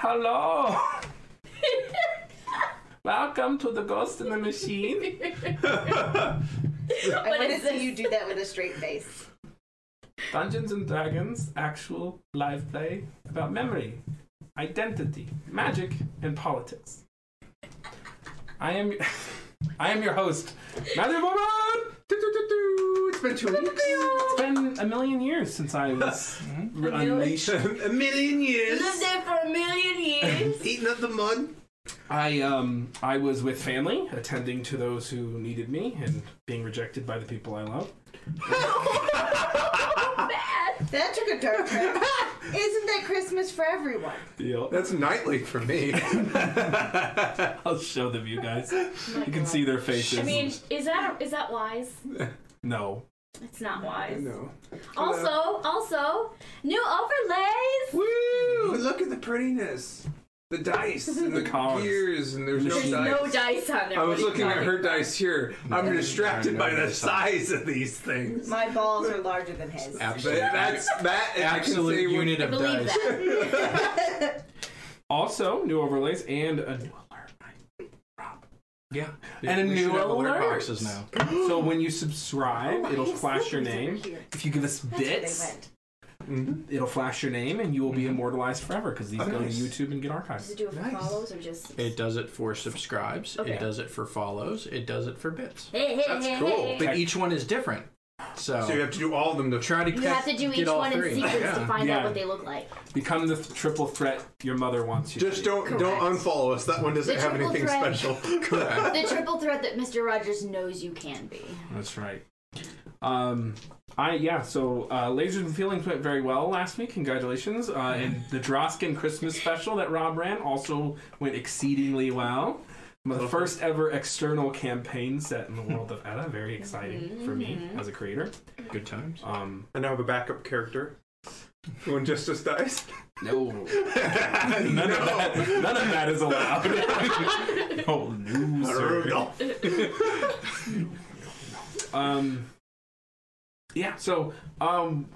Hello. Welcome to the Ghost in the Machine. I What want to is see this? you do that with a straight face. Dungeons and Dragons actual live play about memory, identity, magic, and politics. I am I am your host, Matthew Bowman! Do-do-do-do. It's been two weeks. It's been a million years since I was r- million. unleashed. a million years. Lived there for a million years. Eating up the mud. I um I was with family, attending to those who needed me and being rejected by the people I love. Bad. That took a dark turn. Isn't that Christmas for everyone? Deal. That's nightly for me. I'll show them you guys. Oh You can see their faces. I mean, is that is that wise? no. It's not wise. no. Also, also, new overlays. But look at the prettiness. The dice and the, columns. gears and there's no There's dice. no dice on there. I What was are you looking at talking her dice here. I'm distracted no, by no, the no. size of these things. My balls are larger than his. But that's that. and I can say absolute when- unit I of believe dice. that. Also, new overlays and a new alert. Yeah, And a We new should have alert alert. boxes now. so when you subscribe, Oh, it'll hey, flash your Snoopy's over name. here. If you give us That's where they bits, went. it'll flash your name, and you will be immortalized forever because these Oh, go nice. to YouTube and get Does archived. it do it for Nice. follows or just? It does it for subscribes. Okay. It does it for follows. It does it for bits. Hey, hey, That's hey, cool. hey. But each one is different. So, So you have to do all of them to try to You get- have to do get each all one three. in sequence yeah. to find Yeah. out what they look like. Become the th- triple threat your mother wants you. Just to don't Correct. don't unfollow us. That one doesn't The have triple anything threat. special. The triple threat that Mr. Rogers knows you can be. be. That's right. Um, I yeah. So uh, lasers and feelings went very well last week. Congratulations! Uh, Mm-hmm. and the Droskin Christmas special that Rob ran also went exceedingly well. The first ever external campaign set in the world of Edda. Very exciting for me Mm-hmm. as a creator. Good times. Um, I now have a backup character. When Justice dies. no. None, of that, none of that is allowed. oh, loser. Rudolph. Um, yeah, so, um,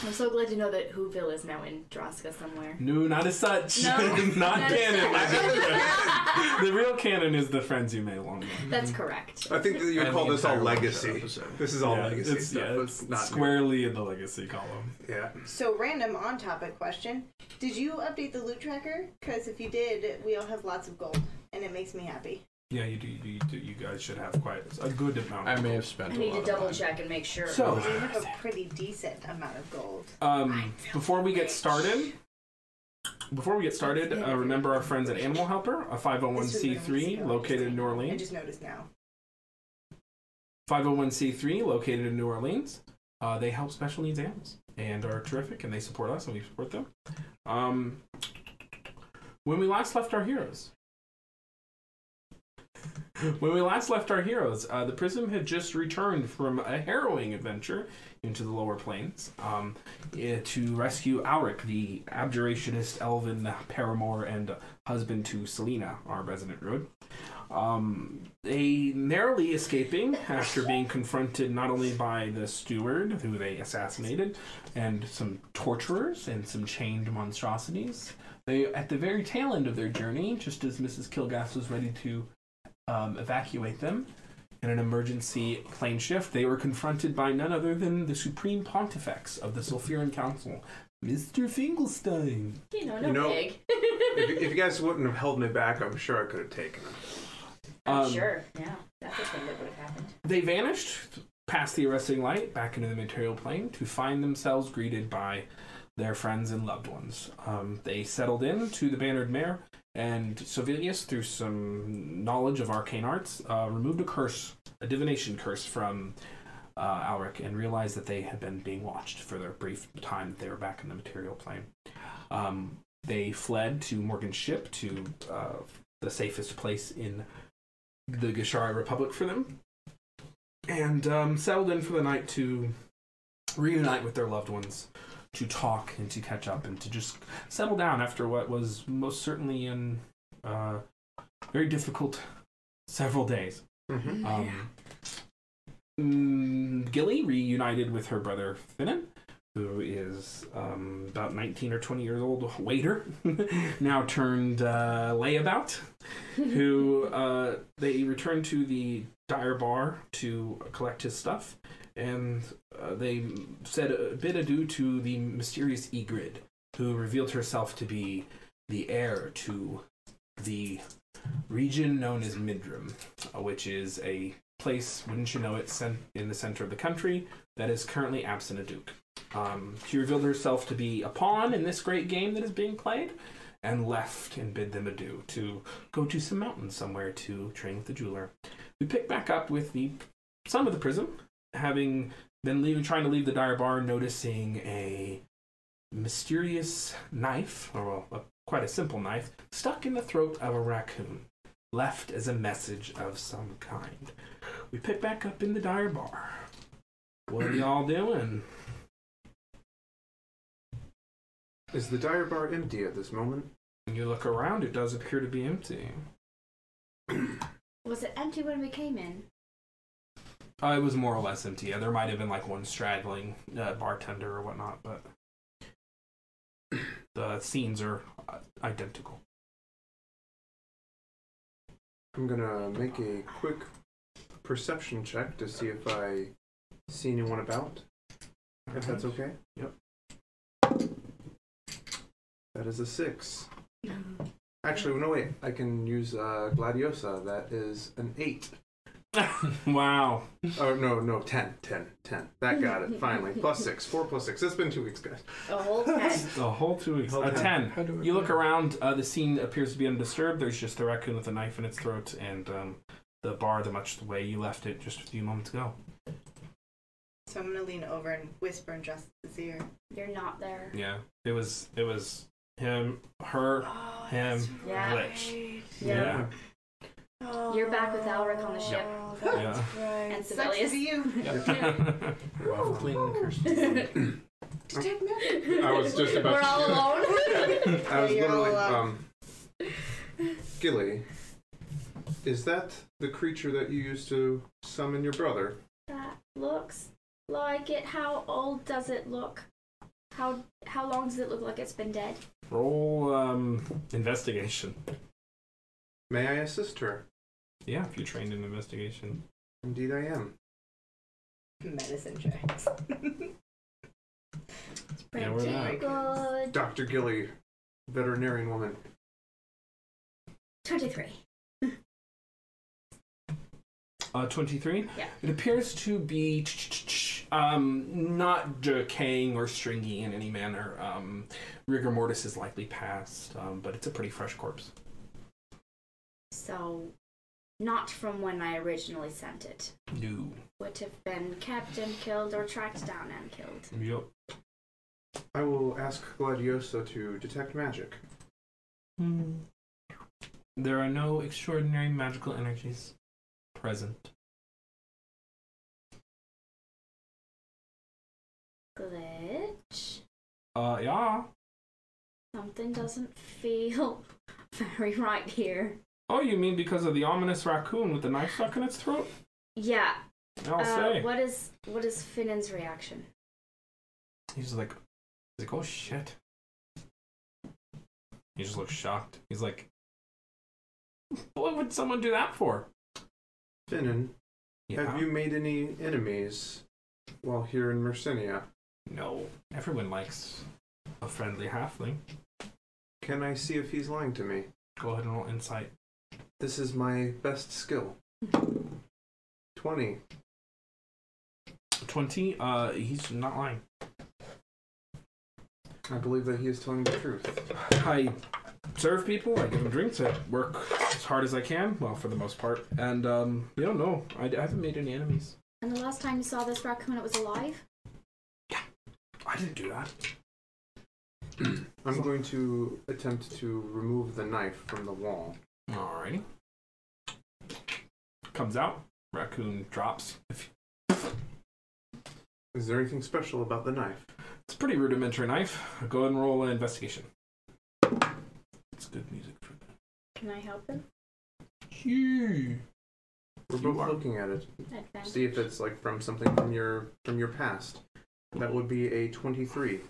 I'm so glad to know that Whoville is now in Droska somewhere. no, not as such. No, not, not as canon. such. the real canon is the friends you made along the way. That's correct. I think that you would And call the this all entire legacy. episode. This is all yeah, legacy it's, stuff. yeah, It's it's not squarely in the legacy column. new. Yeah. So, random on topic question Did you update the loot tracker? Because if you did, we all have lots of gold, and it makes me happy. Yeah, you do. You, do- you, do, you guys should have quite a good amount. I Of may have I spent a need lot to of double time. check and make sure. so, You have a pretty decent amount of gold. um, before we get started, before we get started, uh, remember our friends at Animal Helper, a This was what I wanted to 501c3 know. located in New I Orleans. just noticed now. 501c3 located in New Orleans. Uh, they help special needs animals and are terrific, and they support us, and we support them. Um, when we last left our heroes, when we last left our heroes, uh, the Prism had just returned from a harrowing adventure into the lower plains um, eh, to rescue Auric, the abjurationist elven paramour and husband to Selena, our resident druid. Um, they narrowly escaping after being confronted not only by the steward who they assassinated and some torturers and some chained monstrosities they at the very tail end of their journey just as mrs kilgass was ready to um, evacuate them in an emergency plane shift they were confronted by none other than the supreme pontifex of the sulfuran council mr fingelstein You know, no You know- pig. If, if you guys wouldn't have held me back, I'm sure I could have taken him. I'm Um, sure. Yeah, that's a thing that would have happened. they vanished past the arresting light back into the material plane to find themselves greeted by their friends and loved ones. Um, they settled in to the Bannered Mare, and Sovelius, through some knowledge of arcane arts, uh, removed a curse, a divination curse from uh, Alric, and realized that they had been being watched for their brief time that they were back in the material plane. Um, they fled to Morgan's ship to uh, the safest place in the Gishari Republic for them, and um, settled in for the night to reunite with their loved ones, to talk and to catch up and to just settle down after what was most certainly an uh, very difficult several days. Mm-hmm. Um, mm, Gilly reunited with her brother Finnan, who is um, about 19 or 20 years old waiter, now turned uh, layabout, who uh, they return to the dire bar to collect his stuff, and uh, they said a bit adieu to the mysterious Egrid, who revealed herself to be the heir to the region known as Midrim, uh, which is a place, wouldn't you know it, cen- in the center of the country that is currently absent a duke. Um, she revealed herself to be a pawn in this great game that is being played, and left and bid them adieu to go to some mountain somewhere to train with the jeweler. We pick back up with the son of the prism, having been leaving, trying to leave the dire bar, noticing a mysterious knife, or well, a, quite a simple knife, stuck in the throat of a raccoon, left as a message of some kind. We pick back up in the dire bar. What are y'all doing? Is the dire bar empty at this moment? When you look around, it does appear to be empty. Was it empty when we came in? Uh, it was more or less empty. Yeah, there might have been like one straggling uh, bartender or whatnot, but the scenes are uh, identical. I'm gonna make a quick perception check to see if I see anyone about, if that's okay. Yep. That is a six. Actually, no, wait. I can use uh, Gladiosa. That is an eight. wow. Oh, no, no, ten, ten, ten. That got it, finally. Plus six. Four plus six. It's been two weeks, guys. A whole tent. The whole two weeks. Whole a ten. ten. You look around. Uh, the scene appears to be undisturbed. There's just the raccoon with a knife in its throat, and um, the bar, the much the way you left it just a few moments ago. So I'm gonna lean over and whisper in Justice's ear. You're not there. Yeah, it was. It was him, her. Oh, Him, Yeah. Lich. Yeah. You're back with Alric on the ship. that's And Sucks to Sibelius. be you. Yeah. Waffle cleaning curse. I was just about We're to do all alone. I was You're literally. all up. Um, Gilly, is that the creature that you used to summon your brother? that looks like it. How old does it look? How how long does it look like it's been dead? Roll um, investigation. May I assist her? Yeah, if you're trained in investigation. Indeed, I am. Medicine checks. Yeah, we're not. Good. Dr. Gilly, veterinarian woman. Twenty-three. Uh, 23? Yeah. It appears to be um, not decaying or stringy in any manner. Um, rigor mortis is likely past, um, but it's a pretty fresh corpse. So, not from when I originally sent it. No. Would have been kept and killed, or tracked down and killed. Yep. I will ask Gladiosa to detect magic. There are no extraordinary magical energies present. Glitch. Uh, yeah. Something doesn't feel very right here. Oh, you mean because of the ominous raccoon with the knife stuck in its throat? Yeah. I'll Uh, say. what is what is Finnan's reaction? He's like, he's like, oh shit. He just looks shocked. He's like, what would someone do that for? Finnan, Yeah. have you made any enemies while here in Mercinia? No, everyone likes a friendly halfling. Can I see if he's lying to me? Go ahead and roll insight. This is my best skill. 20. Twenty. Uh, he's not lying. I believe that he is telling the truth. I serve people. I give them drinks. I work as hard as I can. Well, for the most part. And um, you don't know. I, I haven't made any enemies. And the last time you saw this raccoon, it was alive. I didn't do that. I'm going to attempt to remove the knife from the wall. Alrighty. Comes out. Raccoon drops. Is there anything special about the knife? It's a pretty rudimentary knife. Go ahead and roll an investigation. It's good music for that. Can I help him? We're You both are- looking at it. Advantage. See if it's like from something from your from your past. That would be a 23.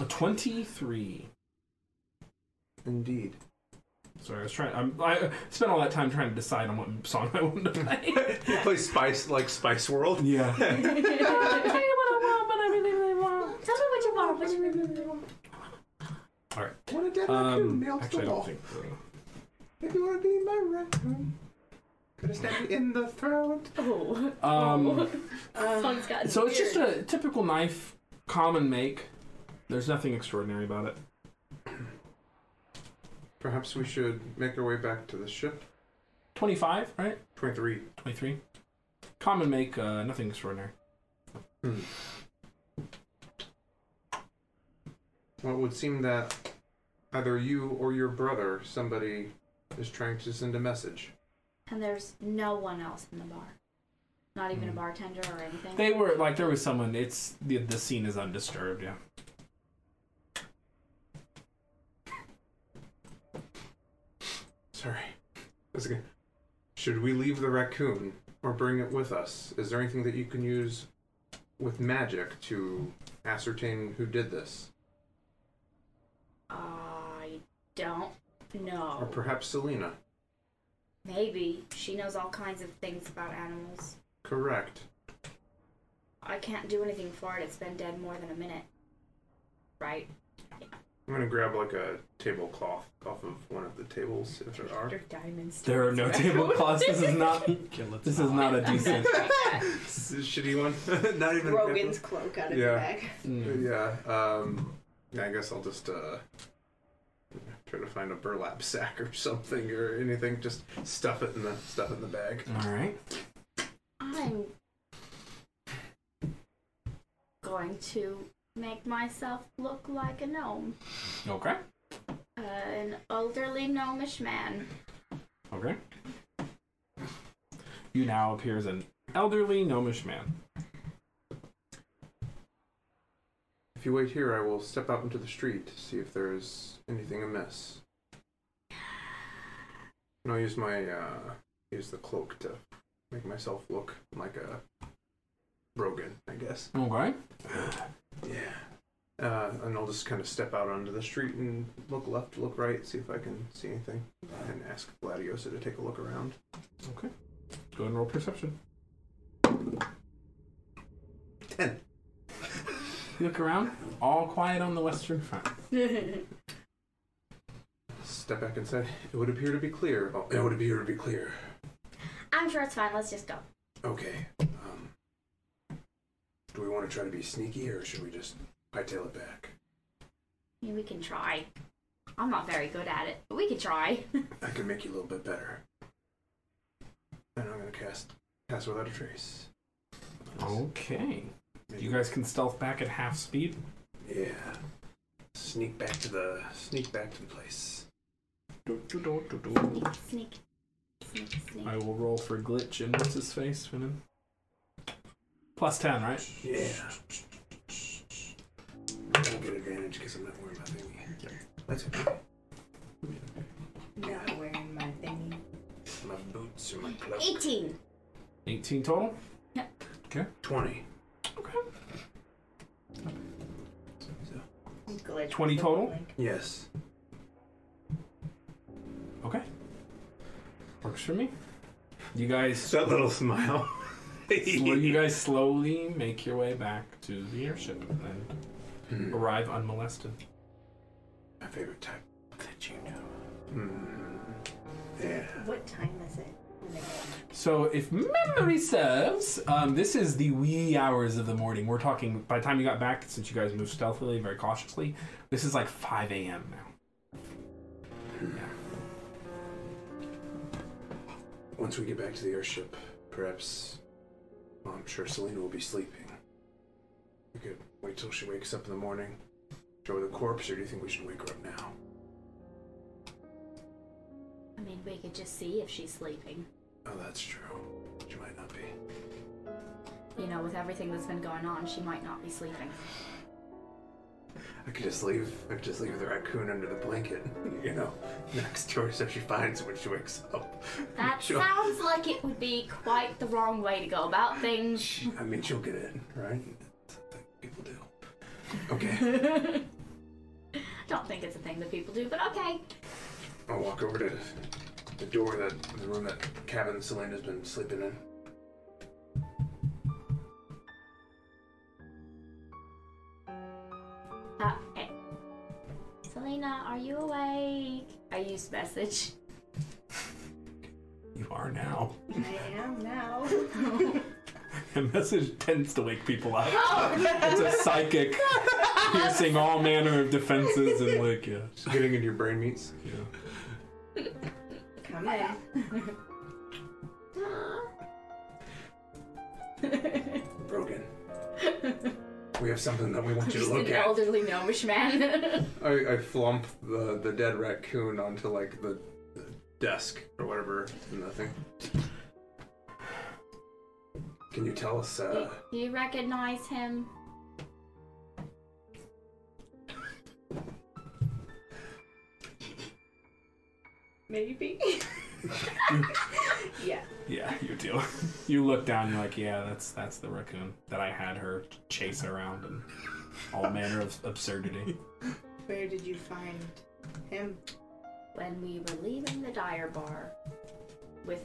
A 23. Indeed. Sorry, I was trying. I'm, I spent all that time trying to decide on what song I wanted to play. you play Spice like Spice World? yeah. Tell me what you want, what you really want. Wanna dead Um, actually, I don't think. If you wanna be in my room, could I stab you in the throat? Oh, So. Um, Uh, song's gotten so it's just Oh. weird. a typical knife, common make. There's nothing extraordinary about it. Perhaps we should make our way back to the ship. 25, right? 23. 23. Common make, uh, nothing extraordinary. Hmm. Well, it would seem that either you or your brother, somebody, is trying to send a message. and there's no one else in the bar, not even a Mm. bartender or anything. They were, like, there was someone, it's, the, the scene is undisturbed, yeah. Sorry. That's okay. Should we leave the raccoon or bring it with us? Is there anything that you can use with magic to ascertain who did this? I don't Or know. perhaps Selena? Maybe she knows all kinds of things about animals. Correct. I can't do anything for it. It's been dead more than a minute. Right? I'm gonna grab like a tablecloth off of one of the tables if there are. Your diamonds. There are no tablecloths. This is not, Okay, let's this is not a decent. Shitty one. Not even. Rogan's cloak out of Yeah. your bag. Mm. Yeah. Um. Yeah, I guess I'll just uh try to find a burlap sack or something or anything. Just stuff it in the stuff it in the bag. All right. I'm going to make myself look like a gnome, Okay. uh, an elderly gnomish man. Okay. You now appear as an elderly gnomish man. If you wait here, I will step out into the street to see if there is anything amiss. And I'll use my uh use the cloak to make myself look like a Brogan, I guess. Okay. Yeah. Uh, and I'll just kind of step out onto the street and look left, look right, see if I can see anything, and ask Gladiosa to take a look around. Go ahead and roll perception. Ten. You look around. All quiet on the western front. Step back inside. It would appear to be clear. Oh, it would appear to be clear. I'm sure it's fine. Let's just go. Okay. Um, do we want to try to be sneaky, or should we just hightail it back? I mean, we can try. I'm not very good at it, but we can try. I can make you a little bit better. And I'm gonna cast cast without a trace. Oh. Okay. Maybe- You guys can stealth back at half speed. Yeah. Sneak back to the sneak back to the place. Sneak, sneak, sneak. I will roll for glitch and what's his face, Finnan? Plus ten, right? Yeah. I won't get advantage because I'm not wearing my thingy. That's okay. Not wearing my thingy. My boots or my cloak. 18. Eighteen total. Twenty. Okay. So, Glitch. 20 total? Like, yes. Works for me. You guys, That little smile. well, you guys slowly make your way back to the airship and Hmm. arrive unmolested. My favorite type that you know. Mm. Yeah. What time is it? when they get back? So, if memory serves, um, this is the wee hours of the morning. We're talking by the time you got back, since you guys moved stealthily, very cautiously. This is like 5 a.m. now. Hmm. Once we get back to the airship, perhaps. Well, I'm sure Selena will be sleeping. We could wait till she wakes up in the morning, show her the corpse, or do you think we should wake her up now? I mean, we could just see if she's sleeping. Oh, that's true. She might not be. You know, with everything that's been going on, she might not be sleeping. I could just leave. I could just leave the raccoon under the blanket. You know, next to her, so she finds when she wakes up. That Sure. sounds like it would be quite the wrong way to go about things. She, I mean, she'll get it, right? That's a thing people do. Okay, Don't think it's a thing that people do, but okay. I'll walk over to the door that the room that cabin Selena's been sleeping in. Uh, hey. Selena, are you awake? I used message. You are now. I am now. A message tends to wake people up. It's a psychic piercing all manner of defenses and like yeah. Just getting into your brain meats. yeah. Come in. Brogan, we have something that we want you Just to look an at. elderly gnomish man. I, I flump the, the dead raccoon onto like the, the desk or whatever. Nothing. Can you tell us? do Uh, you recognize him? Maybe. yeah. Yeah, you do. You look down, you're like, yeah, that's that's the raccoon that I had her chase around and all manner of absurdity. Where did you find him? When we were leaving the dire bar with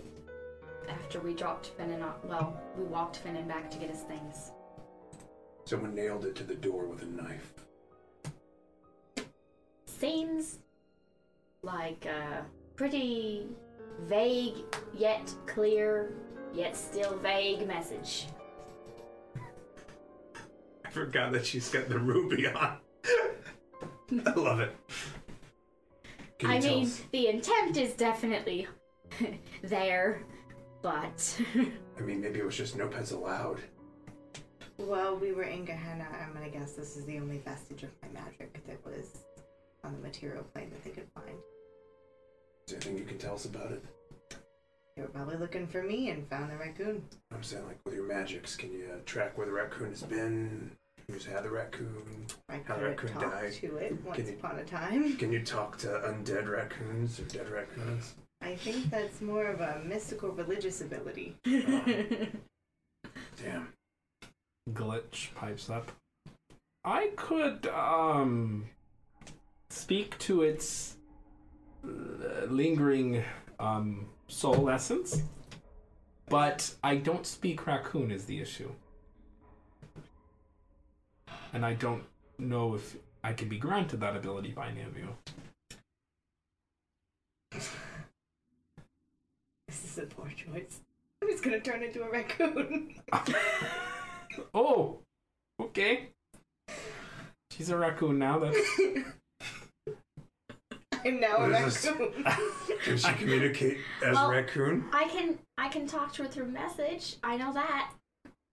after we dropped Finn and I- well, we walked Finn and back to get his things. someone nailed it to the door with a knife. Seems like a pretty vague yet clear yet still vague message. I forgot that she's got the ruby on. I love it. Can you I tell mean, us? the intent is definitely there, but I mean, maybe it was just no pets allowed. Well, we were in Gehenna. I'm gonna guess this is the only vestige of my magic that was on the material plane that they could find. Is there anything you can tell us about it? They were probably looking for me and found the raccoon. I'm saying, like, with your magics, can you uh, track where the raccoon has been? Who's had the raccoon? I How the couldn't raccoon talk died. to it once you- upon a time. Can you talk to undead raccoons or dead raccoons? I think that's more of a mystical religious ability. Uh-huh. Damn. Glitch pipes up. I could um speak to its uh, lingering um soul essence, but I don't speak raccoon is the issue, and I don't know if I can be granted that ability by any of you. This is a poor choice. I'm just gonna turn into a raccoon. Oh, okay. She's a raccoon now. That's I'm now a This is- raccoon. Can she communicate as Well- raccoon? I can I can talk to her through message. I know that.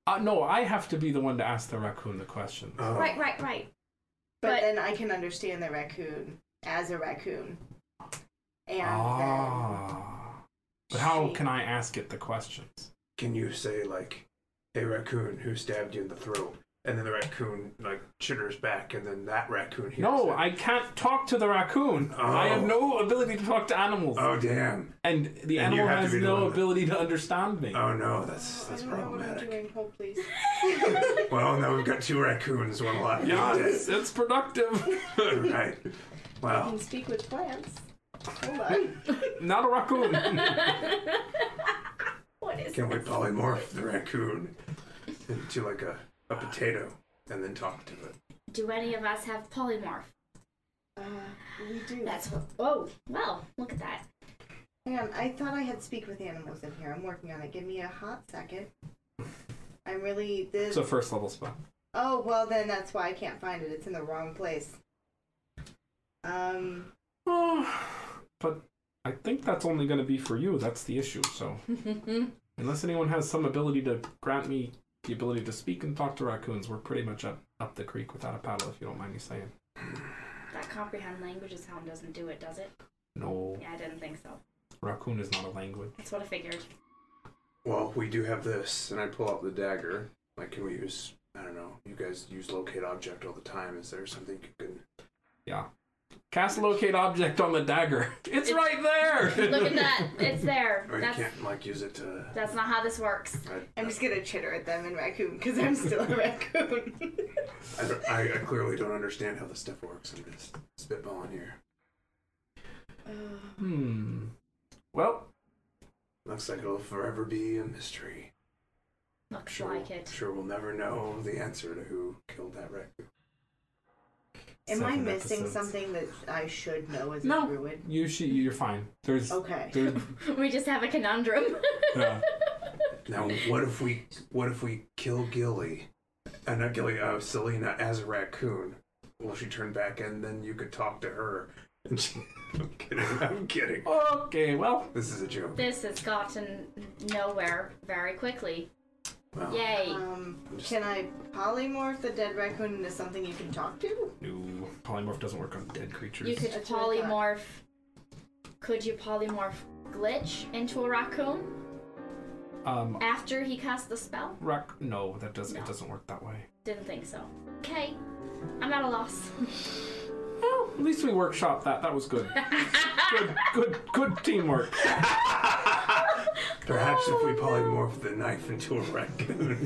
uh, no. I have to be the one to ask the raccoon the question. Oh, Right, right, right. But But- then I can understand the raccoon as a raccoon. And then Ah. But how she- can I ask it the questions? Can you say like, "Hey, raccoon, who stabbed you in the throat?" And then the raccoon like chitters back, and then that raccoon hears. No, it. I can't talk to the raccoon. I have Oh. no ability to talk to animals. Oh damn! and the And you animal have to has be the no one that- ability to understand me. Oh no, that's I that's don't know what I'm problematic. doing. Hold, please. Well, now we've got two raccoons, one alive. yeah, Dead. it's, it's productive. I right. Wow. can speak with plants. Hold on. Not a raccoon. What is Can we polymorph the raccoon into like a, a potato and then talk to it? Do any of us have polymorph? Uh, we do. That's what Oh, well, look at that. Hang on. I thought I had speak with animals in here. I'm working on it. Give me a hot second. I'm really this. it's a first level spell. oh well, then that's why I can't find it. It's in the wrong place. Um. Oh, but I think that's only going to be for you. That's the issue. So unless anyone has some ability to grant me the ability to speak and talk to raccoons, we're pretty much up up the creek without a paddle. If you don't mind me saying. that comprehend languages sound doesn't do it, does it? No, Yeah, I didn't think so. raccoon is not a language. That's what I figured. Well, we do have this, and I pull out the dagger. Like, can we use? I don't know. You guys use locate object all the time. Is there something you can? Cast locate object on the dagger. It's, It's- right there. Look at that. It's there. Or you That's can't like use it to. that's not how this works. I, I'm just gonna chitter at them in raccoon because I'm still a raccoon. I, don't- I, I clearly don't understand how this stuff works. I'm just spitballing here. Hmm. Well, Looks like it'll forever be a mystery. Looks Sure, like it. sure we'll never know the answer to who killed that raccoon. Am I Second missing episodes. something that I should know as No. a druid? you should, you're fine. There's Okay. there's We just have a conundrum. Yeah. Now, what if we what if we kill Gilly, uh, not Gilly, uh, Selena as a raccoon? Will she turn back and then you could talk to her? And she- I'm kidding. I'm kidding. okay. Well, This is a joke. This has gotten nowhere very quickly. Well, Yay. Um, can I polymorph the dead raccoon into something you can talk to? no, polymorph doesn't work on dead creatures. You could That's what I thought. polymorph. Could you polymorph Glitch into a raccoon um, after he cast the spell? rock. No, that doesn't. No. It doesn't work that way. Didn't think so. Okay. I'm at a loss. Well, at least we workshopped that. That was good. good, good, good teamwork. Perhaps if we polymorph the knife into a raccoon.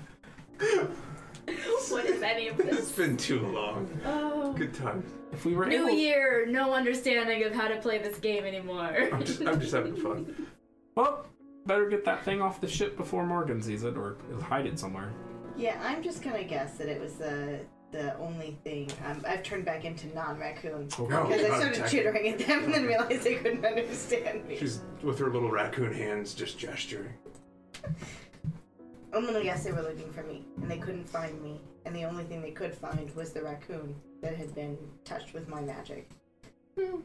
what is any of it's this? been too long. Oh. Good time. If we were New able, year, no understanding of how to play this game anymore. I'm just I'm just having fun. well, better get that thing off the ship before Morgan sees it, or he'll hide it somewhere. Yeah, I'm just gonna guess that it was the the only thing. Um, I've turned back into non-raccoon No. because I Oh, started tactic. chittering at them and then realized they couldn't understand me. She's with her little raccoon hands just gesturing. I'm gonna guess they were looking for me and they couldn't find me, and the only thing they could find was the raccoon that had been touched with my magic. Hmm.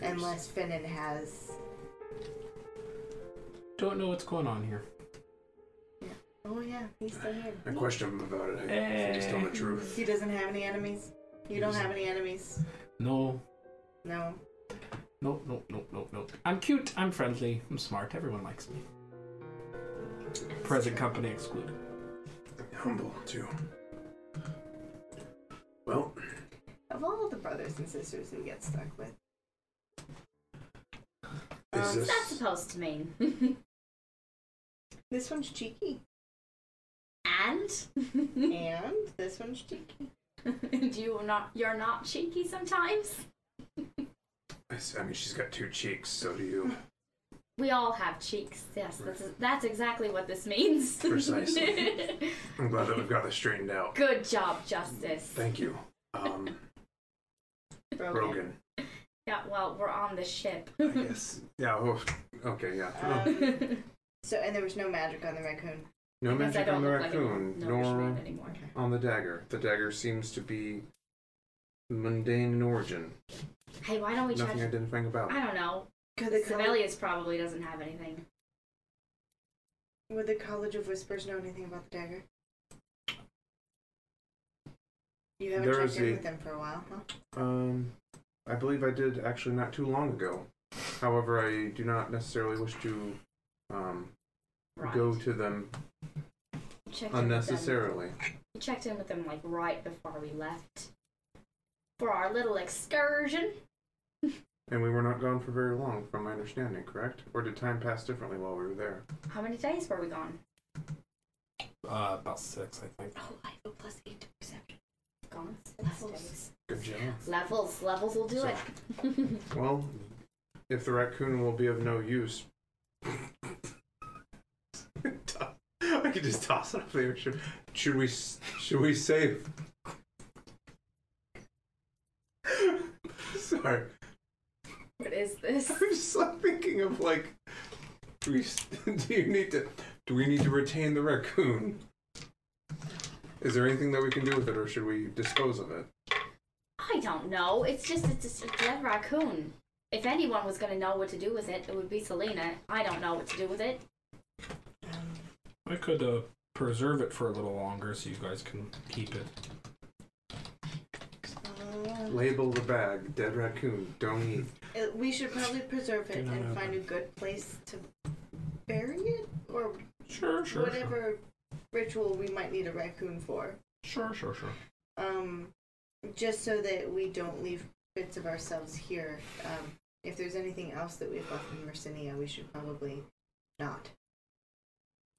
And unless Finnan has, Don't know what's going on here. oh yeah, he's still here. I questioned him about it. I think he's telling the truth. He doesn't have any enemies. You don't have any enemies. No, No. no, no, no, no, no. I'm cute. I'm friendly. I'm smart. Everyone likes me. Present company excluded. Humble too. Well, Of all the brothers and sisters we get stuck with. is Um, this What's that supposed to mean? This one's cheeky. and And this one's cheeky. do you not you're not cheeky sometimes? I s- I mean, she's got two cheeks. So do you. We all have cheeks. Yes, that's that's exactly what this means. Precisely. I'm glad that we've got this straightened out. Good job, Justice. Thank you. Um, Broken. Rogan. Yeah, well, we're on the ship. I guess. Yeah. Oh, okay. Yeah. Uh, Oh. Um, so, and there was no magic on the raccoon. No Because I magic on don't the look like a raccoon, gnomish man nor anymore. on the dagger. The dagger seems to be mundane in origin. Hey, why don't we try? Nothing To, identifying about. it. I don't know. Could the, college, Sibelius probably doesn't have anything. would the College of Whispers know anything about the dagger? You haven't There is checked in a- with them for a while, huh? Um, I believe I did actually not too long ago. However, I do not necessarily wish to um, Right. go to them You checked in with them- unnecessarily. You checked in with them like right before we left for our little excursion. And we were not gone for very long, from my understanding, correct? Or did time pass differently while we were there? How many days were we gone? Uh, about six, I think. Oh, I have a plus eight to perception. Gone six days. Good job. Levels, levels will do So- it. Well, if the raccoon will be of no use. I could just toss it up there. Should, should we? s- Should we save? Sorry. what is this? I'm just like thinking of like, do we? Do you need to? Do we need to retain the raccoon? Is there anything that we can do with it, or should we dispose of it? I don't know. It's just it's just a dead raccoon. If anyone was gonna know what to do with it, it would be Selena. I don't know what to do with it. Um, I could uh, preserve it for a little longer so you guys can keep it. uh, Label the bag: dead raccoon. Don't eat. Uh, We should probably preserve it Do not and open. find a good place to bury it, or Sure, sure, sure, whatever ritual we might need a raccoon for. sure, sure, sure. Um, just so that we don't leave bits of ourselves here. Um, if there's anything else that we've left in Mercinia, we should probably not.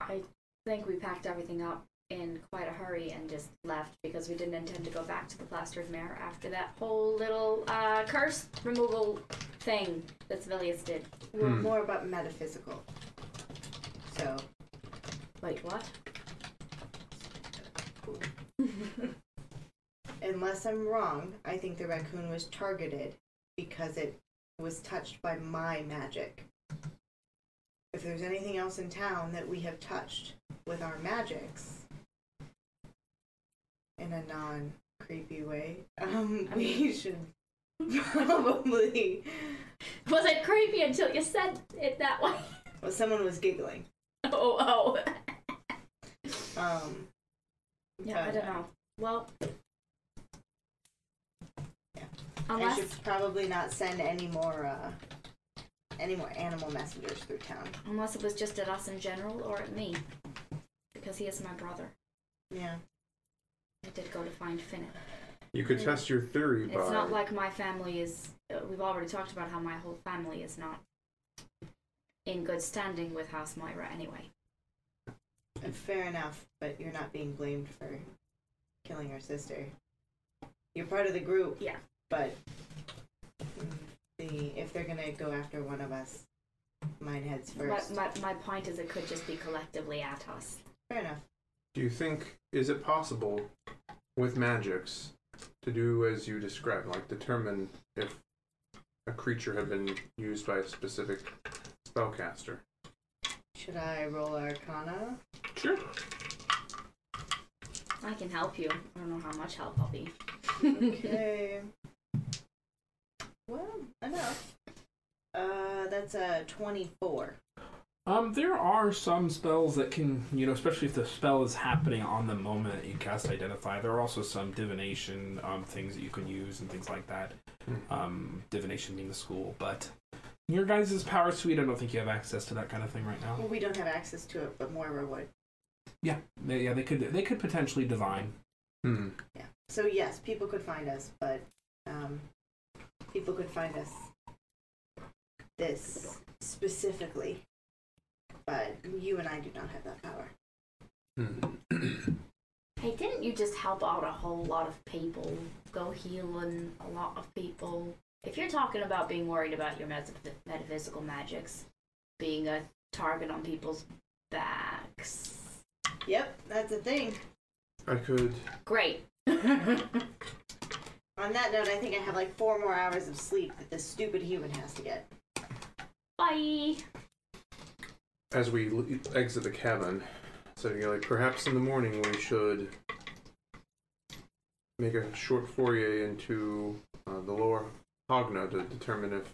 I think we packed everything up in quite a hurry and just left because we didn't intend to go back to the plastered mare after that whole little uh, curse removal thing that Sevilius did. We're Hmm. more about metaphysical. So Wait, what? unless I'm wrong, I think the raccoon was targeted because it was touched by my magic. If there's anything else in town that we have touched with our magics in a non creepy way, um, we should probably. Was it creepy until you said it that way? Well, someone was giggling. Oh, oh. Um, Yeah, I but don't know. Well, Yeah. I unless should probably not send any more uh, any more animal messengers through town. unless it was just at us in general or at me, because he is my brother. Yeah. I did go to find Finnick. You could Yeah. test your theory by. It's not like my family is. Uh, we've already talked about how my whole family is not in good standing with House Myra anyway. Uh, Fair enough, but you're not being blamed for killing your sister. You're part of the group. Yeah. But mm, the if they're gonna go after one of us, mine heads My, first. my, my point is, it could just be collectively at us. Fair enough. Do you think is it possible with magics to do as you describe, like determine if a creature had been used by a specific spellcaster? Should I roll Arcana? Sure. I can help you. I don't know how much help I'll be. Okay. well, enough. Uh, that's a twenty-four. Um, there are some spells that can, you know, especially if the spell is happening on the moment that you cast Identify. There are also some divination um, things that you can use and things like that. Um, divination being the school, but your guys' power suite, I don't think you have access to that kind of thing right now. Well, we don't have access to it, but Moira would. Yeah, they, yeah, they could, they could potentially divine. Hmm. Yeah. So yes, people could find us, but um, people could find us this specifically. But you and I do not have that power. Hmm. Hey, didn't you just help out a whole lot of people? Go healing a lot of people. If you're talking about being worried about your metaph metaphysical magics being a target on people's backs, Yep, that's a thing. I could. great. On that note, I think I have like four more hours of sleep that this stupid human has to get. Bye. as we l- exit the cabin, so you're like, perhaps in the morning we should make a short foray into uh, the lower Hogna to determine if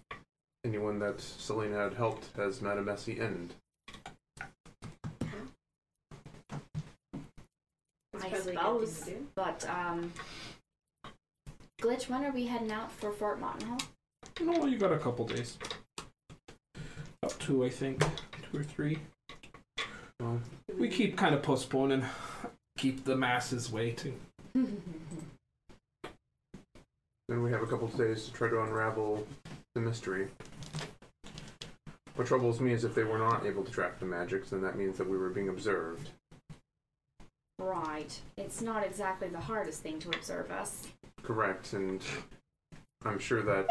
anyone that Selena had helped has met a messy end. That's I probably a good suppose. thing to do. But um, glitch. When are we heading out for Fort Montenhall? No, you got a couple days. Up to, I think, two or three. Well, We keep kind of postponing, keep the masses waiting. then we have a couple of days to try to unravel the mystery. What troubles me is if they were not able to track the magics, then that means that we were being observed. right. It's not exactly the hardest thing to observe us. Correct, and I'm sure that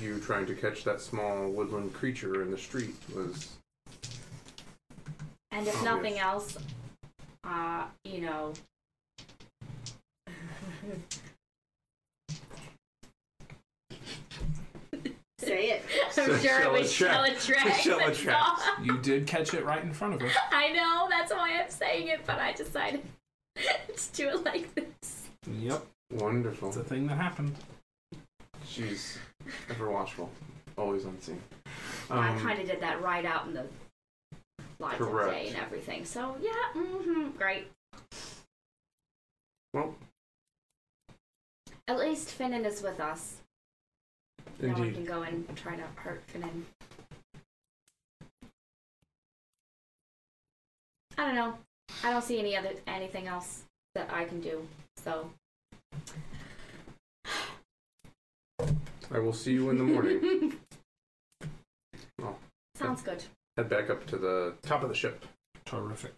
you trying to catch that small woodland creature in the street was And if Oh, nothing yes. else, uh, you know. Say it. I'm sure it was shell Shell-a-trap. attract. Shell-a-trap. You did catch it right in front of us. I know, that's why I'm saying it, but I decided to do it like this. Yep, wonderful. it's a thing that happened. She's ever watchful, always on scene. I Um, kind of did that right out in the light of correct. day and everything. So, yeah, mm-hmm, great. Well. At least Finnan is with us. Now I Indeed. can go and try to hurt Finnan. I don't know. I don't see any other anything else that I can do. So I will see you in the morning. Well, Sounds good. Head back up to the top of the ship. Terrific.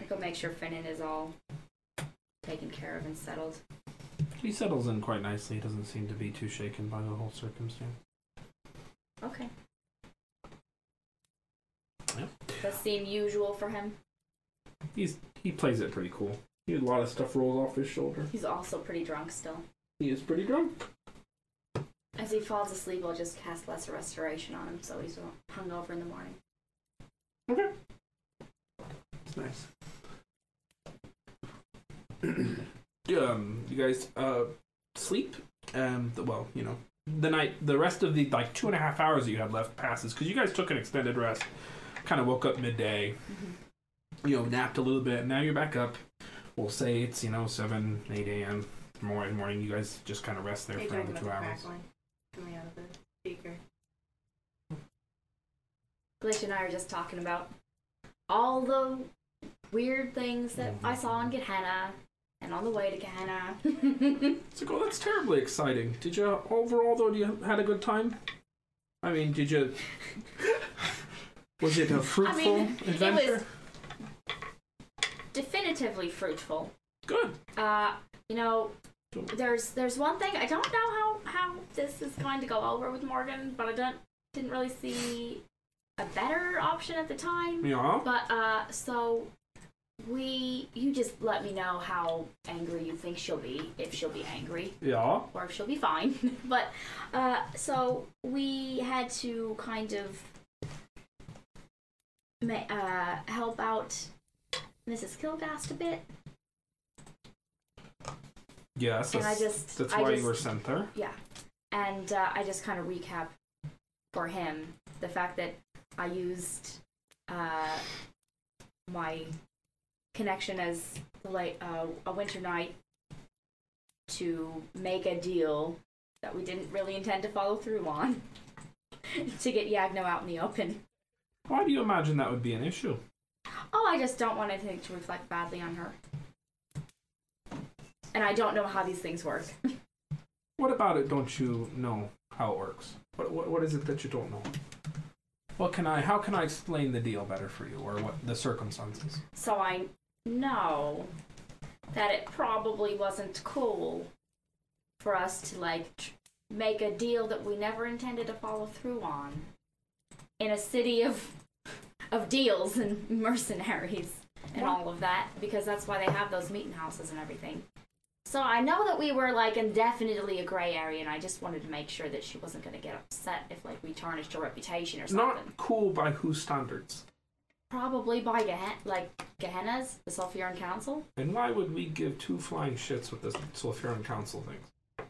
I go make sure Finnan is all taken care of and settled. He settles in quite nicely. He doesn't seem to be too shaken by the whole circumstance. Okay. Yep. Does seem usual for him. He plays it pretty cool. He, a lot of stuff rolls off his shoulder. He's also pretty drunk still. He is pretty drunk. As he falls asleep, I'll just cast Lesser Restoration on him so he's hungover in the morning. Okay. It's nice. um, you guys uh, sleep. Um, the, well, you know, the night, the rest of the like two and a half hours that you have left passes because you guys took an extended rest. Kind of woke up midday, you know, napped a little bit. and Now you're back up. We'll say it's you know seven, eight a.m. More morning. You guys just kind of rest there Are you for talking another about two the hours. crackling coming out of the speaker? Glitch and I are just talking about all the weird things that I saw on Gehenna and on the way to Gehenna. It's like, oh, that's terribly exciting. Did you overall though? You had a good time. I mean, did you? Was it a fruitful adventure? it was definitively fruitful. Good. Uh, you know, there's there's one thing I don't know how how this is going to go over with Morgan, but I don't didn't really see a better option at the time. Yeah. But uh, so we, you just let me know how angry you think she'll be, if she'll be angry Yeah. or if she'll be fine. but uh, so we had to kind of ma- uh, help out Mrs. Kilgast a bit, Yes. and I that's- just, That's I why just, you were sent there. and uh, I just kind of recap for him the fact that I used uh, my connection as like uh, a winter night to make a deal that we didn't really intend to follow through on to get Yagno out in the open. Why do you imagine that would be an issue? Oh, I just don't want anything to reflect badly on her. And I don't know how these things work. What about it? Don't you know how it works? What what, what is it that you don't know? What can I? How can I explain the deal better for you, or what the circumstances? So I know that it probably wasn't cool for us to like tr- make a deal that we never intended to follow through on in a city of of deals and mercenaries and all of that because that's why they have those meeting houses and everything. So I know that we were like indefinitely a gray area and I just wanted to make sure that she wasn't going to get upset if like we tarnished her reputation or something. Not cool by whose standards? Probably by Gehen- like Gehenna's, the Sulfuran Council. And why would we give two flying shits with this Sulfuran Council thing?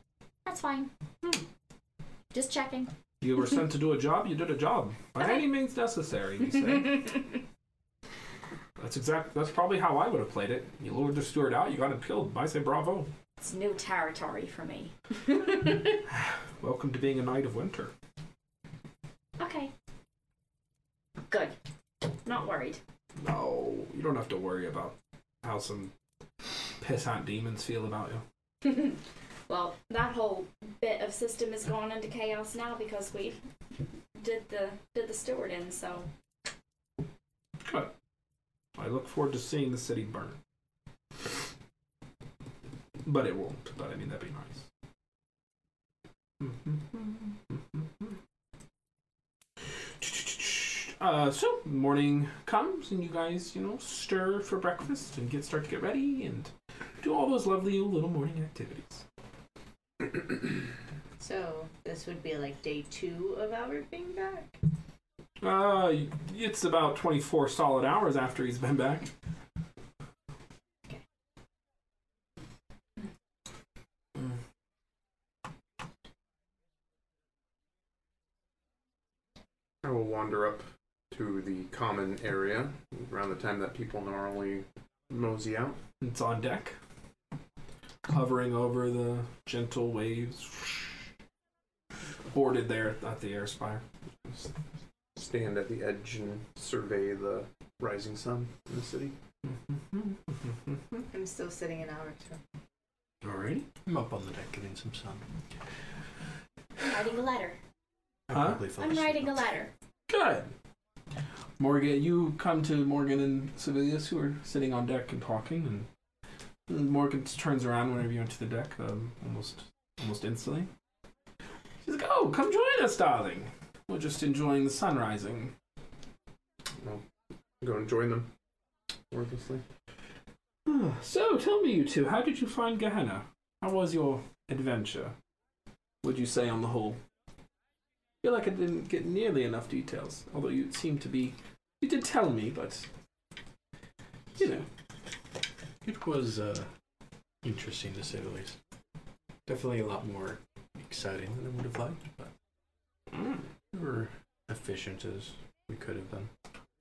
That's fine. Just checking. You were sent to do a job. You did a job by Okay. any means necessary. You say that's exact. That's probably how I would have played it. You lured the steward out. You got him killed. I say bravo. it's new territory for me. Welcome to being a knight of winter. okay. Good. Not worried. No, you don't have to worry about how some pissant demons feel about you. well, that whole bit of system is going into chaos now because we did the did the steward in, so Good. I look forward to seeing the city burn. But it won't. But I mean, that'd be Mm-hmm, Mm-hmm. nice. Uh, so morning comes and you guys, you know, stir for breakfast and get start to get ready and do all those lovely little morning activities. So this would be like day two of Albert being back. Uh, it's about 24 solid hours after he's been back. Mm, I will wander up to the common area around the time that people normally mosey out. It's on deck, hovering over the gentle waves. boarded there at the airspire. Stand at the edge and survey the rising sun in the city. I'm still sitting an hour two. Alrighty. I'm up on the deck getting some sun. Writing a letter. I Huh? probably fell I'm asleep. writing a letter. Good. Morgan, you come to Morgan and Sevilius, who are sitting on deck and talking, and Morgan turns around whenever you enter the deck, um, almost, almost instantly. She's like, "Oh, come join us, darling. We're just enjoying the sun rising." Go and join them. Worthlessly. Ah, so, tell me, you two, how did you find Gehenna? How was your adventure? Would you say on the whole? I feel like I didn't get nearly enough details, although you seem to be. You did tell me, but you know. It was uh, interesting to say the least. Definitely a lot more exciting than I would have liked, but Mm. we were efficient as we could have been.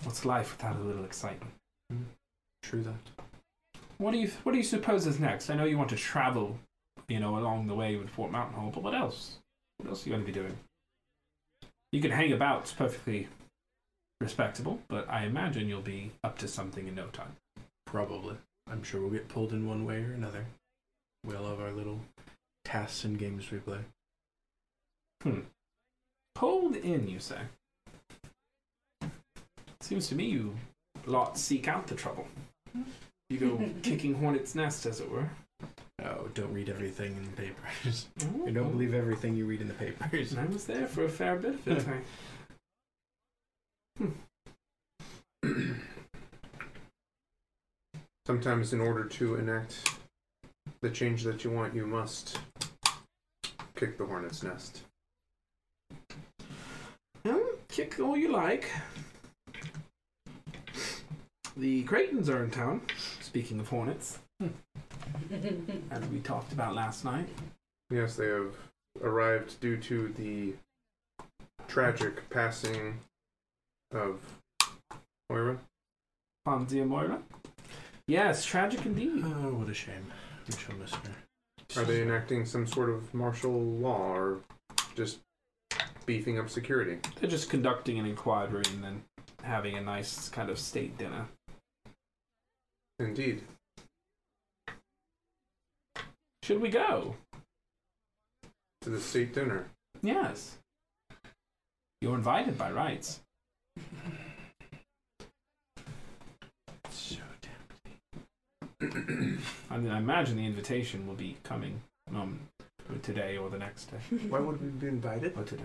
What's life without a little excitement? Hmm? True that. What do you What do you suppose is next? I know you want to travel, you know, along the way with Fort Mountain Hole, but what else? What else are you going to be doing? You can hang about; it's perfectly respectable. But I imagine you'll be up to something in no time. Probably. I'm sure we'll get pulled in one way or another. We all have our little tasks and games we play. Pulled in, you say? Seems to me you lot seek out the trouble. You go kicking hornets' nest, as it were. Oh, don't read everything in the papers. I You don't Oh. believe everything you read in the papers. And I was there for a fair bit of the time. Sometimes, in order to enact the change that you want, you must kick the hornet's nest. Well, kick all you like. The Creightons are in town. Speaking of hornets, as we talked about last night. Yes, they have arrived due to the tragic passing of Moira. Fonzie and Moira. Yes, tragic indeed. Oh, what a shame. We shall miss her. Are they enacting some sort of martial law or just beefing up security? They're just conducting an inquiry and then having a nice kind of state dinner. Indeed. Should we go? To the state dinner. Yes. You're invited by rights. So damn. I mean, I imagine the invitation will be coming um, today or the next day. Why would we be invited? Or today.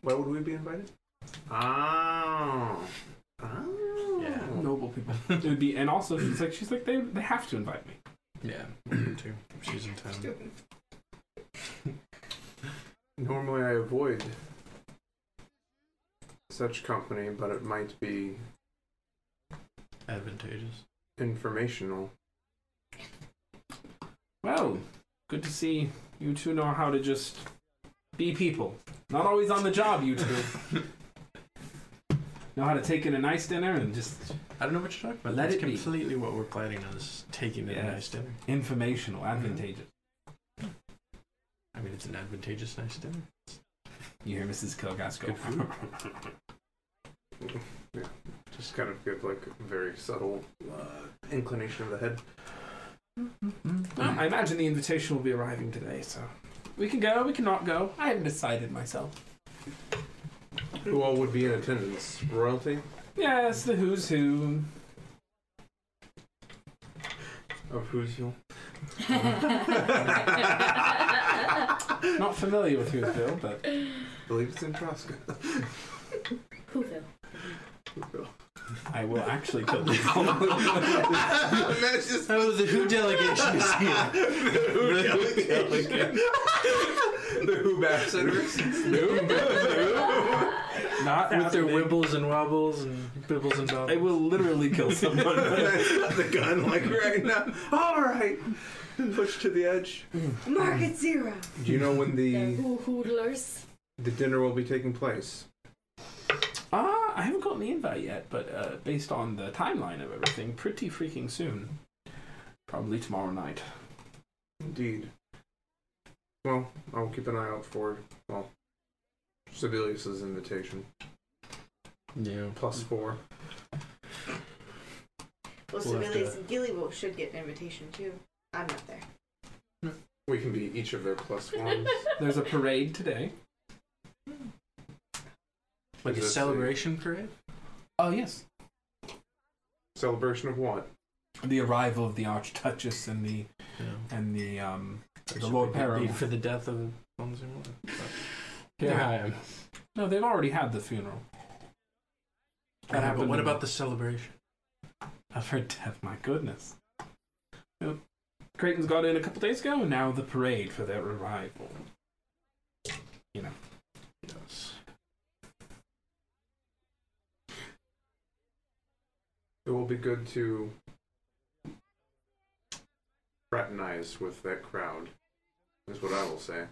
Why would we be invited? Oh. Oh. Yeah. Noble people. It would be, and also she's like, she's like, they, they have to invite me. Yeah, me too. She's in town. Normally I avoid such company, but it might be Advantageous. informational. Well, good to see you two know how to just be people. Not always on the job, you two. know how to take in a nice dinner and just I don't know what you're talking about. Let That's it be. completely what we're planning on is taking it Yeah. a nice dinner. informational, advantageous. I mean, it's an advantageous nice dinner. You hear Mrs. Kilgas go. Good food. Just kind of give like a very subtle uh, inclination of the head. Well, I imagine the invitation will be arriving today, so we can go. We cannot go. I haven't decided myself. Who all would be in attendance? Royalty Yes, the who's who. of who's who? Not familiar with who's who, but believe it's in Traska. Whoville. I will actually kill you. That's just Oh, the Who delegation is here. the Who ambassadors. Not With their happening. wibbles and wobbles and bibbles and I bobbles. will literally kill someone. the gun, like right now. All right, push to the edge. Mark at zero. Do you know when The the who hoodlers. the dinner will be taking place? Ah, I haven't gotten the invite yet, but uh, based on the timeline of everything, pretty freaking soon. Probably tomorrow night. Indeed. Well, I'll keep an eye out for. Well, Sibelius's invitation. Yeah. Plus four. Well, We'll have Sibelius and Gilly will, should get an invitation too. I'm not there. We can be each of their plus ones. There's a parade today. Like a Is this a- celebration parade? Oh, yes. Celebration of what? The arrival of the Archduchess and the Yeah. and the um Or The should Lord we get Paramount. beat For the death of Mumsy Miller. Yeah. Here I am. no, they've already had the funeral. That Yeah, happened. but what in- about the celebration? of her death? My goodness. Yep. Creighton's got in a couple days ago, and now the parade for their arrival. Yes. It will be good to fraternize with that crowd. That's what I will say.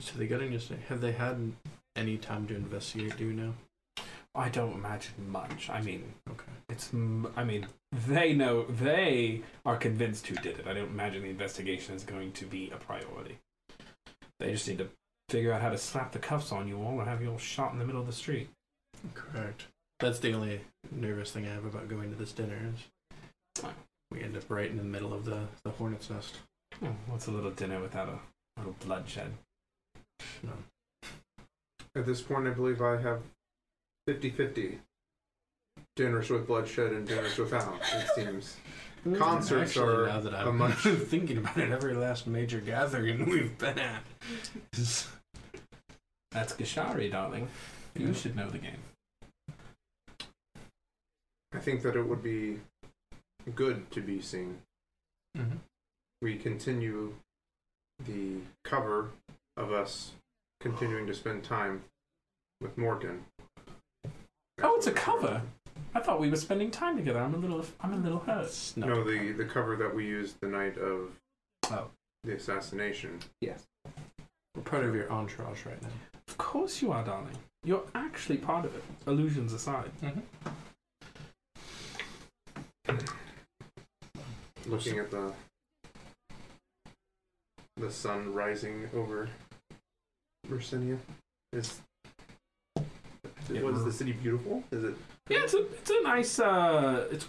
So they got in yesterday. Have they had any time to investigate? Do you know? I don't imagine much. I mean, Okay. it's. m- I mean, they know. They are convinced who did it. I don't imagine the investigation is going to be a priority. They just need to figure out how to slap the cuffs on you all and have you all shot in the middle of the street. Correct. That's the only nervous thing I have about going to this dinner is we end up right in the middle of the, the hornet's nest. Hmm. Oh, what's a little dinner without a little bloodshed? No. At this point, I believe I have 50 50 dinners with bloodshed and dinners without, it seems. Concerts Hmm. Actually, are now that a I'm much- thinking about it, every last major gathering we've been at is That's Gishari, darling. You should know the game. I think that it would be good to be seen. Mm-hmm. Mhm. We continue the cover of us continuing to spend time with Morgan. Oh, it's a cover. I thought we were spending time together. I'm a little. I'm a little hurt. It's not- No, the, the cover that we used the night of Oh. the assassination. we're part of your entourage right now. Of course you are, darling. You're actually part of it. Illusions aside. looking at the the sun rising over Versinia. Is Yeah, what is we're- the city beautiful? Is it Yeah, it's a it's a nice uh it's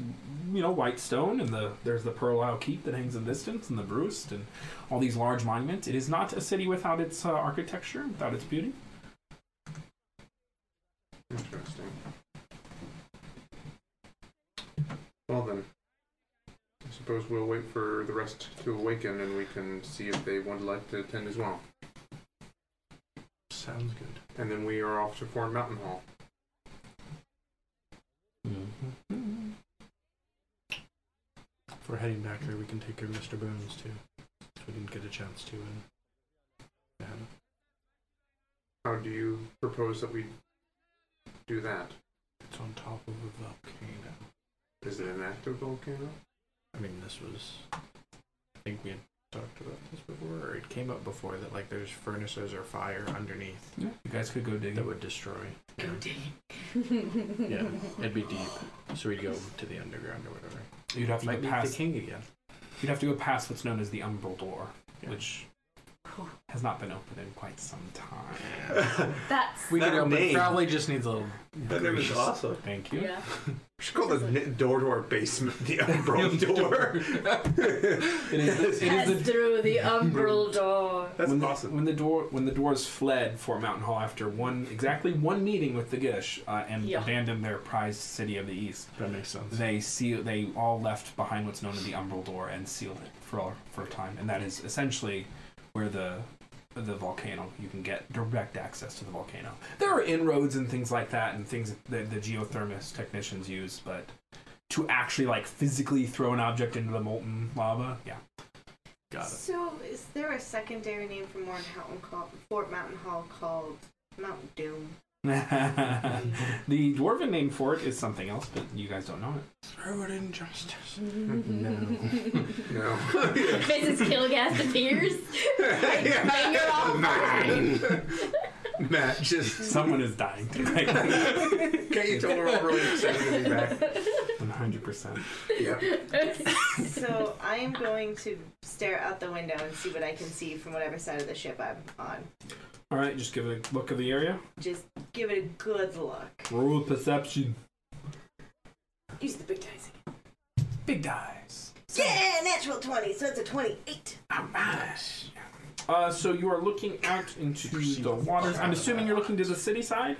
you know white stone and the there's the Pearl Isle Keep that hangs in the distance and the Brust and all these large monuments. It is not a city without its uh, architecture, without its beauty. interesting? Well then, I suppose we'll wait for the rest to awaken, and we can see if they would like to attend as well. Sounds good. And then we are off to Fort Mountain Hall. If we're heading back there, we can take care of Mr. Burns too. We didn't get a chance to. And How do you propose that we do that? it's on top of a volcano. Is it an active volcano? I mean, this was. I think we had talked about this before, or it came up before that like there's furnaces or fire underneath Yeah, you guys could go dig that it. would destroy. Go Yeah. dig. Yeah, it'd be deep. So we'd go to the underground or whatever. You'd have to Might go be the past. king again. You'd have to go past what's known as the Umbral Door, Yeah. which has not been opened in quite some time. That's We That could open. name. Probably just needs a little. That name is grease. awesome. Thank you. yeah. We should call the n- door to our basement the umbral door. It is. The, it is Pass the through the umbral door. That's when The, awesome. when the door when the doors fled Fort Mountain Hall after one exactly one meeting with the Gish uh, and Yeah. abandoned their prized city of the East, That makes sense. they seal they all left behind what's known as the Umbral Door and sealed it for all, for a time, and that is essentially where the the volcano you can get direct access to the volcano. There are inroads and things like that, and things that the geothermist technicians use, but to actually like physically throw an object into the molten lava, yeah. Got it. So, is there a secondary name for Mount Mountain Hall, Fort Mountain Hall called Mount Doom? the dwarven name for it is something else, but you guys don't know it. Throw it in justice. No. Mrs. Kilgast appears. Like, you're all fine. Matt, just Someone is dying tonight. can you tell her I'm really excited to be back? 100%. Yeah. so, I am going to stare out the window and see what I can see from whatever side of the ship I'm on. All right, just give it a look of the area. Just give it a good look. Roll with perception. Use the big dice. Big dice. Yeah, natural 20, so it's a 28. Nice. Uh, so you are looking out into the waters. I'm assuming you're looking to the city side.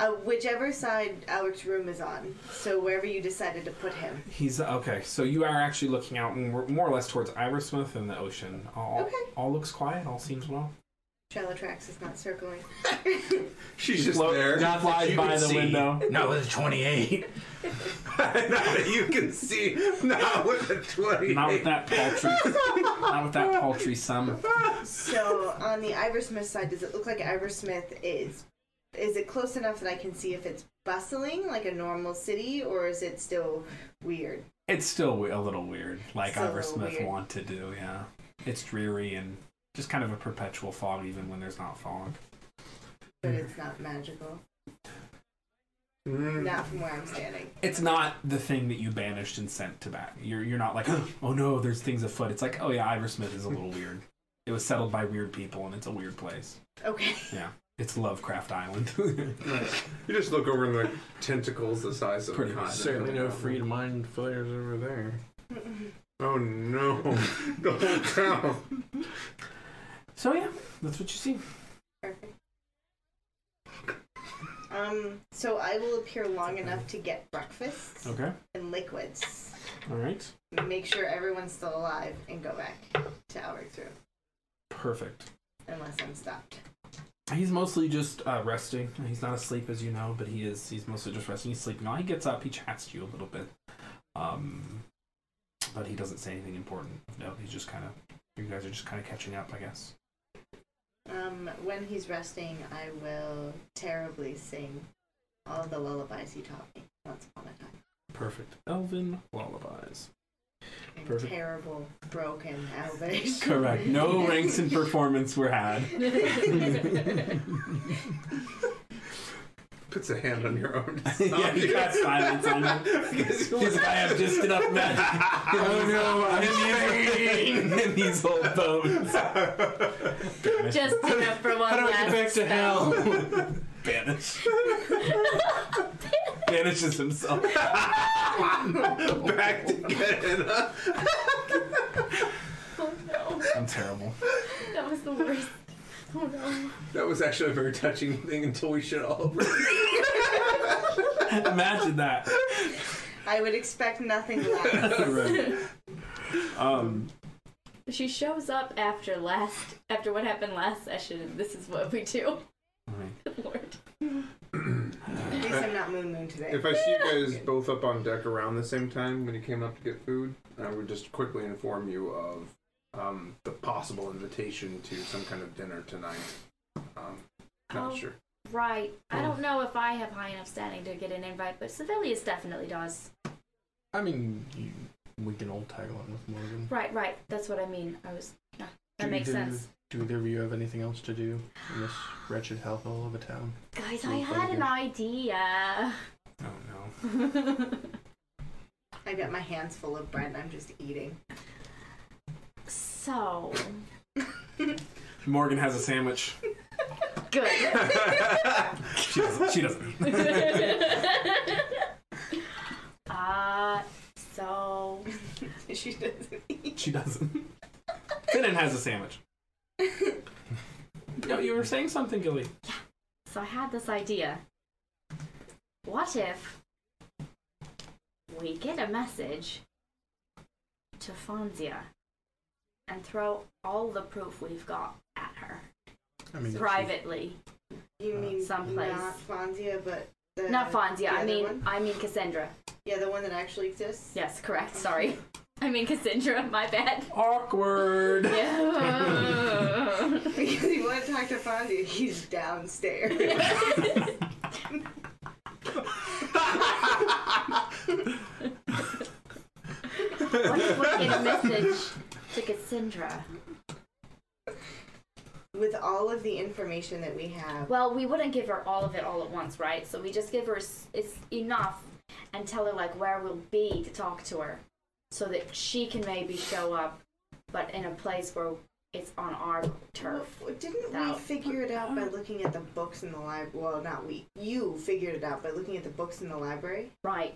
Uh, whichever side Alec's room is on, so wherever you decided to put him. He's okay. So you are actually looking out more, more or less towards Iversmith and the ocean. All, Okay. all looks quiet. All seems well. Trellotrax is not circling. She's just Float- there. Not that flies you by can the see. window. Not with a 28. not that you can see. Not with a 20. Not with that paltry. not with that paltry sum. So on the Iversmith side, does it look like Iversmith is? Is it close enough that I can see if it's bustling like a normal city, or is it still weird? It's still we- a little weird, like Still a Ivor little Smith weird. wanted to do. Yeah, it's dreary and just kind of a perpetual fog, even when there's not fog. But it's not magical. Mm. Not from where I'm standing. It's not the thing that you banished and sent to back. You're you're not like, oh no, there's things afoot. It's like, oh yeah, Ivor Smith is a little weird. It was settled by weird people, and it's a weird place. Okay. It's Lovecraft Island. Nice. You just look over and like tentacles the size of Pretty a much. continent. Certainly no free to mind flares over there. Oh no, the whole town. so yeah, that's what you see. Perfect. Um. So I will appear long enough to get breakfast Okay, and liquids. all right, Make sure everyone's still alive and go back to Alric's room, perfect. unless I'm stopped. He's mostly just uh, resting. He's not asleep, as you know, but he is. He's mostly just resting. He's sleeping. Now he gets up. He chats to you a little bit, um, but he doesn't say anything important. No, he's just kind of. You guys are just kind of catching up, I guess. Um, when he's resting, I will terribly sing all the lullabies he taught me once upon a time. Perfect. Elvin lullabies. In Perfect. terrible, broken Elvish. Correct. No ranks in performance were had. Puts a hand on your arm. yeah, he got silence on him. He's like, I have just enough magic. oh no, in these- in these old bones. Just enough for one How do I last get back to hell? Banish. Banishes himself. Back to getting up. Oh no, I'm terrible. that was the worst. Oh no. That was actually a very touching thing until we shit all over. Imagine that. I would expect nothing less. Right. Um, She shows up after last, after what happened last session, and this is what we do. Good Lord. At least I'm not Moon Moon today. If I see you guys both up on deck around the same time when you came up to get food, I would just quickly inform you of um, the possible invitation to some kind of dinner tonight. Um, not Oh. sure. Right. Oh. I don't know if I have high enough standing to get an invite, but Sevelius definitely does. I mean, you, we can all tag along with Morgan. Right, right. That's what I mean. I was. yeah, Do that makes either- sense. Do either of you have anything else to do in this wretched hellhole of a town? Guys, Ooh, I had an probably. idea. oh no. I got my hands full of bread and I'm just eating. so Morgan has a sandwich. good. She doesn't. She doesn't. uh, so she doesn't eat. She doesn't. Finnan has a sandwich. No, you were saying something, Gilly. So I had this idea. What if we get a message to Fonzia and throw all the proof we've got at her I mean, if you- privately? You Uh, mean someplace. not Fonzia, but the Not Fonzia. the I other mean, one? I mean Cassandra. yeah, the one that actually exists. Yes, correct. Sorry. I mean Cassandra. My bad. Awkward. Yeah. Because you want to talk to Fonzia, he's downstairs. what if we get a message to Cassandra? With all of the information that we have, Well, we wouldn't give her all of it all at once, right? So we just give her s- it's enough and tell her like where we'll be to talk to her, so that she can maybe show up but in a place where it's on our turf. Well, didn't we Now- figure it out by looking at the books in the library? Well, not we. You figured it out by looking at the books in the library. Right.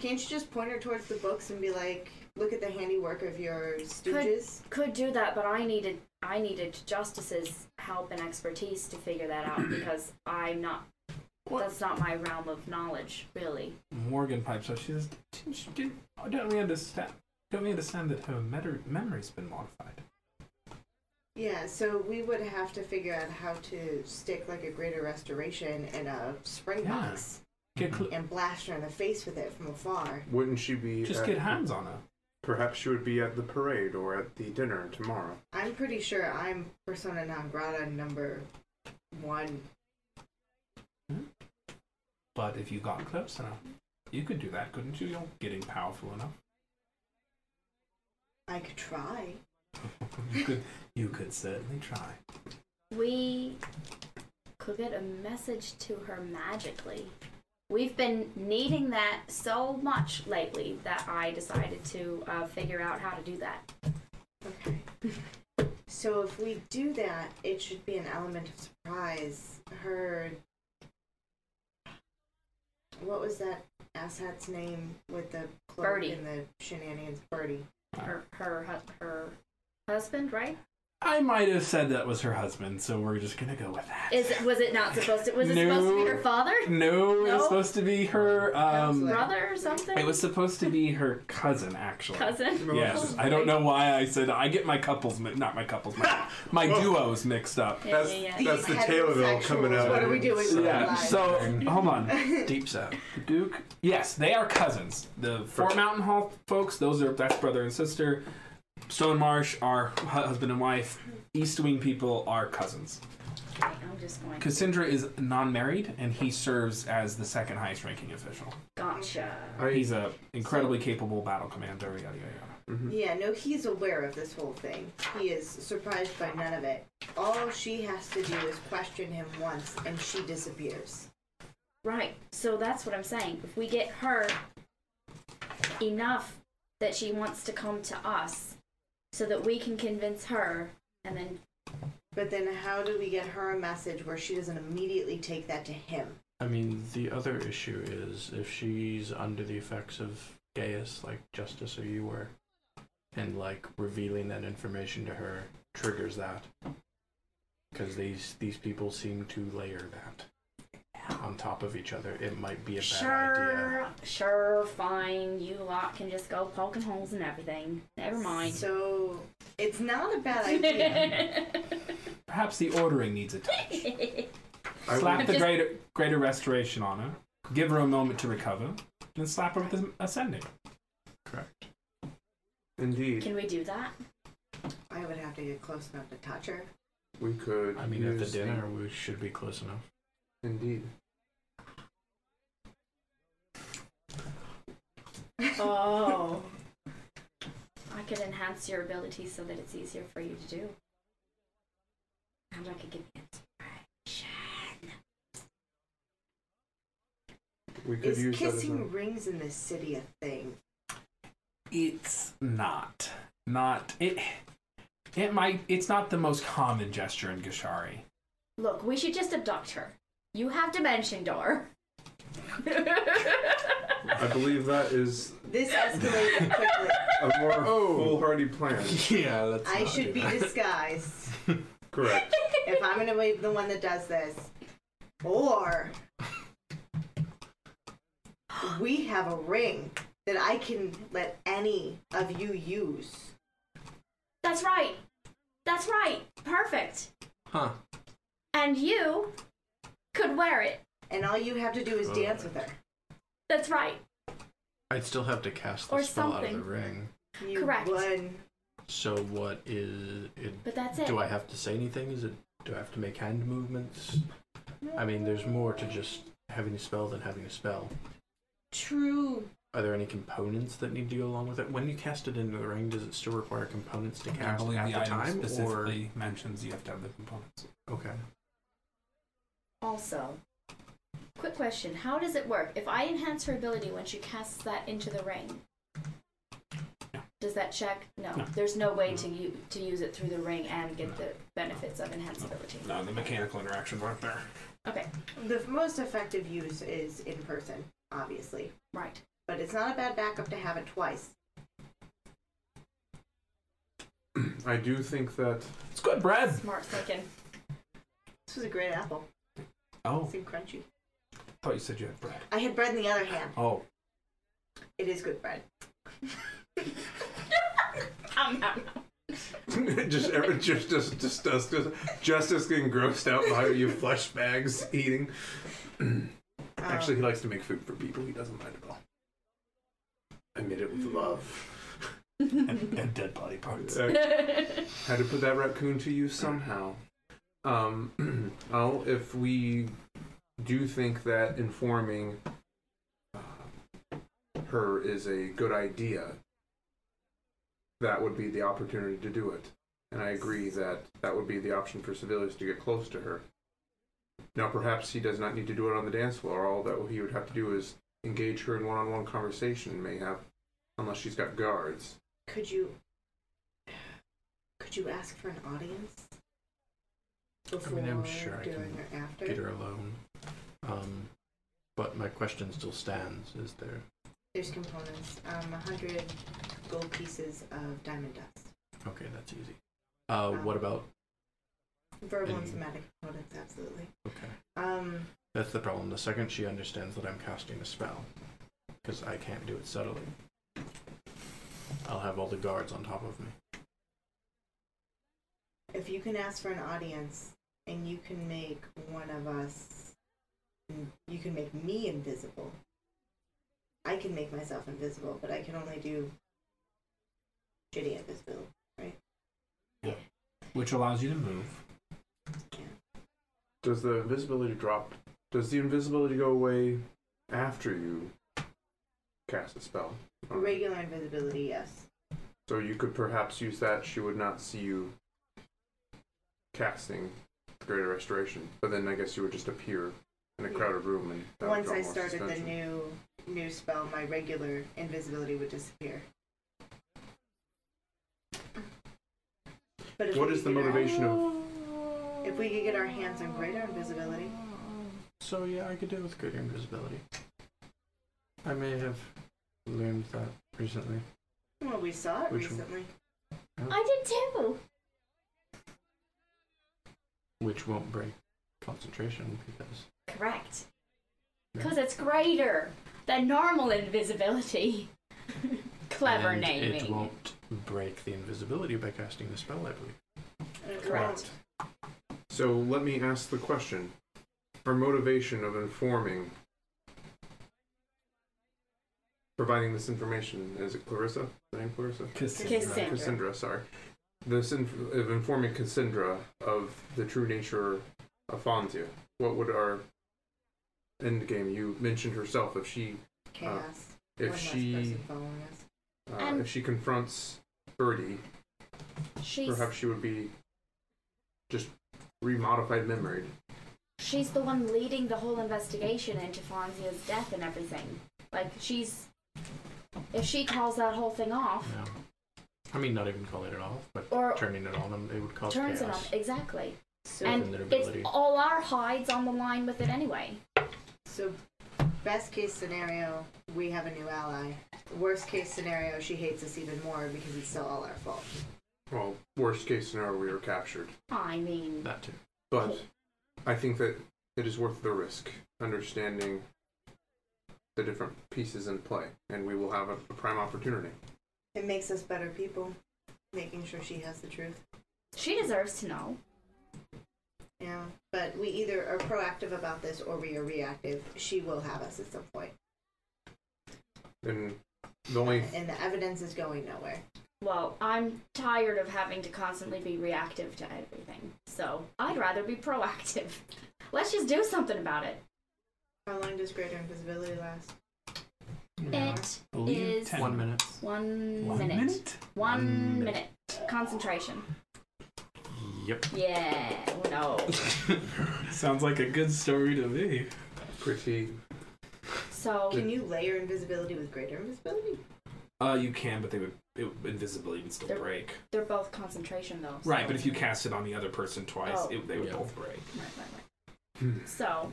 Can't you just point her towards the books and be like, "Look at the handiwork of your stooges"? Could do that, but I needed I needed Justice's help and expertise to figure that out because I'm not What? that's not my realm of knowledge, really. Morgan pipes up. She says, didn't you, did, oh, "Don't we understand? Don't we understand that her meter- memory's been modified?" Yeah. So we would have to figure out how to stick like a greater restoration in a spring Yeah. box Get Mm-hmm. cl- and blast her in the face with it from afar. Wouldn't she be? just at- get hands on her. Perhaps she would be at the parade or at the dinner tomorrow. I'm pretty sure I'm persona non grata number one. But if you got close enough, you could do that, couldn't you? You're getting powerful enough. I could try. you could. You could certainly try. We could get a message to her magically. We've been needing that so much lately that I decided to uh, figure out how to do that. Okay. So if we do that, it should be an element of surprise. Her. What was that asshat's name with the cloak Birdie. and the shenanigans? Birdie. Her her hu- her husband, right? I might have said that was her husband, so we're just gonna go with that. Is it was it not supposed to was it supposed to be her No. father? No, it No? was supposed to be her. Um, Counselor. Brother or something? it was supposed to be her cousin, actually. cousin. Yes, Oh, I don't know why I said I get my couples, mi- not my couples, my, my duos mixed up. Yeah, That's, yeah, yeah. that's the tale of it all coming Heterosexuals, out. what are we doing? So- Yeah. So hold on, Deep south. Duke. Yes, they are cousins. The Fort Mountain Hall folks, those are that's brother and sister. Stone Marsh are hu- husband and wife. East Wing people are cousins. I'm just going. Cassandra is non-married, and he serves as the second highest-ranking official. Gotcha. I- He's a incredibly capable battle commander. Yada yada yada. Mm-hmm. Yeah, no, he's aware of this whole thing. He is surprised by none of it. All she has to do is question him once, and she disappears. Right. So that's what I'm saying. If we get her enough that she wants to come to us, so that we can convince her, and then But then, how do we get her a message where she doesn't immediately take that to him? I mean, the other issue is if she's under the effects of Gaius, like Justice or you were, and like revealing that information to her triggers that. Because these these people seem to layer that on top of each other. It might be a bad sure, idea. sure, fine. You lot can just go poking holes and everything. Never mind. So it's not a bad idea. Perhaps the ordering needs a touch. I slap would- the just- greater greater restoration on her. Give her a moment to recover, and then slap her with the ascending. Correct. Indeed, can we do that? I would have to get close enough to touch her. we could. I mean, at the use dinner, we should be close enough. Indeed. Oh. I could enhance your abilities so that it's easier for you to do. And I could give you inspiration. We could Is use that as kissing well. rings in this city a thing? It's not not it. It might. It's not the most common gesture in Gishari. Look, we should just abduct her. You have dimension door. I believe that is This escalated quickly. a more Oh. foolhardy plan. Yeah, let's I should be disguised Correct. if I'm gonna be the one that does this. Or we have a ring that I can let any of you use. That's right. That's right. Perfect. Huh. And you could wear it. And all you have to do Oh, is dance with her. That's right. I'd still have to cast the Or spell out something. of the ring. You Correct. would. So what is it? But that's it. Do I have to say anything? Is it? Do I have to make hand movements? I mean, there's more to just having a spell than having a spell. True. Are there any components that need to go along with it? When you cast it into the ring, does it still require components to I cast believe at the the, item time? Or specifically mentions you have to have the components. okay, Also, quick question. How does it work? If I enhance her ability when she casts that into the ring, Does that check? No. No. There's no way No. to u- to use it through the ring and get the benefits of enhanced No. ability. No, the mechanical interactions aren't there. The most effective use is in person, obviously, Right. but it's not a bad backup to have it twice. I do think that It's good, Brad. Smart thinking. This was a great apple. Oh, It seemed crunchy. thought you said you had bread. I had bread in the other hand. Oh, It is good bread. I'm not. just every, just just just just just justice getting grossed out by you flesh bags eating. Um, Actually, he likes to make food for people. He doesn't mind at all. I made it with love. and, and dead body parts. Uh, had to put that raccoon to use somehow. Um, well, if we do think that informing uh, her is a good idea, that would be the opportunity to do it. And I agree that that would be the option for civilians to get close to her. Now, perhaps he does not need to do it on the dance floor. All that he would have to do is engage her in one-on-one conversation. May have, unless she's got guards. Could you could you ask for an audience? Before, I'm sure I during, can or after? get her alone. Um, but my question still stands: Is there? There's components. Um, a hundred gold pieces of diamond dust. Okay, that's easy. Uh, what about? Verbal and And- somatic components, absolutely. Okay, Um, that's the problem. The second she understands that I'm casting a spell, because I can't do it subtly, I'll have all the guards on top of me. if you can ask for an audience and you can make one of us you can make me invisible i can make myself invisible but i can only do shitty invisible Which allows you to move. Does the invisibility drop? Does the invisibility go away after you cast a spell? regular invisibility yes So you could perhaps use that. She would not see you casting Greater Restoration, but then I guess you would just appear in a crowded room and. that once would draw i more started the suspension. new new spell my regular invisibility would disappear but if What we is the could get our- motivation of? if we could get our hands on greater invisibility So yeah, I could do with greater invisibility. I may have learned that recently. well we saw it Which one? recently I did too. which won't break concentration because Correct. Because it's greater than normal invisibility. Clever and naming. It won't break the invisibility by casting the spell, I believe. It Correct. won't. So let me ask the question: Her motivation of informing, providing this information is it Clarissa? Is her name Clarissa? Kissing. Cassandra, sorry. This inf- of informing Cassandra of the true nature of Fonzia. What would our end game? You mentioned herself. If she, chaos One Uh, if less she, person following us. uh, Um, if she confronts Birdie, She's perhaps she would be just remodified memory. she's the one leading the whole investigation into Fonzia's death and everything. Like she's if she calls that whole thing off No. I mean, not even calling it off, but or turning it on them, it would cause turns it on chaos. exactly. So, and their ability. it's all our hides on the line with it anyway. so, best case scenario, we have a new ally. Worst case scenario, she hates us even more because it's still all our fault. Well, worst case scenario, we are captured. I mean That too. But I think that it is worth the risk, understanding the different pieces in play, and we will have a, a prime opportunity. It makes us better people, making sure she has the truth. she deserves to know. Yeah, but we either are proactive about this or we are reactive. She will have us at some point, And the only and the evidence is going nowhere. Well, I'm tired of having to constantly be reactive to everything. So I'd rather be proactive. Let's just do something about it. How long does greater invisibility last? It Believe Is- ten. One minute. one, One minute. minute. One One minute. Concentration. Yep. Yeah. No. Sounds like a good story to me. pretty So Can you layer invisibility with greater invisibility? Uh, you can, but they would, it would invisibility would still They're- break. They're both concentration though. so- Right, but if you cast it on the other person twice, Oh. it, they would Yeah. both break. Right, right, right. Hmm. So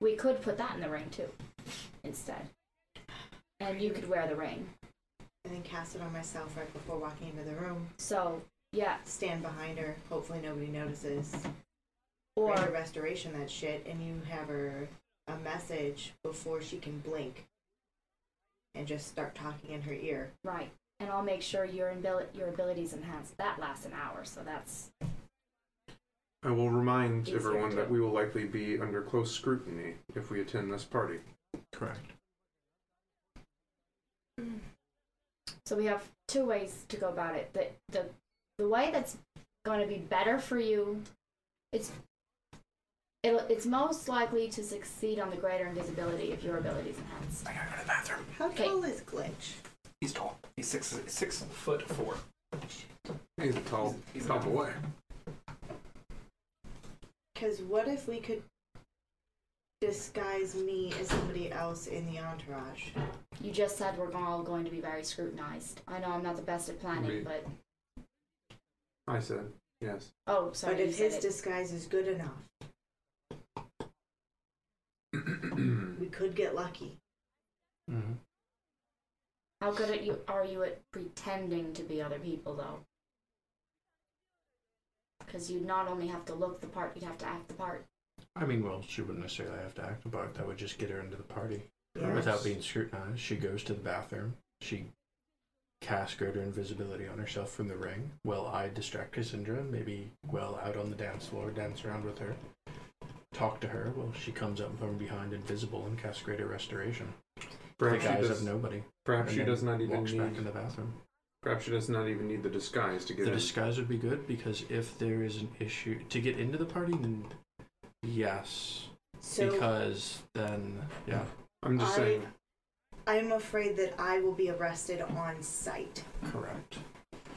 we could put that in the ring too, instead. And you could wear the ring. and then cast it on myself right before walking into the room. So yeah, Stand behind her. Hopefully nobody notices. or Render restoration that shit, and you have her a message before she can blink, and just start talking in her ear. right. And I'll make sure your abil- your abilities enhanced. That lasts an hour, so that's I will remind Easier everyone to- that we will likely be under close scrutiny if we attend this party. Correct. So we have two ways to go about it. The the the way that's going to be better for you, it's it'll, it's most likely to succeed on the greater invisibility if your abilities enhanced. I gotta go to the bathroom. How Okay. tall is Glitch? He's tall. He's six six foot four. He's a tall, He's, he's tall a- boy. Because what if we could disguise me as somebody else in the entourage? You just said we're all going to be very scrutinized. I know I'm not the best at planning, Right. but I said, yes. oh, sorry, but you if said his it. disguise is good enough, we could get lucky. Mm-hmm. How good at you are you at pretending to be other people though? Because you'd not only have to look the part, you'd have to act the part. I mean, well, she wouldn't necessarily have to act about it. That would just get her into the party Yeah. without being scrutinized. She goes to the bathroom. She casts greater invisibility on herself from the ring. Well, I distract Cassandra. Maybe well out on the dance floor, dance around with her, talk to her. Well, she comes up from behind, invisible, and casts greater restoration. The Perhaps she guys does, have nobody. perhaps and she then does not even Walks back need. in the bathroom. Perhaps she does not even need the disguise to get The in. disguise would be good because if there is an issue to get into the party, then yes, So because then yeah, I'm just I- saying. I'm afraid that I will be arrested on sight. correct.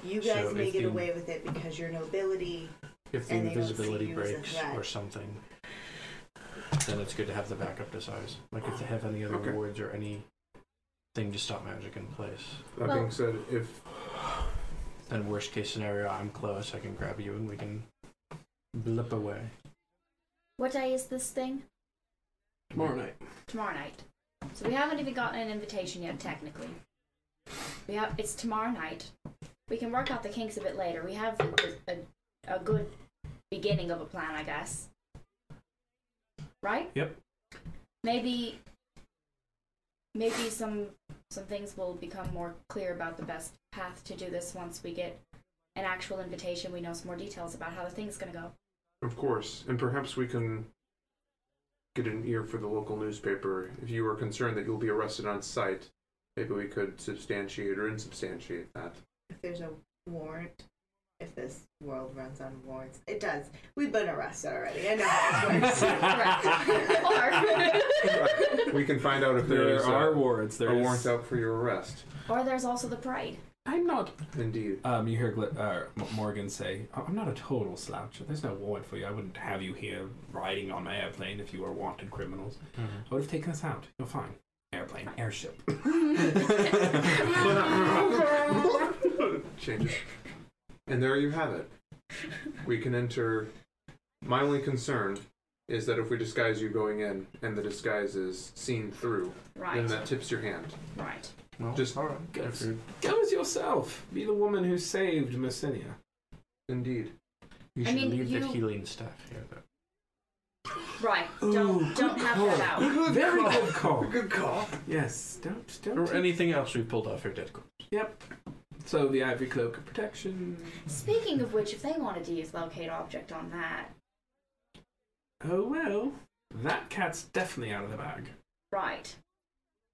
You guys So may if get you- away with it because you're nobility. If the And they don't see invisibility you as a breaks threat. or something, then it's good to have the backup disguise. Like if they have any other Okay. rewards or any thing to stop magic in place, That Well- being said, if then worst case scenario, I'm close. I can grab you and we can blip away What day is this thing? tomorrow night. tomorrow night. So we haven't even gotten an invitation yet, technically. We have it's tomorrow night. We can work out the kinks a bit later. We have the, the, a, a good beginning of a plan, I guess. Right? Yep. Maybe maybe some some things will become more clear about the best path to do this once we get an actual invitation. We know some more details about how the thing's gonna go. Of course, and perhaps we can get an ear for the local newspaper. If you are concerned that you'll be arrested on sight, maybe we could substantiate or insubstantiate that. If there's a warrant, if this world runs on warrants, it does. We've been arrested already. I know how this works. Correct. We can find out if there, There is are a, wards. There a is- warrant out for your arrest. Or there's also the parade. I'm not Indeed. Um, you hear Gl- uh, M- Morgan say, "I- "I'm not a total slouch. There's no warrant for you. I wouldn't have you here riding on my airplane if you were wanted criminals. Mm-hmm. I would have taken us out. You're fine. Airplane, airship. Changes. And there you have it. We can enter. My only concern is that if we disguise you going in and the disguise is seen through, then Right, that tips your hand. right. Well, Just- all right. Good. If you're- Go as yourself. Be the woman who saved Messenia. Indeed. You I should mean, leave the you- healing staff here, though. Right. Don't don't have that out. Very good call. Good call. Yes. Don't don't. Or anything else we pulled off her dead corpse. So the ivory cloak of protection. Speaking of which, if they wanted to use locate object on that, Oh well, that cat's definitely out of the bag. right?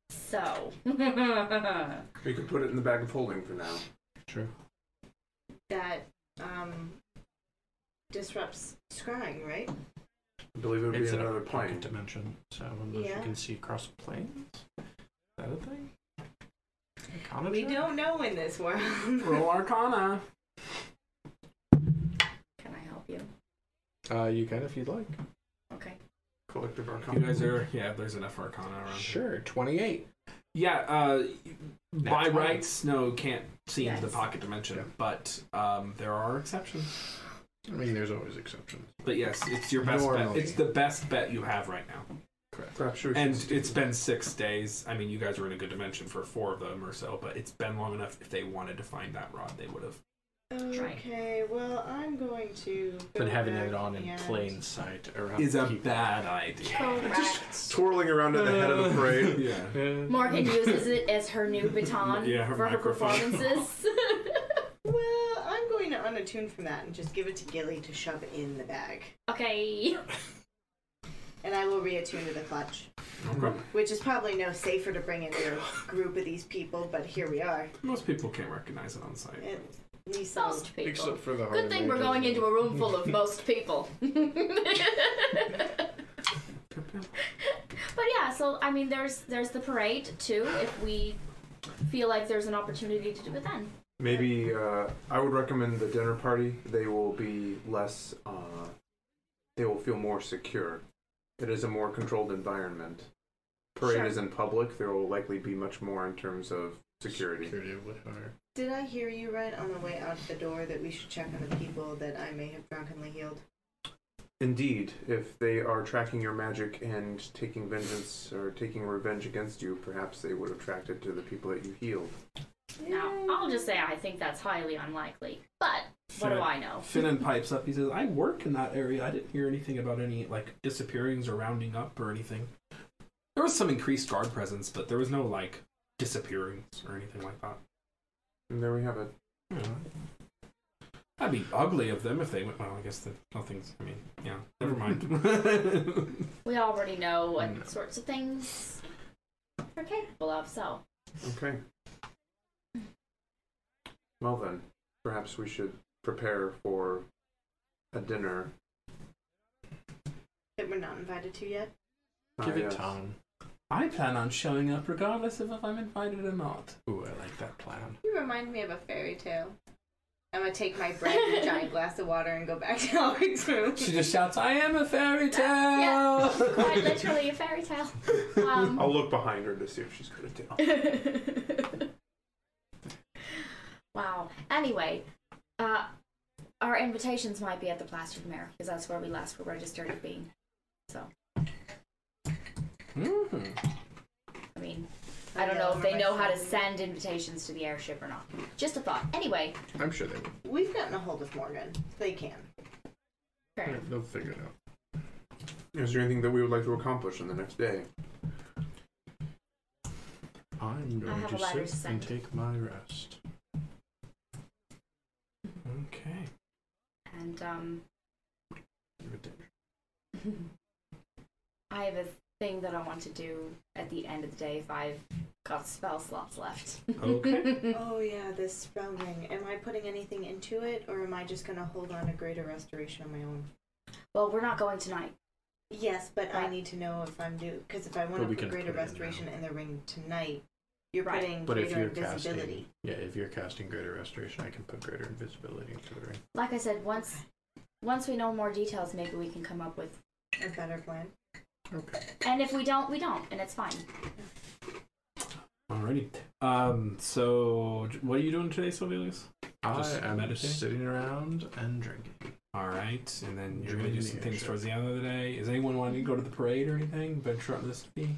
So, We could put it in the bag of holding for now. Sure. that um disrupts scrying, right? I believe it would It's be in another another plane. dimension, so I don't know if Yeah. you can see across planes. Is that a thing? Arcana We check? don't know in this world. Roll Arcana. can I help you? Uh, you can if you'd like. Okay. Collective You arcana. guys are yeah. There's enough Arcana around. here. Sure, 28. Yeah, uh, by Nat 20. rights, no, can't see into the Yes. pocket dimension, Yeah. but um, there are exceptions. I mean, there's always exceptions. But yes, it's your best bet. Normally. It's the best bet you have right now. Perhaps we should And stick it's with- been six days. I mean, you guys were in a good dimension for four of them or so, but it's been long enough. If they wanted to find that rod, they would have. Right. Okay, well, I'm going to. go But having back it on in and- plain sight around Is a people- bad idea. Correct. twirling around at the head of the parade. yeah. Morgan uses it as her new baton Yeah, her for her microphone. performances. Well, I'm going to unattune from that and just give it to Gilly to shove in the bag. okay. And I will reattune to the clutch, Okay. which is probably no safer to bring into a group of these people, but here we are. Most people can't recognize it on sight. At least I'll- Most people. Except for the Good thing we're going into a room full of most people. But yeah, so I mean, there's there's the parade too. If we feel like there's an opportunity to do it, then Maybe uh, I would recommend the dinner party. They will be less. Uh, they will feel more secure. It is a more controlled environment. Parade Sure. is in public. There will likely be much more in terms of security. whatever. Did I hear you right on the way out the door that we should check on the people that I may have drunkenly healed? Indeed, if they are tracking your magic and taking vengeance or taking revenge against you, perhaps they would have tracked it to the people that you healed. now I'll just say I think that's highly unlikely. But what do I know? Finnan pipes up. He says, "I work in that area. I didn't hear anything about any like disappearings or rounding up or anything. There was some increased guard presence, but there was no like disappearings or anything like that. And there we have it. You know. That'd be ugly of them if they went. Well, I guess that nothing's. I mean, yeah. Never mind. We already know what No. sorts of things we're capable of, so Okay. Well then, perhaps we should prepare for a dinner. That we're not invited to yet? Ah, Give it yes. time. I plan on showing up regardless of if I'm invited or not. Ooh, I like that plan. You remind me of a fairy tale. I'm gonna take my bread and a giant glass of water and go back to Albert's room. She just shouts, "I am a fairy tale!" Yeah, quite literally a fairy tale. Um, I'll look behind her to see if she's gonna tell. wow. Anyway, uh, our invitations might be at the Plastered Mare because that's where we last were registered as being. Mhm. I mean, I don't know if they know how to send invitations to the airship or not. Just a thought. Anyway, I'm sure they We've gotten a hold of Morgan. They can. fair enough. will. They'll figure it out. Is there anything that we would like to accomplish in the next day? I'm I going have a to letter sit sent. and take my rest. Okay. and um, Give it to- I have a thing that I want to do at the end of the day if I've got spell slots left. Okay. Oh yeah, this spell ring. Am I putting anything into it, or am I just gonna hold on to greater restoration on my own? well, we're not going tonight. Yes, but I Right. need to know if I'm due because if I But want we to can put greater put it in restoration in the ring tonight, you're Right. putting But if greater you're invisibility. casting, yeah, if you're casting greater restoration, I can put greater invisibility into the ring. Like I said, once once we know more details, maybe we can come up with. A better plan. Okay. And if we don't, we don't, and it's fine. Alrighty. Um. So, j- what are you doing today, Sylvius? I Just am meditating? sitting around and drinking. All right, and then you're Join gonna do the some things airship. towards the end of the day. Is anyone wanting to go to the parade or anything? Venture out in the city?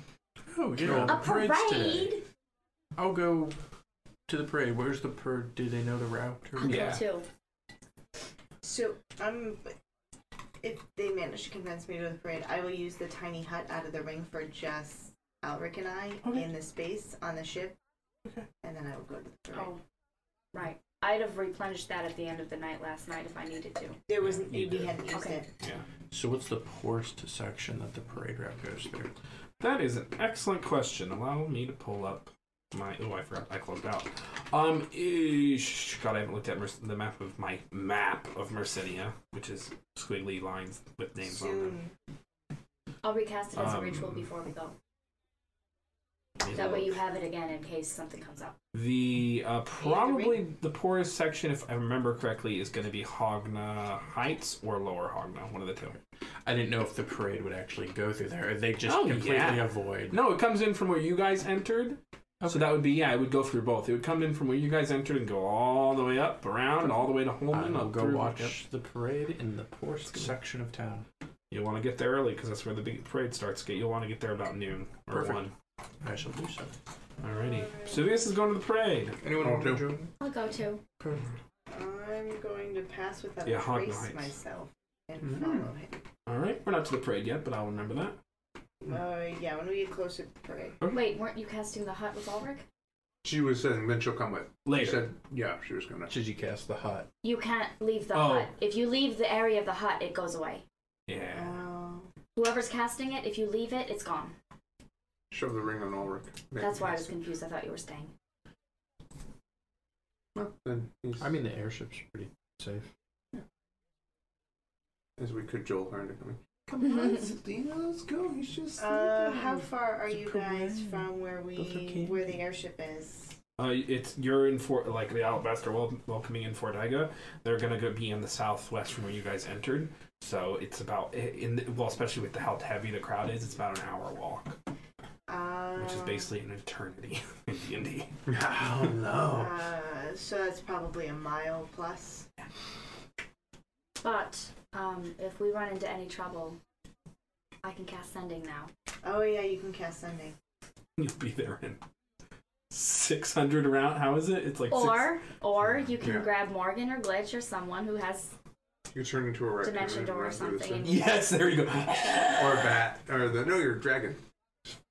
Oh, You're yeah. on A the parade's today. parade? I'll go to the parade. Where's the parade? Do they know the route? Or I'll Yeah. go too. So I'm. If they manage to convince me to go to the parade, I will use the tiny hut out of the ring for just Alric and I Okay. in the space on the ship, Okay. and then I will go to the parade. Oh, right. I'd have replenished that at the end of the night last night if I needed to. There was You we did. hadn't used Okay. it. So what's the worst section that the parade route goes through? That is an excellent question. Allow me to pull up my. Oh, I forgot. I closed out. Um, ish, God, I haven't looked at Merc- the map of my map of Mercidia, which is squiggly lines with names on them. Soon. I'll recast it as a ritual Um, before we go. Let me That way look. you have it again in case something comes up. The uh, probably the poorest section, if I remember correctly, is going to be Hogna Heights or Lower Hogna, one of the two. I didn't know if the parade would actually go through there. Or they just Oh, completely yeah. avoid. No, it comes in from where you guys entered So that would be yeah. It would go through both. It would come in from where you guys entered and go all the way up, around, all the way to Holman. I'll up um, go through- watch Yep. the parade in the poorest Good. section of town. You'll want to get there early because that's where the big parade starts. Get you'll want to get there about noon or Perfect. one. I shall do so. Oh. Alrighty. Silvius is going to the parade. Anyone want to join? I'll go too. I'm going to pass without Yeah, yeah, hog trace nights. myself and Mhm. follow him. All right, we're not to the parade yet, but I'll remember that. Uh, yeah, when we get closer to the parade. Wait, weren't you casting the hut with Ulrich? She was saying then she'll come with. She Later. said, yeah, she was gonna. Should you cast the hut? You can't leave the Oh. hut. If you leave the area of the hut, it goes away. Yeah. Oh. Whoever's casting it, if you leave it, it's gone. Shove the ring on Ulrich. Make That's him why I was cast it. confused. I thought you were staying. Well, then he's, I mean, the airship's pretty safe. as we could Joel her into coming. Selena, let's go. He's just. Mm. Uh, sleeping. how far are It's a you guys parade. from where Those are we candy. where the airship is? Uh, it's you're in Fort like the Alabaster wel- welcoming in Fort Iga. They're gonna go be in the southwest from where you guys entered. So it's about in the, well, especially with the how heavy the crowd is, it's about an hour walk, Uh, which is basically an eternity in D and D. Oh no. Uh, so that's probably a mile plus. But um, if we run into any trouble, I can cast sending now. Oh yeah, you can cast Sunday. You'll be there in six hundred around. How is it? It's like six, Or or you can Yeah. grab Morgan or Glitch or someone who has You turn into a raccoon. Dimension and door or run through the something. thing. yes, there you go. Or a bat. Or the. No, you're a dragon.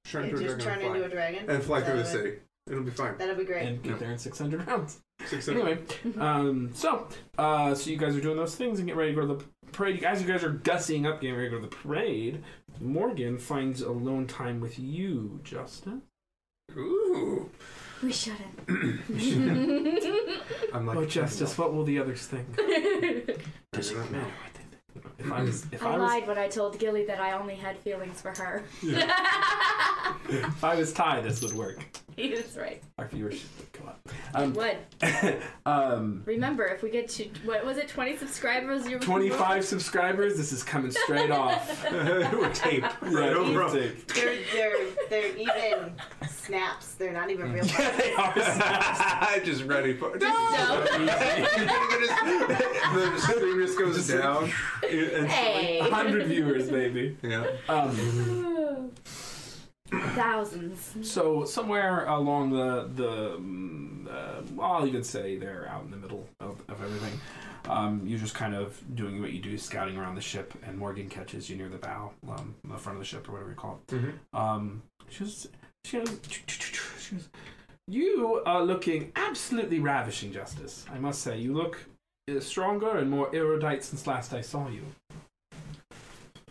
Turn You into a just dragon. turn and fly. into a dragon. And fly Is through the that what- city. It'll be fine. That'll be great. and get there in six hundred rounds. Six anyway, um, so uh, so you guys are doing those things and get ready to go to the parade. You guys, you guys are gussying up, getting ready to go to the parade. Morgan finds alone time with you, Justin. Ooh. we shouldn't. I'm like. oh, Justice, what will the others think? Does it Doesn't matter matter? what they think. If I was, if I, I was, lied when I told Gilly that I only had feelings for her. if I was Ty, this would work. he was right. Our viewership would go up. Um, What? um, Remember, if we get to what was it, twenty subscribers, you're 25 subscribers. This is coming straight off. We're taped. Right it's over. up. a- They're they're they're even snaps. They're not even real. They are snaps. I just ready for no. No. the stream just goes down. It's- Hey. 100 viewers, baby. Yeah. Um, Thousands. So somewhere along the the, um, uh, well, I'll even say they're out in the middle of, of everything. Um, you're just kind of doing what you do, scouting around the ship, and Morgan catches you near the bow, um, the front of the ship, or whatever you call it. Mm-hmm. Um, she was, she was, she was, you are looking absolutely ravishing, Justice. I must say, you look uh, stronger and more erudite since last I saw you.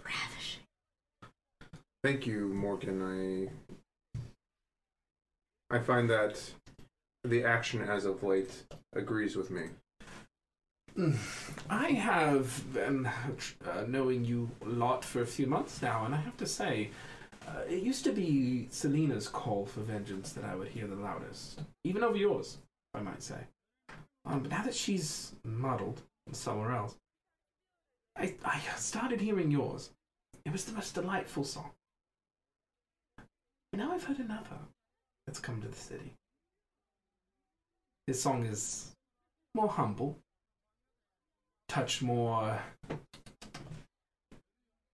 Ravishing. Thank you, Morgan. I I find that the action as of late agrees with me. I have been uh, knowing you a lot for a few months now, and I have to say, uh, it used to be Selena's call for vengeance that I would hear the loudest, even over yours, I might say. Um, but now that she's muddled and somewhere else, I, I started hearing yours. It was the most delightful song. And now I've heard another that's come to the city. This song is more humble touch more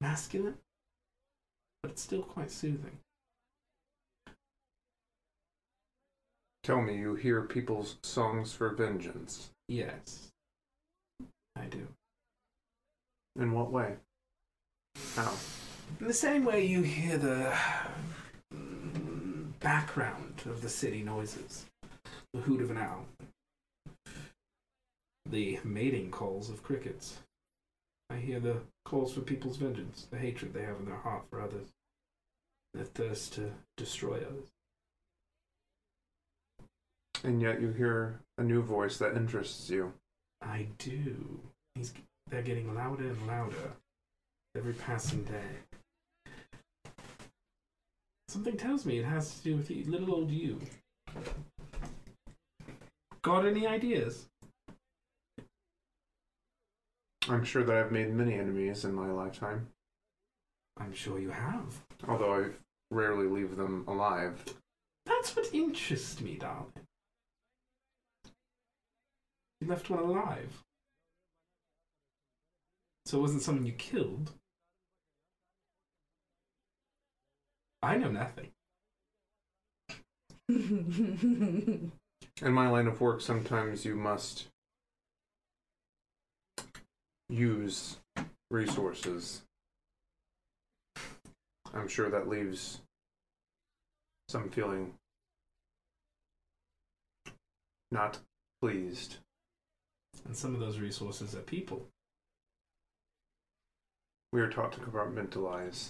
masculine, but it's still quite soothing. Tell me, you hear people's songs for vengeance. Yes, I do. In what way? How? In the same way you hear the mm, background of the city noises, the hoot of an owl, the mating calls of crickets. I hear the calls for people's vengeance, the hatred they have in their heart for others, their thirst to destroy others. And yet you hear a new voice that interests you. I do. He's, they're getting louder and louder every passing day. Something tells me it has to do with you, little old you. Got any ideas? I'm sure that I've made many enemies in my lifetime, I'm sure you have. although I rarely leave them alive. That's what interests me, darling. You left one alive. So it wasn't someone you killed. I know nothing. In my line of work, sometimes you must use resources. I'm sure that leaves some feeling not pleased. And some of those resources are people. We are taught to compartmentalize.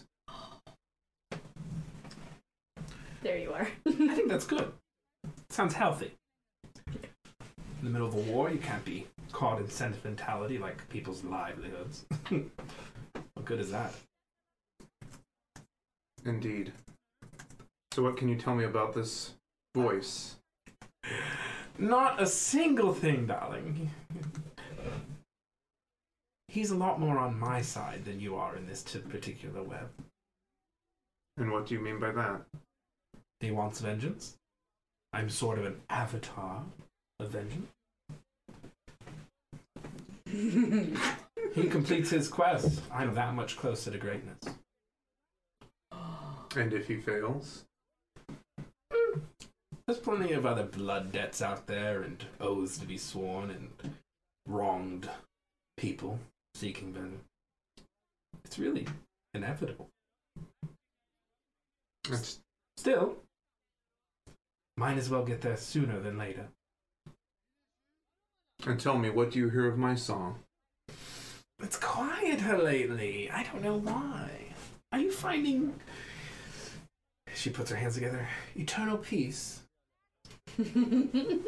There you are. I think that's good. Sounds healthy. In the middle of a war, you can't be caught in sentimentality like people's livelihoods. what good is that? Indeed. So, what can you tell me about this voice? Not a single thing, darling. He's a lot more on my side than you are in this t- particular web. And what do you mean by that? He wants vengeance. I'm sort of an avatar of vengeance. He completes his quest. I'm that much closer to greatness. And if he fails? There's plenty of other blood debts out there and oaths to be sworn and wronged people seeking vengeance. It's really inevitable. That's, Still, might as well get there sooner than later. and tell me, what do you hear of my song? It's quieter lately. I don't know why. Are you finding. She puts her hands together. Eternal peace. I think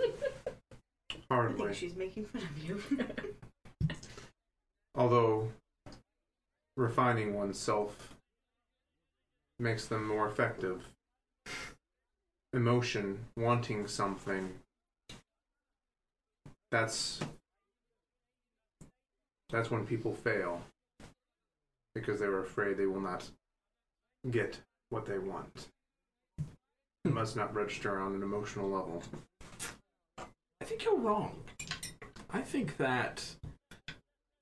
Hardly. she's making fun of you. Although, refining oneself makes them more effective. Emotion, wanting something, that's. That's when people fail. Because they were afraid they will not get what they want. It must not register on an emotional level. I think you're wrong. I think that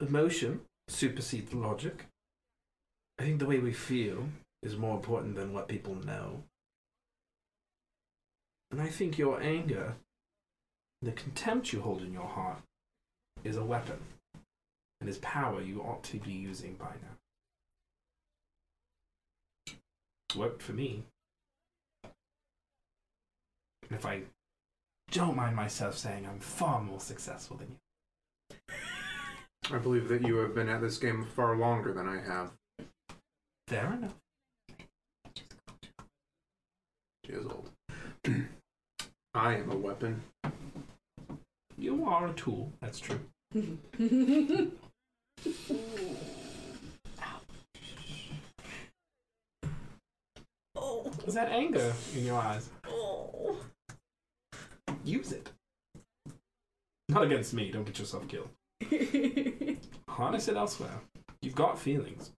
emotion supersedes logic. I think the way we feel is more important than what people know. And I think your anger, the contempt you hold in your heart, is a weapon and is power you ought to be using by now. Worked for me. And if I don't mind myself saying I'm far more successful than you. I believe that you have been at this game far longer than I have. Fair enough. She is old. I am a weapon. You are a tool. That's true. oh, Is that anger in your eyes? oh. Use it. Not against me. Don't get yourself killed. Harness it elsewhere. You've got feelings.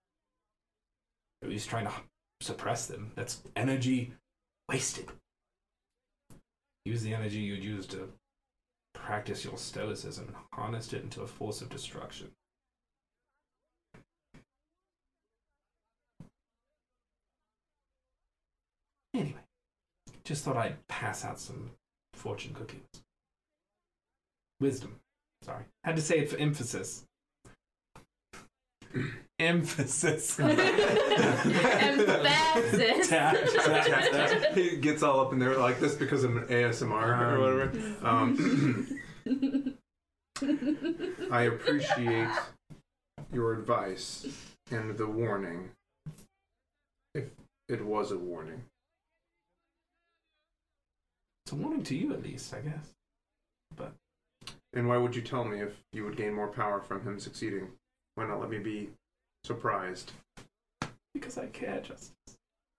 At least trying to suppress them. That's energy wasted. Use the energy you'd use to practice your stoicism and harness it into a force of destruction. Anyway, just thought I'd pass out some fortune cookies. Wisdom. Sorry. Had to say it for emphasis. emphasis. Emphasis. Tap, tap, tap. he gets all up in there like this because I'm an ASMR or whatever. Um, I appreciate your advice and the warning. If it was a warning. It's a warning to you, at least, I guess. And why would you tell me if you would gain more power from him succeeding? Why not let me be surprised? Because I care, Justice.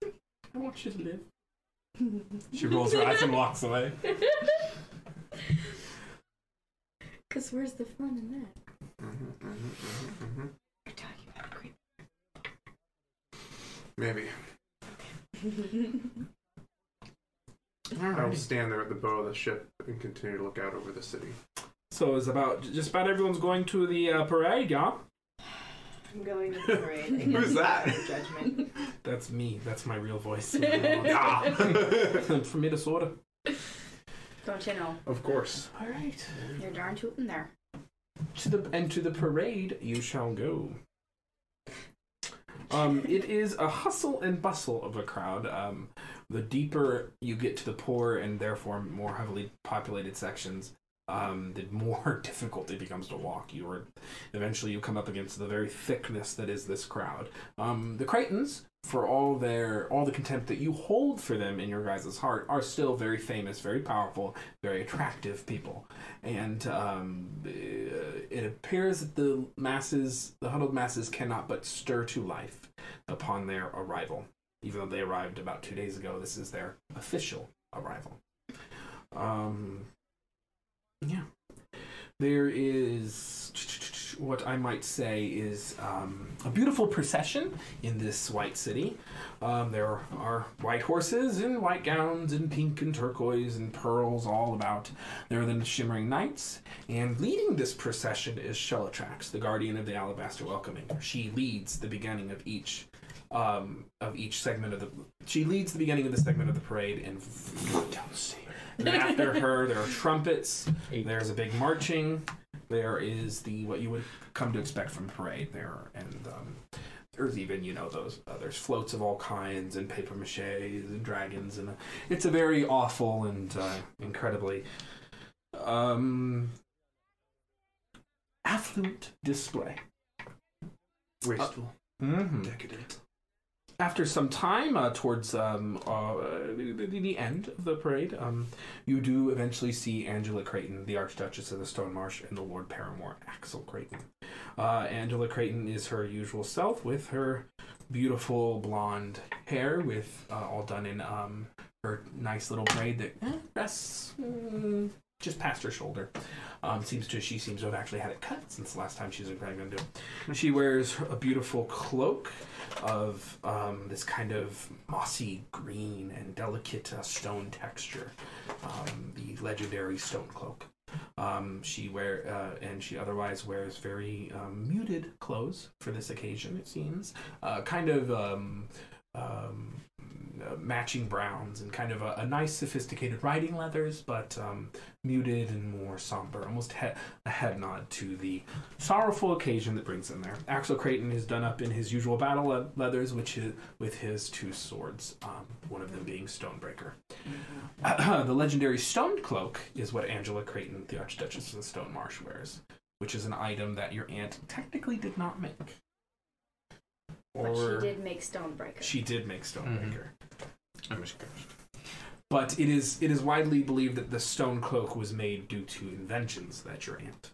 I want you to live. She rolls her eyes and walks away. Because where's the fun in that? Mhm, mhm, mhm, mhm. We're talking about a creep. Maybe. I'll Alrighty. stand there at the bow of the ship and continue to look out over the city. So it's about just about everyone's going to the uh, parade, yeah. I'm going to the parade. I guess Who's that? it's not a Judgment. That's me. That's my real voice. Ah! From Minnesota. Don't you know? of course. All right. You're darn tootin' there. To the and to the parade you shall go. Um, it is a hustle and bustle of a crowd. Um, the deeper you get to the poor and therefore more heavily populated sections, um, the more difficult it becomes to walk. You are eventually you come up against the very thickness that is this crowd. Um, the Creightons, for all their all the contempt that you hold for them in your guys' heart, are still very famous, very powerful, very attractive people. And um, uh, it appears that the masses, the huddled masses, cannot but stir to life upon their arrival. Even though they arrived about two days ago, this is their official arrival. Um, yeah. There is what I might say is um, a beautiful procession in this white city. Um, there are white horses in white gowns and pink and turquoise and pearls all about. There are the shimmering knights, and leading this procession is Shelatrax, the guardian of the alabaster welcoming. She leads the beginning of each um, of each segment of the. She leads the beginning of the segment of the parade, and don't see. And then after her, there are trumpets. There's a big marching. There is the what you would come to expect from parade there, and um, there's even you know those uh, there's floats of all kinds and paper mache and dragons, and uh, it's a very awful and uh, incredibly um, affluent display. Wasteful. Mm-hmm. Decadent. After some time uh, towards um, uh, the, the end of the parade, um, you do eventually see Angela Creighton, the Archduchess of the Stone Marsh, and the Lord Paramore, Axel Creighton. Uh, Angela Creighton is her usual self with her beautiful blonde hair, with uh, all done in um, her nice little braid that eh, rests mm, just past her shoulder. Um, seems to she seems to have actually had it cut since the last time she was impregnated. She wears a beautiful cloak of um, this kind of mossy green and delicate uh, stone texture, um, the legendary stone cloak. Um, she wear uh, and she otherwise wears very um, muted clothes for this occasion. It seems uh, kind of um, um, uh, matching browns and kind of a, a nice sophisticated riding leathers, but um, muted and more somber, almost he- a head nod to the sorrowful occasion that brings them there. Axel Creighton is done up in his usual battle le- leathers, which is with his two swords, um, one of them being Stonebreaker. the legendary Stone Cloak is what Angela Creighton, the Archduchess of the Stone Marsh, wears, which is an item that your aunt technically did not make. But she did make Stonebreaker. she did make Stonebreaker. I'm just kidding. But it is it is widely believed that the stone cloak was made due to inventions that your aunt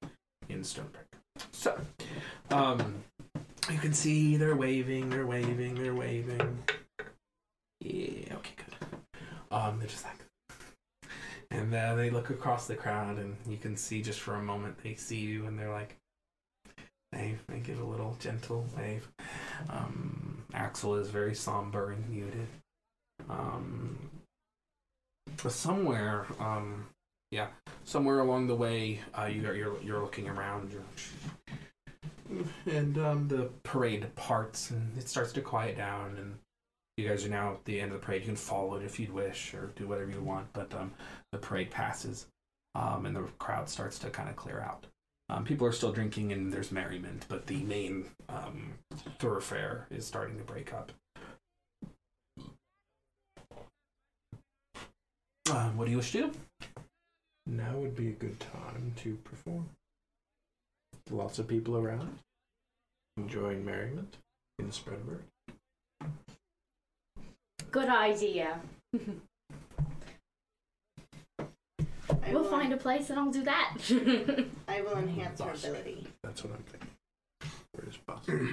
made in Stonebrick. So, um, you can see they're waving, they're waving, they're waving. Yeah, okay, good. Um, they're just like, and uh, they look across the crowd, and you can see just for a moment they see you, and they're like, they they give a little gentle wave. Um, Axel is very somber and muted um, somewhere, um, yeah, somewhere along the way, uh, you are, you're you're looking around, you're, and um, the parade parts, and it starts to quiet down, and you guys are now at the end of the parade. You can follow it if you'd wish, or do whatever you want, but um, the parade passes, um, and the crowd starts to kind of clear out. Um, people are still drinking, and there's merriment, but the main um, thoroughfare is starting to break up. Uh, what do you wish to do? Now would be a good time to perform. Lots of people around, enjoying merriment in the spread of word. Good idea. I We'll will- find a place and I'll do that. Oh I will enhance her Lost. ability. That's what I'm thinking. Where is possible?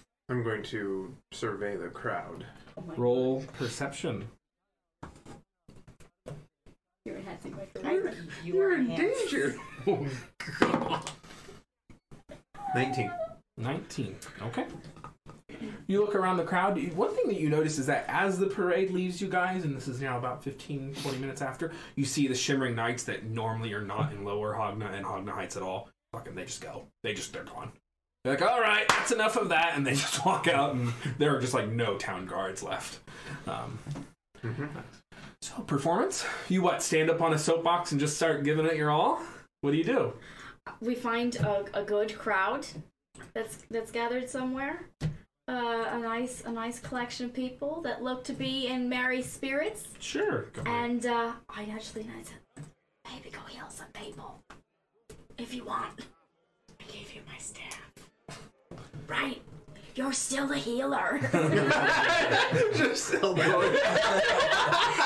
I'm going to survey the crowd. Oh my Roll perception. God. You're enhancing my I career. think you are enhanced. 19. 19. Okay. You look around the crowd. you- One thing that you notice is that as the parade leaves you guys, and this is now about 15, 20 minutes after, you see the shimmering knights that normally are not in Lower Hogna and Hogna Heights at all. Fucking, they just go. They just, they're gone. They're like, all right, that's enough of that. And they just walk out, and there are just like no town guards left. Um, Mhm. so, performance? You what, stand up on a soapbox and just start giving it your all? What do you do? we find a, a good crowd that's that's gathered somewhere. Uh, a nice a nice collection of people that look to be in merry spirits. Sure. Go And uh, I actually know that maybe go heal some people if you want. I gave you my staff. Right, you're still the healer. Just sell that. you got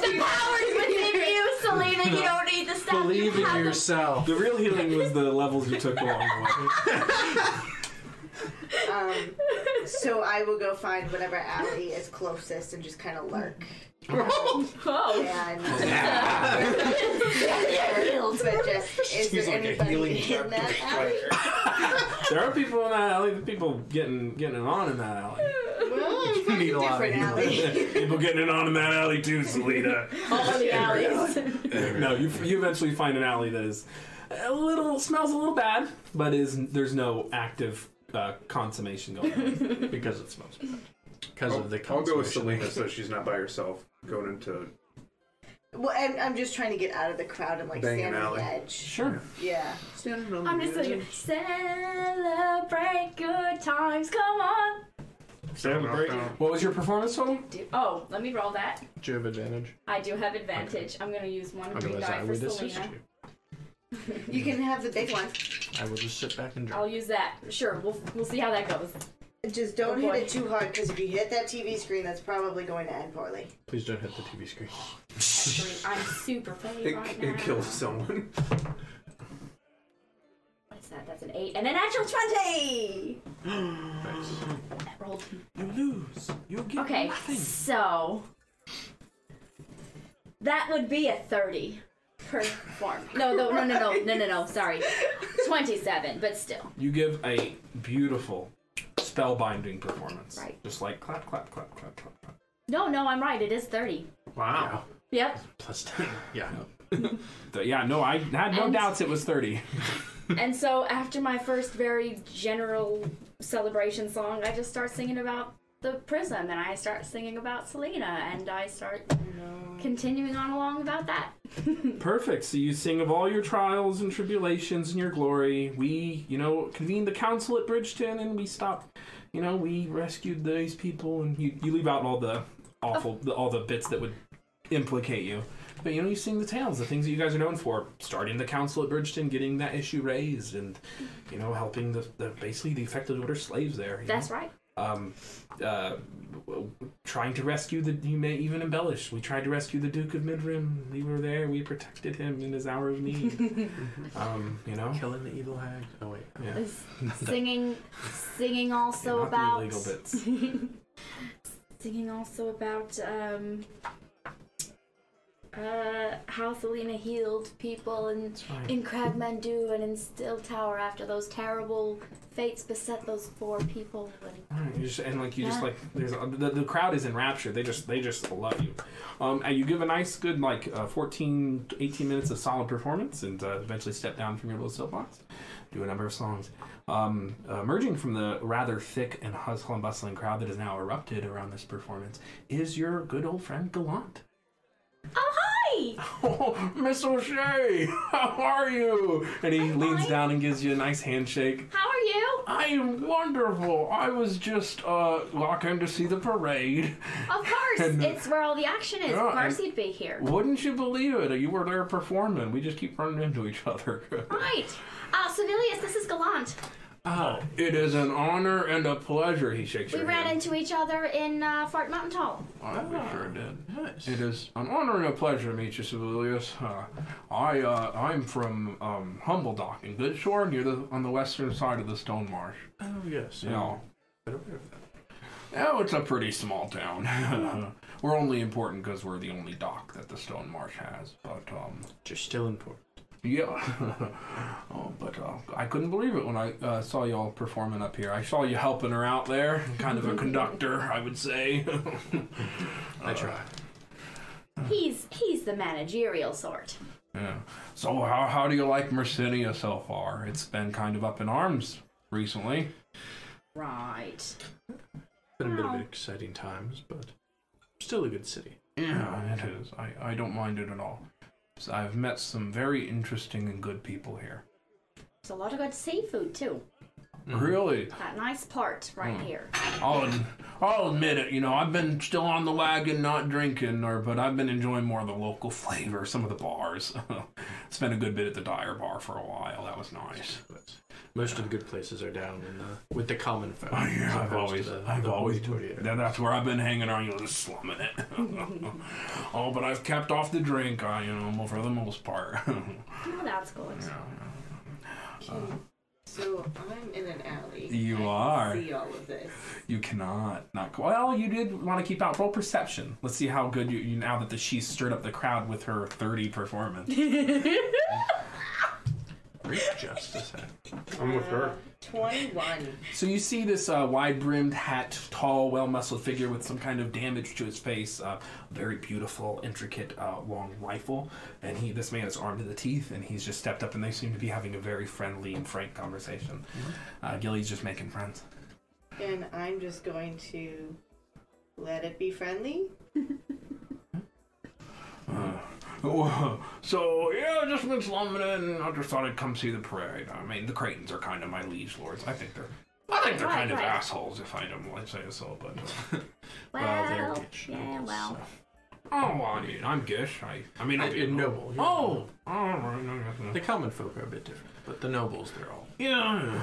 the powers within you, Celine, and you don't need the staff. Believe you in have yourself. The real healing was the levels you took along the way. Um, so I will go find whatever alley is closest and just kind of lurk. Oh. And You're healed. but just is She's there like a healing anybody in that alley? There are people in that alley. People getting getting it on in that alley. Well, it's You need a lot of different alley. people getting it on in that alley too, Selena. All the alleys. no, you you eventually find an alley that is a little smells a little bad, but is there's no active uh, consummation going. on. because it smells bad. Because I'll, of the I'll go with conservation. Selena so she's not by herself going into. Well, I'm, I'm just trying to get out of the crowd and like Bang stand an on the alley. edge. Sure. Yeah. I'm just like, celebrate good times, come on. What was your performance total? Do- oh, let me roll that. Do you have advantage? I do have advantage. I'm gonna use one green Otherwise, I die for would assist Selena. you. You can have the big one. I will just sit back and drink. I'll use that. Sure, we'll, we'll see how that goes. Just don't Oh, hit boy. it too hard because if you hit that TV screen, that's probably going to end poorly. Please don't hit the TV screen. Three. I'm super funny It, right now. it kills someone. What's that? That's an eight and an actual twenty. Nice. That rolled. You lose. You get Okay, so that would be a thirty. Perform. No, no, no, no, no, no, no, no. Sorry, twenty-seven. But still, You give a beautiful spellbinding performance. Right. Just like clap, clap, clap, clap, clap, clap. no, no. I'm right. It is thirty. Wow. Yep. Plus 10. Yeah. But yeah, no, I had no And- doubts it was thirty. And so after my first very general celebration song, I just start singing about the prism and I start singing about Selena and I start continuing on along about that. Perfect. So you sing of all your trials and tribulations and your glory. We, you know, convened the council at Bridgeton and we stopped. You know, we rescued these people and you, you leave out all the awful, the, all the bits that would implicate you. But you know, you sing the tales, the things that you guys are known for, starting the council at Bridgeton, getting that issue raised, and you know, helping the, the basically the affected order slaves there. you know? That's right. um, uh, w- trying to rescue the. You may even embellish. We tried to rescue the Duke of Midrim. We were there. We protected him in his hour of need. um, you know. Killing the evil hag. Oh, wait. Yeah. Is singing singing also Not the about illegal bits. singing also about um uh how Selena healed people and It's fine. in Cragmandu and in Still Tower after those terrible fates beset those four people and Alright, you just, and like you just Yeah. like there's the, the crowd is enraptured they just they just love you um, and you give a nice good like uh, 14 18 minutes of solid performance and uh, eventually step down from your little soapbox do a number of songs um, uh, emerging from the rather thick and hustle and bustling crowd that has now erupted around this performance is your good old friend gallant Oh hi! oh miss o'shea how are you and he leans hi. down and gives you a nice handshake How are you? I am wonderful. I was just uh walking to see the parade. Of course, And, uh, it's where all the action is. yeah, of course, and- he'd be here. Wouldn't you believe it? You were there performing. We just keep running into each other. Right. Uh, Sevilius, this is Gallant. oh, it is an honor and a pleasure. He shakes We your ran hand. into each other in uh, Fort Mountain Tall. Ah, We Oh. sure did. Nice. It is an honor and a pleasure to meet you, Sibelius. Uh, I uh, I'm from um, Humbledock in Goodshore, near the on the western side of the Stone Marsh. Oh, yes. You know, I'm aware of that. Uh-huh. Oh, it's a pretty small town. we're only important because we're the only dock that the Stone Marsh has. But um, But you're still important. Yeah. oh, but uh, I couldn't believe it when I uh, saw y'all performing up here. I saw you helping her out there, kind of a conductor, I would say. Uh, I try. He's he's the managerial sort. Yeah. So how how do you like Mercenia so far? It's been kind of up in arms recently. Right. Been a bit of Wow. exciting times, but still a good city. Yeah, it is. I, I don't mind it at all. So I've met some very interesting and good people here. There's a lot of good seafood too. Really, That nice part right here. I'll ad- I'll admit it. You know, I've been still on the wagon, not drinking, or but I've been enjoying more of the local flavor, some of the bars. Spent a good bit at the Dyer Bar for a while. That was nice. But most of the good places are down in the with the common folk. Oh, as yeah, I've opposed always, to the- I've the always, hoity-toity area. that, that's where I've been hanging around, you know, just slumming it. oh, but I've kept off the drink, I, you know, for the most part. No, Oh, that's good. So I'm in an alley. You I can are. See all of this. you cannot, not, well, you did want to keep out, roll perception. Let's see how good you, you now that the, she stirred up the crowd with her 30 performance. Great justice. eh? I'm with her. Twenty-one. So you see this uh, wide-brimmed hat, tall, well-muscled figure with some kind of damage to his face. Uh, very beautiful, intricate, uh, long rifle. And he, this man is armed to the teeth, and he's just stepped up, and they seem to be having a very friendly and frank conversation. Uh, Gilly's just making friends. And I'm just going to let it be friendly. Uh, So yeah, just been slumming it, and I just thought I'd come see the parade. I mean, the Creightons are kind of my liege lords. I think they're, I think they're Right, kind of right. assholes, if I don't like to say so. But uh, Well, they're rich yeah, nobles, well. so- oh, well, I mean, I'm Gish. I, I mean, I- I'm you're noble. you're Oh, noble. oh, right, no, no, no. the common folk are a bit different, but the nobles they're all. Yeah, I don't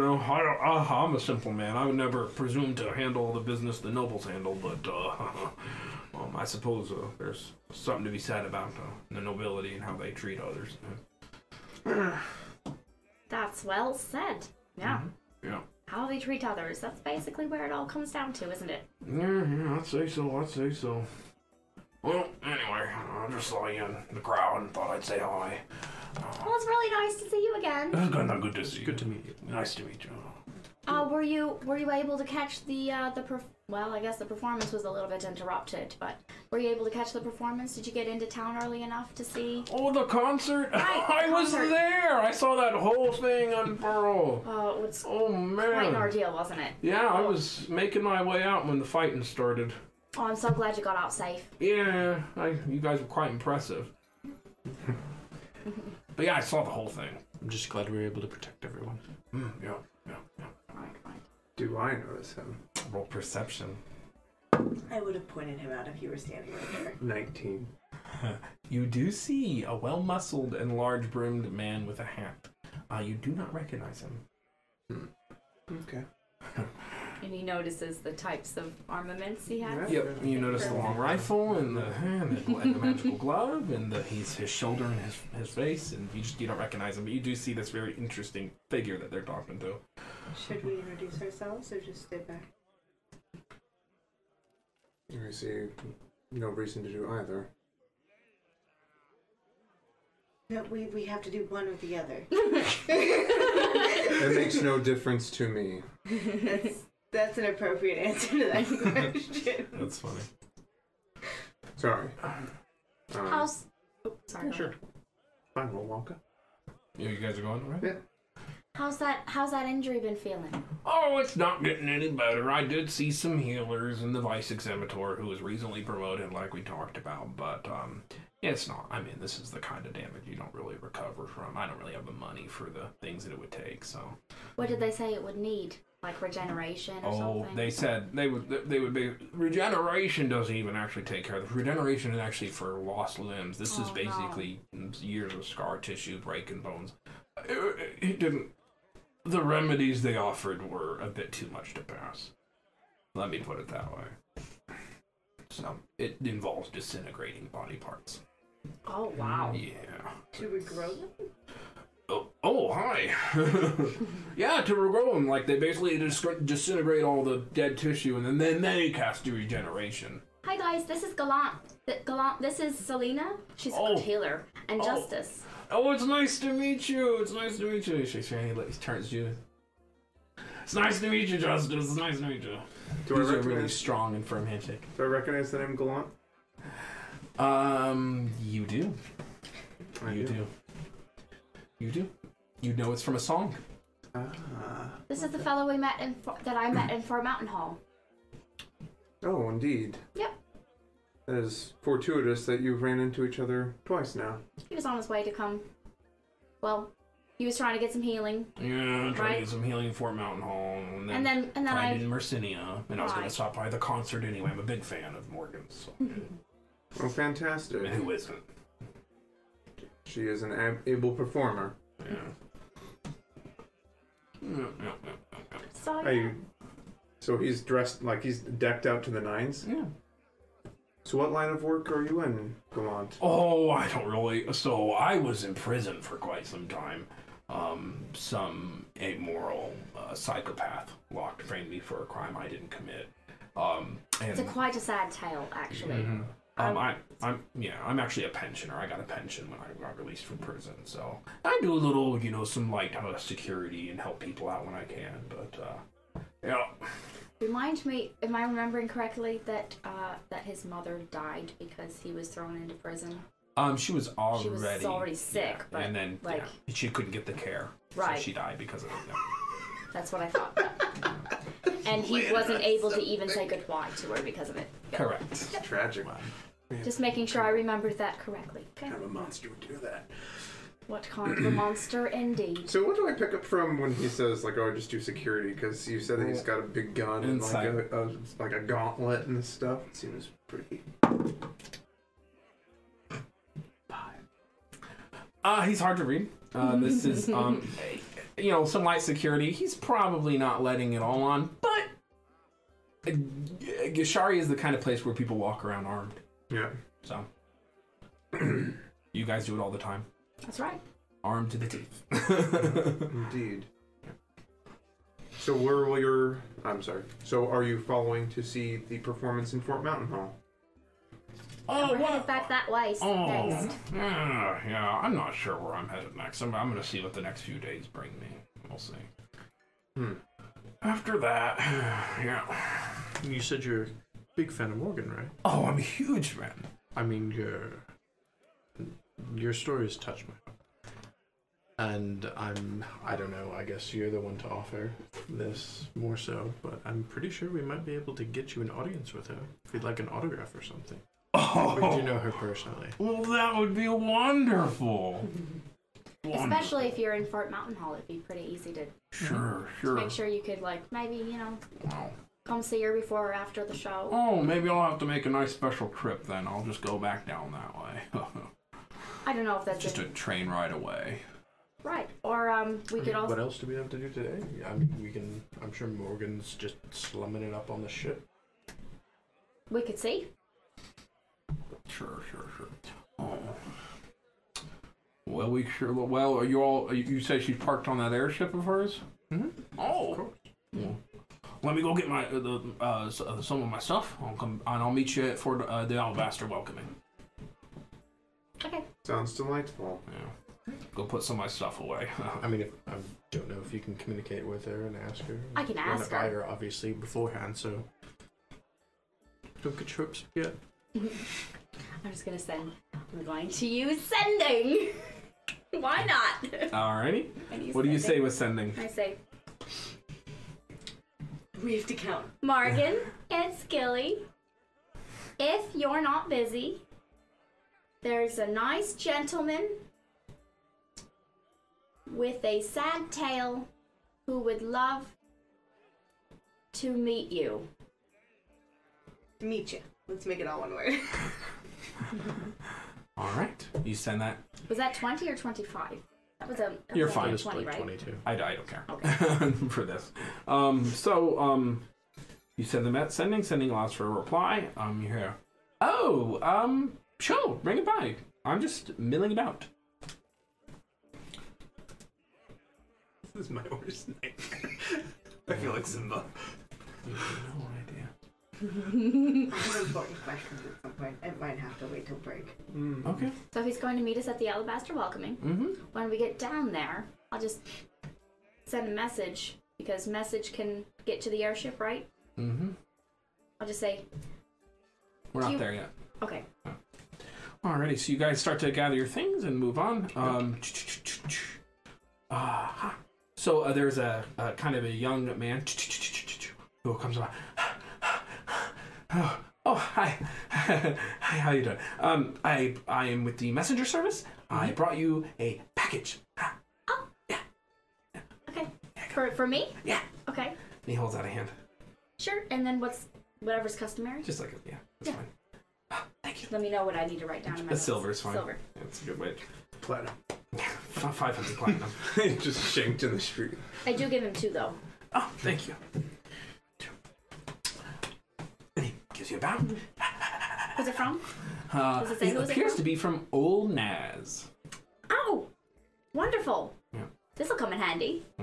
know. I don't, I, I'm a simple man. I would never presume to handle all the business the nobles handle, but uh, um, I suppose uh, there's something to be said about uh, the nobility and how they treat others. That's well said. Yeah. Yeah. How they treat others. That's basically where it all comes down to, isn't it? Yeah, yeah, I'd say so. I'd say so. Well, anyway, I just saw you in the crowd and thought I'd say hi. Well, it's really nice to see you It again. was good, good to see you. Good to meet you. Nice to meet you. Uh, were you were you able to catch the uh, the perf- well? I guess the performance was a little bit interrupted, but were you able to catch the performance? Did you get into town early enough to see? Oh, the concert! Right, I was concert. there. I saw that whole thing unfurl. Oh, it was Oh man! quite an ordeal, wasn't it? Yeah, I was making my way out when the fighting started. Oh, I'm so glad you got out safe. Yeah, I, you guys were quite impressive. but yeah, I saw the whole thing. I'm just glad we were able to protect everyone. Mm, yeah, yeah, yeah. Right, right. Do I notice him? Roll perception. I would have pointed him out if he were standing right there. 19. You do see a well muscled and large brimmed man with a hat. Uh, you do not recognize him. Okay. And he notices the types of armaments he has. Yep. You notice the long rifle and the, and the, and the magical glove and the, he's his shoulder and his, his face and you just you don't recognize him, but you do see this very interesting figure that they're talking to. Should we introduce ourselves or just stay back? I see no reason to do either. No, we, we have to do one or the other. It makes no difference to me. That's, that's an appropriate answer to that question. That's funny. Sorry. Um, How's? Oh, sorry. sure. Fine, we'll walk up. Yeah, you guys are going, right? How's that? How's that injury been feeling? Oh, it's not getting any better. I did see some healers and the vice examinator who was recently promoted, like we talked about, but um, it's not. I mean, this is the kind of damage you don't really recover from. I don't really have the money for the things that it would take. So, What did they say it would need? Like regeneration or oh, something? they said they would they would be regeneration doesn't even actually take care of the regeneration is actually for lost limbs. This is Oh, no. basically years of scar tissue, breaking bones. It- it didn't. The remedies they offered were a bit too much to pass. Let me put it that way. So it involves disintegrating body parts. oh wow. Yeah. Should we grow them? Oh, Oh, hi. yeah, to regrow them. Like, they basically dis- disintegrate all the dead tissue and then, then they cast the regeneration. Hi guys, this is Galant. Th- Galant, this is Selena. She's Oh. a healer and Oh. Justice. Oh, it's nice to meet you. It's nice to meet you. He shakes your hand. He like, turns to you. It's nice to meet you, Justin. It's nice to meet you. Do I Gives you a really recognize? strong and firm handshake. Do I recognize the name Gallant? Um, you do. I you do. You do. You know it's from a song. Ah. This is the fellow we met in Fo- that I met in Far Mountain Hall. Oh, indeed. Yep. That is fortuitous that you've ran into each other twice now. He was on his way to come. Well, he was trying to get some healing, Yeah, trying to Right. get some healing in Fort Mountain Hall, and then, and then and then tried I in Mercinia. And I was going to Right. stop by the concert anyway. I'm a big fan of Morgan's. So. Oh, And fantastic. who isn't? She is an ab- able performer. Yeah. Yeah, yeah, saw Are you? So he's dressed like he's decked out to the nines. yeah. Yeah. So what line of work are you in, Gallant? Oh, I don't really. So I was in prison for quite some time. Um, some amoral uh, psychopath locked framed me for a crime I didn't commit. Um, and It's a quite a sad tale, actually. Um, I, I'm yeah, I'm actually a pensioner. I got a pension when I got released from prison, so I do a little, you know, some light uh, security and help people out when I can. But uh, yeah, Remind me, am I remembering correctly that uh, that his mother died because he was thrown into prison? um, she was already She was already sick, yeah, but, and then like- yeah, she couldn't get the care, Right. So she died because of it. yeah. That's what I thought. and he wasn't able to even say goodbye to her because of it. Yeah. Correct. Tragic. Just making sure I remembered that correctly. Okay. Kind of a monster would do that. What kind of a monster, indeed? So what do I pick up from when he says like, "Oh, I just do security"? Because you said that he's got a big gun and like Insight. a, a like a gauntlet and stuff. It seems pretty. Uh, he's hard to read. Uh, this is, um, you know, some light security. He's probably not letting it all on, but uh, Gishari is the kind of place where people walk around armed. Yeah. So you guys do it all the time, That's right. armed to the teeth. Indeed. So where will your? I'm sorry. So are you following to see the performance in Fort Mountain Hall? oh, We're headed back that way s- Oh, next. yeah, yeah. I'm not sure where I'm headed next. I'm, I'm gonna see what the next few days bring me. We'll see. Hmm. After that, yeah. You said you're a big fan of Morgan, right? Oh, I'm a huge man. I mean, your your stories touch my heart, and I'm I don't know. I guess you're the one to offer this more so, but I'm pretty sure we might be able to get you an audience with her if you'd like an autograph or something. Oh, We do know her personally. Well, that would be wonderful. Especially if you're in Fort Mountain Hall, it'd be pretty easy to Sure, to sure. make sure you could, like, maybe, you know, Wow. come see her before or after the show. Oh, maybe I'll have to make a nice special trip then. I'll just go back down that way. I don't know if that's just a it. train ride away. right. Or um, we I could mean, also. What else do we have to do today? I mean, we can. I'm sure Morgan's just slumming it up on the ship. We could see. Sure, sure, sure. Oh. Well, we sure. Well, are you all? You say she's parked on that airship of hers? Mm-hmm. Oh. Of course. Well, Let me go get my uh, the, uh, s- uh, some of my stuff. I'll come and I'll meet you at for uh, the Alabaster welcoming. Okay. Sounds delightful. Yeah. Mm-hmm. Go put some of my stuff away. I mean, if, I don't know if you can communicate with her and ask her. I can Run it ask by her. obviously, beforehand. So don't get your hopes up yet. I'm just gonna send. I'm going to use sending. Why not? Alrighty. I use What do you say sending. with sending? I say, We have to count. Morgan and Skilly, if you're not busy, there's a nice gentleman with a sad tale who would love to meet you. Meet you. Let's make it all one word. All right. You send that. Was that 20 or 25? That was a. that You're was fine. It only was 20, like right? 22. I, I don't care Okay. for this. Um, so um, you send the met sending. Sending allows for a reply. Um, you hear, oh, um, sure, bring it by. I'm just milling about. This is my worst nightmare. I feel like Simba. You have no idea. have an important questions at some point. It might have to wait till break. Okay. So he's going to meet us at the Alabaster Welcoming. Mm-hmm. When we get down there, I'll just send a message because message can get to the airship, right? Mm-hmm. I'll just say, We're not You- there yet. okay. Alrighty, so you guys start to gather your things and move on. Um, uh, so uh, there's a, a kind of a young man who comes around. Oh, oh, hi, hi. How you doing? Um, I I am with the messenger service. I Mm-hmm. brought you a package. For, for me? Yeah. Okay. And he holds out a hand, Sure. And then what's whatever's customary? just like yeah, that's Yeah. fine. Ah, thank you. Let me know what I need to write down in A my notes. silver's fine. Silver. That's a good way. Platinum. Five hundred platinum. Just shanked in the street. I do give him two though. Oh, thank you. And he gives you a bow. Who's it from? Uh, Does it say it who is it appears from? to be from Old Naz. Oh, wonderful. Yeah. Mm-hmm. This will come in handy.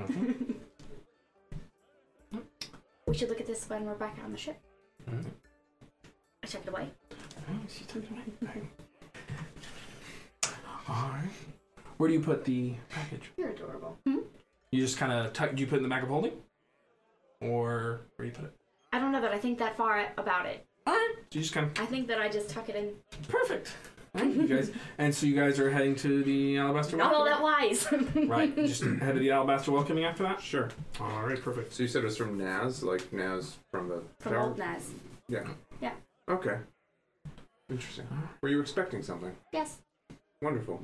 we should look at this when we're back on the ship. Mhm. I checked it away. All right. Where do you put the package? You're adorable. You just kind of tuck. Do you put it in the back of holding, or where do you put it? I don't know that I think that far about it. All right. So you just kind I think that I just tuck it in. of perfect. All right, you guys, and so you guys are heading to the Alabaster. Not all Welcoming? that wise. Right. You just head to the Alabaster welcoming after that. Sure. All right. Perfect. So you said it was from Naz, like Naz from the From tower? Old Naz. Yeah. Yeah. Okay. Interesting. Were you expecting something? Yes. Wonderful.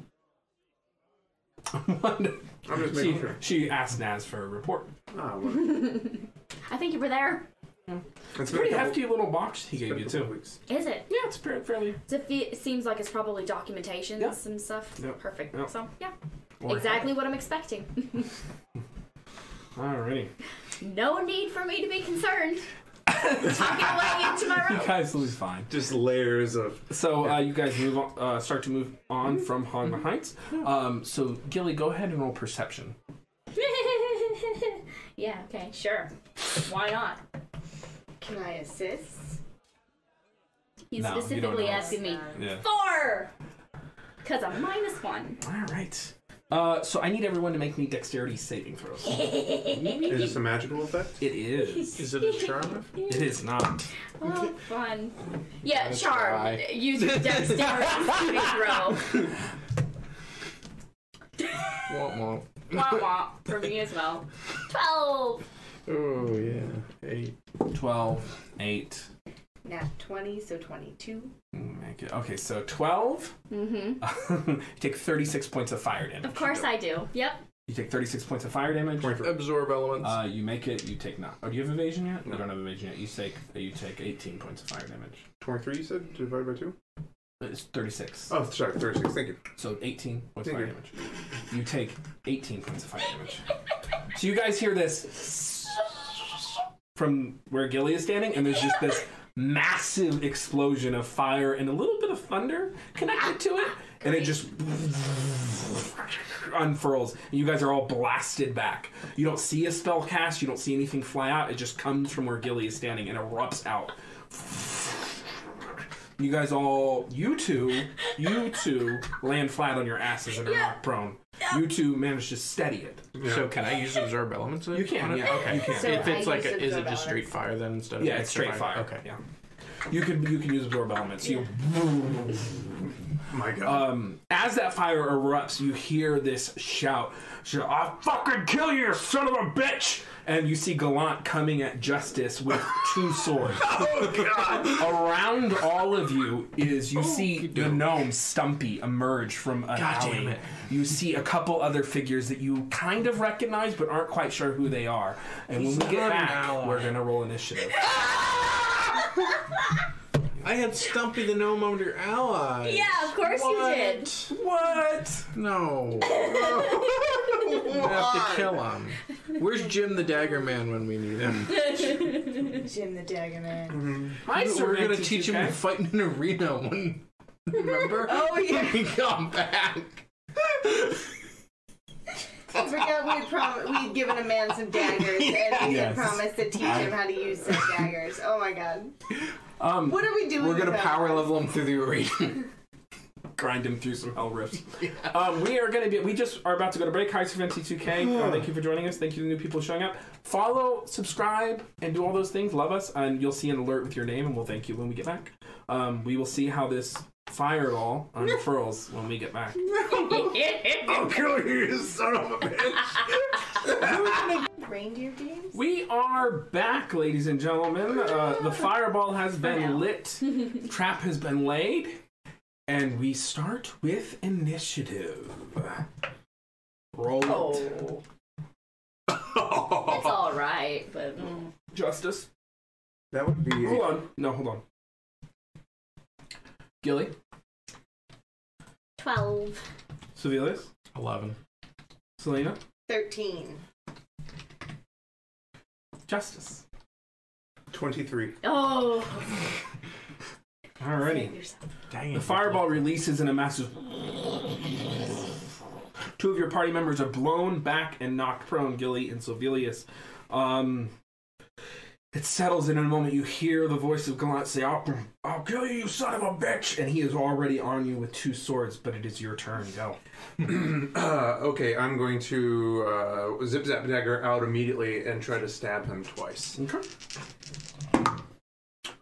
Wonderful. I'm just making she, sure. she asked Naz for a report. Ah, wonderful. I think you were there. It's been a Pretty couple- hefty little box he it's gave been you a couple too. Weeks. Is it? Yeah, it's pretty fairly So if it seems like it's probably documentation Yeah. and stuff. Yeah. Perfect. Yeah. So yeah, Or- exactly what I'm expecting. Alrighty. No need for me to be concerned. Tucking away into my You room. guys will be fine. Just layers of. So uh, you guys move on, uh, start to move on Mm-hmm. from Honma Heights. Um, so Gilly, go ahead and roll perception. yeah, okay, sure. Why not? Can I assist? Uh, He's No, you don't specifically know. asking me. Yeah. Four! Because I'm minus one. All right. Uh, so I need everyone to make me dexterity saving throws. Is this a magical effect? It is. Is it a charm? It is not. Oh, fun. Yeah, charm. Use your dexterity saving throw. Womp Womp womp for me as well. Twelve! womp. Oh yeah. Eight. Twelve, eight. Nat 20, so 22. Make it. Okay, so 12. Mm-hmm. you take 36 points of fire damage. Of course I do. Yep. You take 36 points of fire damage. Twenty-four. Absorb elements. Uh, you make it. You take not. Oh, do you have evasion yet? No. You don't have evasion yet. You take. You take 18 points of fire damage. Twenty-three. You said divided by two. It's 36. Oh, sorry, thirty-six. Thank you. So 18 points of Thank fire you. damage. You take 18 points of fire damage. So you guys hear this from where Gilly is standing, and there's just this massive explosion of fire and a little bit of thunder connected to it, and it just unfurls. And you guys are all blasted back. You don't see a spell cast, you don't see anything fly out, it just comes from where Gilly is standing and erupts out. You guys all, you two, you two land flat on your asses and are Yeah. knocked prone. You two manage to steady it. So can I use absorb elements? You can, yeah. Okay. You can. So if it's I like, use a, is it absorb just straight elements. fire then instead of Yeah, it's extra straight fire. Okay. Yeah. You can you can use absorb elements. You My God. um, as that fire erupts, you hear this shout, shout, "I'll fucking kill you, son of a bitch!" And you see Gallant coming at Justice with two swords. oh God. Around all of you is you see the doke. gnome Stumpy emerge from an God alley. damn it. You see a couple other figures that you kind of recognize but aren't quite sure who they are. And when we get not an back, ally. we're gonna roll initiative. I had Stumpy the gnome under ally. Yeah, of course you did. what? No. we have to kill him. Where's Jim the Dagger Man when we need him? Jim the Dagger Mm-hmm. Man. I We're gonna teach him to fight in an arena when Oh. remember? oh yeah. When we come back. That's forgot we'd, prom- we'd given a man some daggers and we Yes. had promised to teach him how to use some daggers. Oh my god. Um, What are we doing? We're gonna with that? power level him through the arena. Grind him through some hell rifts. Um, we are gonna be. We just are about to go to break. Hi, Seventy Two K. Uh, Thank you for joining us. Thank you to the new people showing up. Follow, subscribe, and do all those things. Love us, and you'll see an alert with your name, and we'll thank you when we get back. Um, we will see how this fireball unfurls when we get back. I'll kill you, you son of a bitch! Reindeer games? We are back, ladies and gentlemen. Uh, the fireball has been lit. Trap has been laid, and we start with initiative. Roll it. Oh, it's all right, but mm, Justice. that would be. Hold on. No, hold on. Gilly. twelve. Sevelius. Eleven. Selena. 13. Justice. 23. Oh, Alrighty. save yourself. Dang The fireball releases in a massive. Two of your party members are blown back and knocked prone, Gilly and Silvelius. Um, it settles, and in a moment you hear the voice of Gallant say, I'll, I'll kill you, you son of a bitch! And he is already on you with two swords, but it is your turn. Go. uh, okay, I'm going to uh, zip zap dagger out immediately and try to stab him twice. Okay.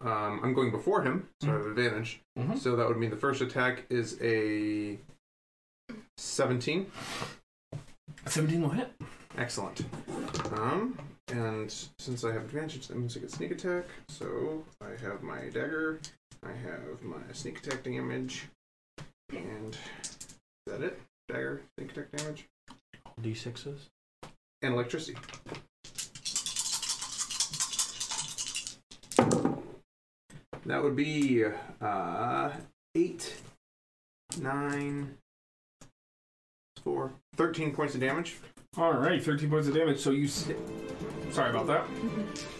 Um, I'm going before him, so I have advantage. Mhm. So that would mean the first attack is a 17. 17 will hit. Excellent. Um, and since I have advantage, that means I get sneak attack. So I have my dagger, I have my sneak attack damage, and is that it? Dagger, sneak attack damage, D sixes. and electricity. That would be uh, eight, nine, four, 13 points of damage. All right, 13 points of damage. So you. s Sorry about that.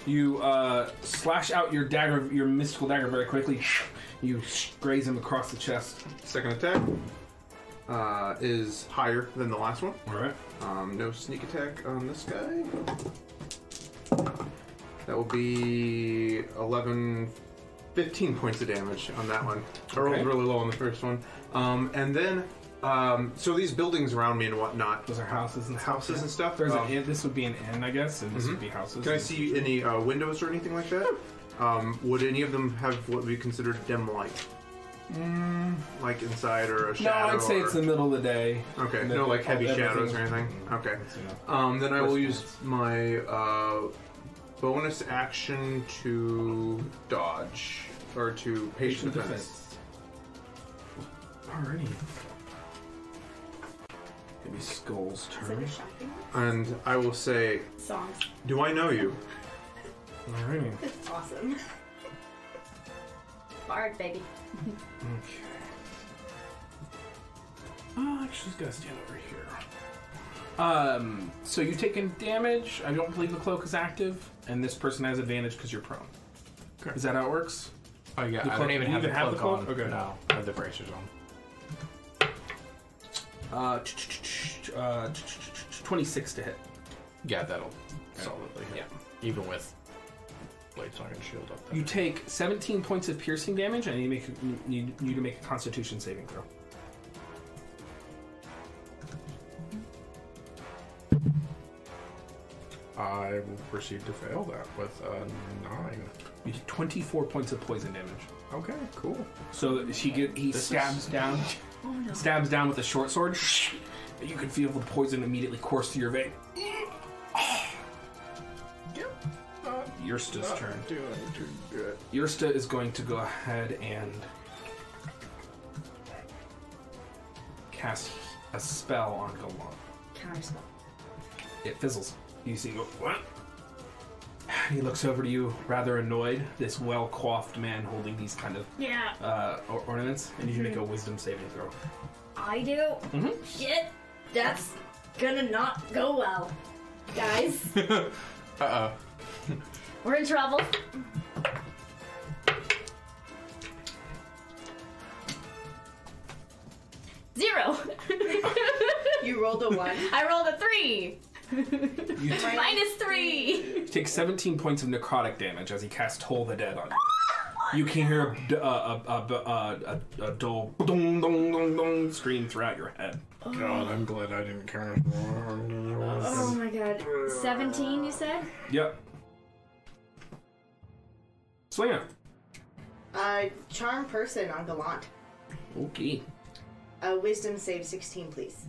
You uh, slash out your dagger, your mystical dagger, very quickly. You graze him across the chest. Second attack uh, is higher than the last one. All right. Um, no sneak attack on this guy. That will be 11, 15 points of damage on that one. I rolled Okay. really low on the first one. Um, and then, um, so these buildings around me and whatnot, Those are houses and houses and stuff. There's um, an inn. This would be an inn, I guess, and this Mhm. would be houses. Can I see any uh, windows or anything like that? Um, would any of them have what we consider dim light? Like inside or a Mm. No, shadow? I'd say or... it's the middle of the day. Okay, And no then like heavy everything- shadows or anything? Okay. It's, you know, Um, then I will First use my uh, bonus action to dodge or to patient patient defense. defense. Alrighty. Maybe Skull's Is it turn. a shopping And I will say, song? "Do I know you?" Alrighty. That's awesome. Bard, baby. Okay. Oh, actually, just gotta stand over here. Um, so you've taken damage. I don't believe the cloak is active, and this person has advantage because you're prone. Correct. Is that how it works? Oh yeah, The I cloak- don't even you have, even the have the cloak on. cloak? Okay. No, I have the bracers on. Uh, t- t- t- t- uh, t- t- t- t- 26 to hit. Yeah, that'll Okay. solidly hit. Yeah. Even with blades not gonna shield up. You take 17 points of piercing damage, and you make you need you to make a Constitution saving throw. I will proceed to fail that with a nine. You take 24 points of poison damage. Okay, cool. So that she get he This is- stabs down, Oh no. stabs down with a short sword. You can feel the poison immediately course through your vein. Not, Yursta's Oh. not turn. doing too good. Yursta is going to go ahead and cast a spell on Galant. Counter spell. It fizzles. You see, go, what? He looks over to you, rather annoyed. This well coiffed man holding these kind of Yeah, uh, or- ornaments, and you should make a wisdom saving throw. I do. Mhm. Shit, that's gonna not go well, guys. Uh We're in trouble. Zero. You rolled a one. I rolled a three. You t- Minus three. you take 17 points of necrotic damage as he casts Toll the Dead on you. You can hear a, d- a, a, a, a, a, a dull dong dong dong dong scream throughout your head. God, I'm glad I didn't count. Oh my god. Seventeen, you said? Yep. Selena. Uh, charm person on Gallant. Okay. Uh, wisdom save 16, please.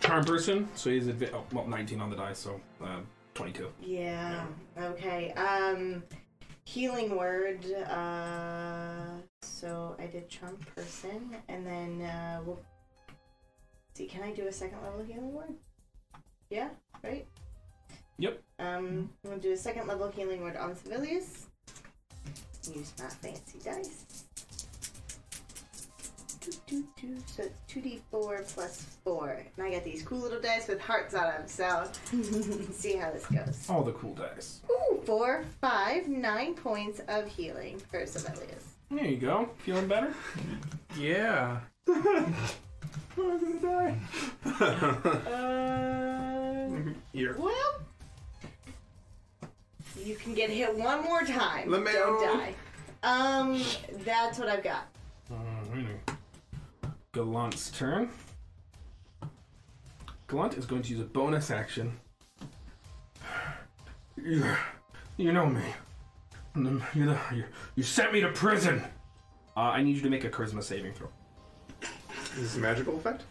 Charm person, so he's adva- oh, well 19 on the die, so uh, 22. Yeah. Okay. Um, healing word. Uh, so I did charm person, and then uh, we'll see. Can I do a second level healing word? Yeah. Right. Yep. Um, we'll do a second level healing word on Sevilius. Use my fancy dice. Doo, doo, doo. So it's 2d4 plus 4. And I got these cool little dice with hearts on them, so see how this goes. All the cool dice. Ooh, four, five, nine points of healing for Sibelius. There you go. Feeling better? Yeah. Uh, You're well, you can get hit one more time. Let me Don't know. die. Um, that's what I've got. Alrighty. Gallant's turn. Gallant is going to use a bonus action. You, you know me. You, you, you sent me to prison. Uh, I need you to make a charisma saving throw. Is this a magical effect?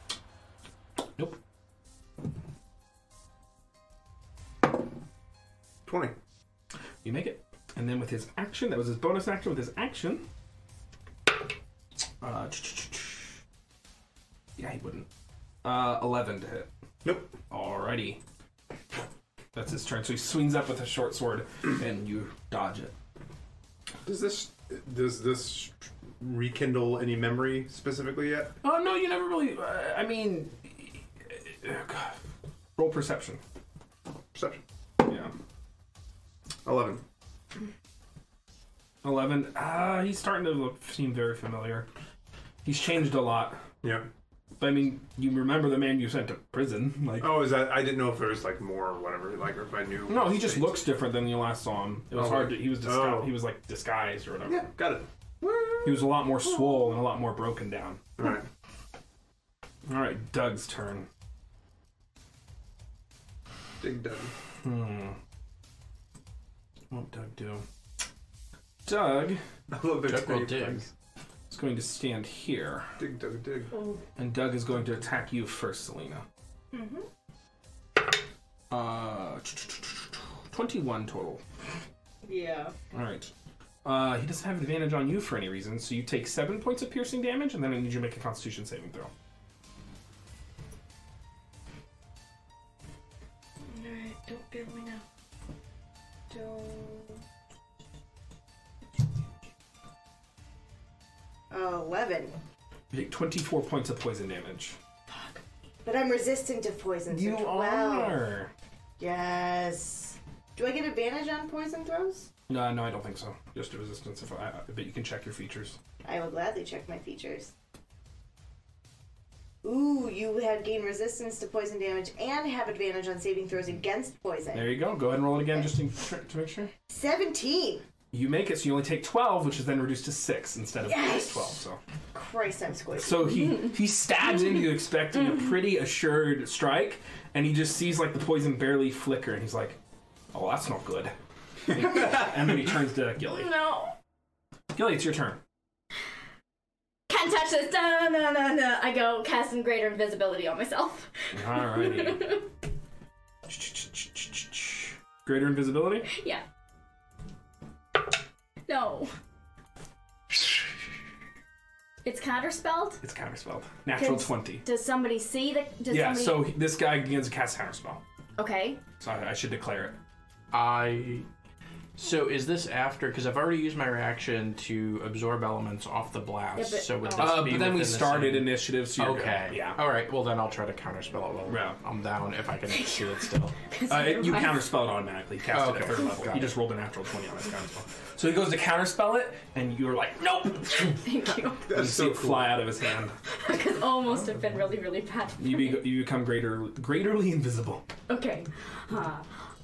Nope. 20. You make it. And then with his action, that was his bonus action. With his action, uh, yeah, he wouldn't. Uh, Eleven to hit. Nope. Alrighty. That's his turn. So he swings up with a short sword, and you dodge it. Does this does this rekindle any memory specifically yet? Oh no, you never really. Uh, I mean, uh, God. roll perception. Perception. Yeah, 11. eleven. Ah, he's starting to look, seem very familiar. He's changed a lot. Yeah. But I mean, you remember the man you sent to prison? Like, Oh, is that? I didn't know if there was like more or whatever. Like, or if I knew. no, he just looks different than you last saw him. It was Oh. hard. To, he was disgu- Oh. he was like disguised or whatever. Yeah, got it. He was a lot more swole and a lot more broken down. All right. All right, Doug's turn. Dig dug. Hmm. What Doug do? Doug I love their Chuck will dig. dig. is going to stand here, Dig dug dig. and Doug is going to attack you first, Selena. Mm-hmm. Uh, 21 total. Yeah. All right. Uh, he doesn't have advantage on you for any reason, so you take seven points of piercing damage, and then I need you to make a Constitution saving throw. Alright, don't build me now. Don't. Oh, 11. You take 24 points of poison damage. But I'm resistant to poison. so 12. Yes. Do I get advantage on poison throws? No, no, I don't think so. Just a resistance. If I, I bet you can check your features. I will gladly check my features. Ooh, you have gained resistance to poison damage and have advantage on saving throws against poison. There you go. Go ahead and roll it again, just to, to make sure. 17! You make it, so you only take 12, which is then reduced to 6 instead of Yes! 12. So Christ, I'm squished. so he, he stabs into you, expecting a pretty assured strike, and he just sees like the poison barely flicker, and he's like, oh, that's not good. and then he turns to Gilly. No. Gilly, it's your turn. Can't touch this. No, no, no, no. I go cast some greater invisibility on myself. Alrighty. Greater invisibility? Yeah. No. It's counterspelled. It's counterspelled. Natural Kids. 20. Does somebody see the? Does Yeah, somebody... so he- this guy begins to cast counterspell. Okay. So I, I should declare it. I So is this after? Because I've already used my reaction to absorb elements off the blast. Yeah, but- so would this Uh, Uh, be but then within we the started same- initiative, so you're good. Okay. Yeah. All right. Well, then I'll try to counterspell it. Well, Yeah. I'm down if I can do it still. Uh, it- you counterspell it automatically. Cast Oh, it at okay. third level. Got you it. just rolled a natural 20 on his counterspell. So he goes to counterspell it, and you're like, nope! Thank you. you That's see so it cool. fly out of his hand. Because almost have been really, really bad. You, be, you become greater, greaterly invisible. Okay. Huh.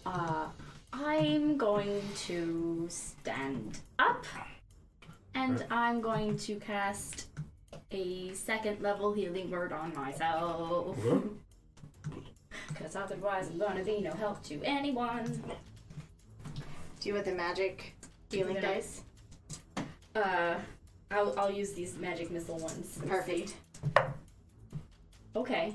Uh, I'm going to stand up, and I'm going to cast a second level healing word on myself. Because otherwise, I'm gonna be no help to anyone. Do you want the magic healing No. dice? Uh, I'll, I'll use these magic missile ones. Let's Perfect. see. Okay.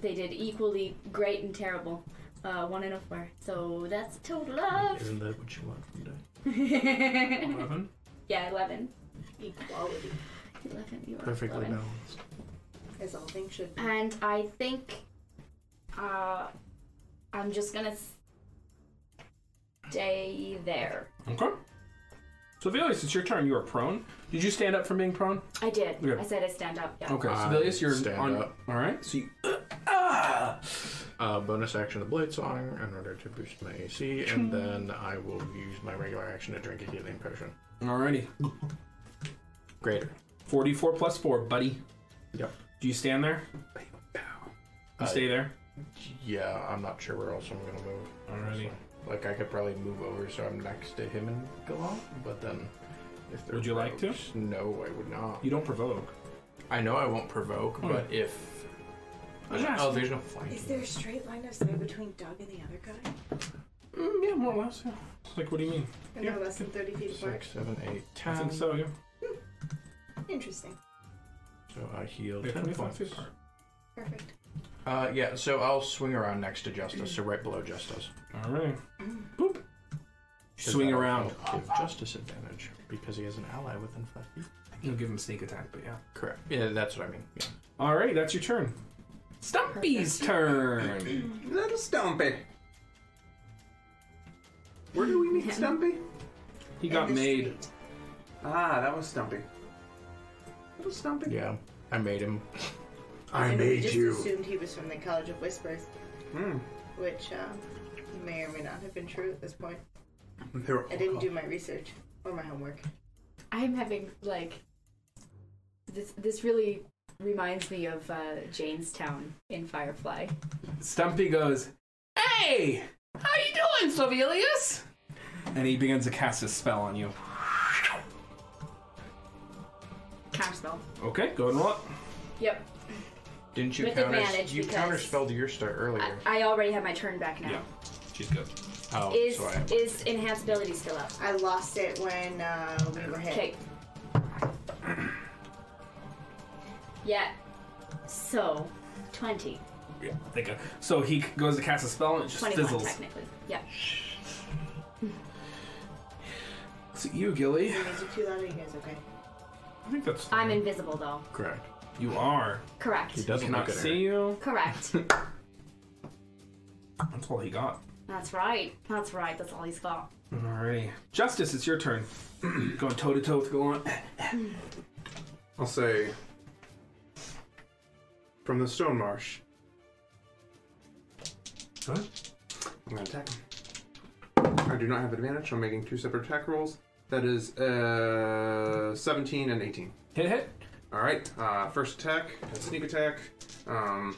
They did equally great and terrible. Uh, one and a four. So that's a total of. Isn't that what you want from day? Eleven. yeah, 11. Equality, 11, you are Perfectly 11. balanced. as all things should be. And I think uh, I'm just gonna stay there. Okay. So, Vilius, it's your turn. You are prone. Did you stand up from being prone? I did. Okay. I said I stand up. Yeah. Okay, so I Vilius, you're stand on. up. All right. So you. ah! Uh, bonus action, the blade song, in order to boost my AC, and then I will use my regular action to drink a healing potion. Alrighty. Greater. 44 plus 4, buddy. Yep. Do you stand there? You Uh, stay there? Yeah, I'm not sure where else I'm gonna move. Alrighty. So, like I could probably move over so I'm next to him and Galant, but then if there Would you like to? No, I would not. You don't provoke. I know I won't provoke, Hmm. but if I'm asking. oh, there's no flanking. Is there a straight line of sight between Doug and the other guy? Mm, yeah, more or less, yeah. Like, what do you mean? And Yeah. they're less than 30 feet apart? Six, seven, eight, ten. I think so, yeah. Interesting. So I heal They're ten 25 points. feet apart. Perfect. Uh, yeah. So I'll swing around next to Justice, so right below Justice. Alright. Boop. You Swing That'll around. help Give Justice advantage because he has an ally within five feet. You'll give him sneak attack, but yeah. Correct. Yeah, that's what I mean. Yeah. Alright, that's your turn. Stumpy's turn. Little Stumpy. Where do we meet Stumpy? He got In the made. street. Ah, that was Stumpy. Little Stumpy. Yeah, I made him. I And we made just you. assumed he was from the College of Whispers, Hmm. which um, may or may not have been true at this point. They were I all didn't do called- my research or my homework. I'm having, like, this, this really reminds me of uh, Janestown in Firefly. Stumpy goes, Hey! How you doing, Sovelius? And he begins to cast a spell on you. Counter spell. Okay, go ahead and roll it. Yep. Didn't you With counter? advantage You because- counterspelled your star I, earlier. I already have my turn back now. Yeah. She's good. oh, Is so I, is enhanced ability still up? I lost it when uh, we were hit. Okay. yeah. So, 20. Yeah, they go. So he goes to cast a spell and it just 21 fizzles. technically. Yeah. So you, Gilly. You guys are too loud. Are you guys okay? I think that's. I'm invisible though. correct. You are. He Correct. doesn't Cannot look at see her. you. Correct. That's all he got. That's right. That's right. That's all he's got. Alrighty. Justice, it's your turn. Going toe to toe with Gallant. I'll say from the stone marsh. What? I'm gonna attack him. I do not have advantage. I'm making two separate attack rolls. That is uh, 17 and 18. Hit, hit. All right. Uh, first attack, sneak attack, um,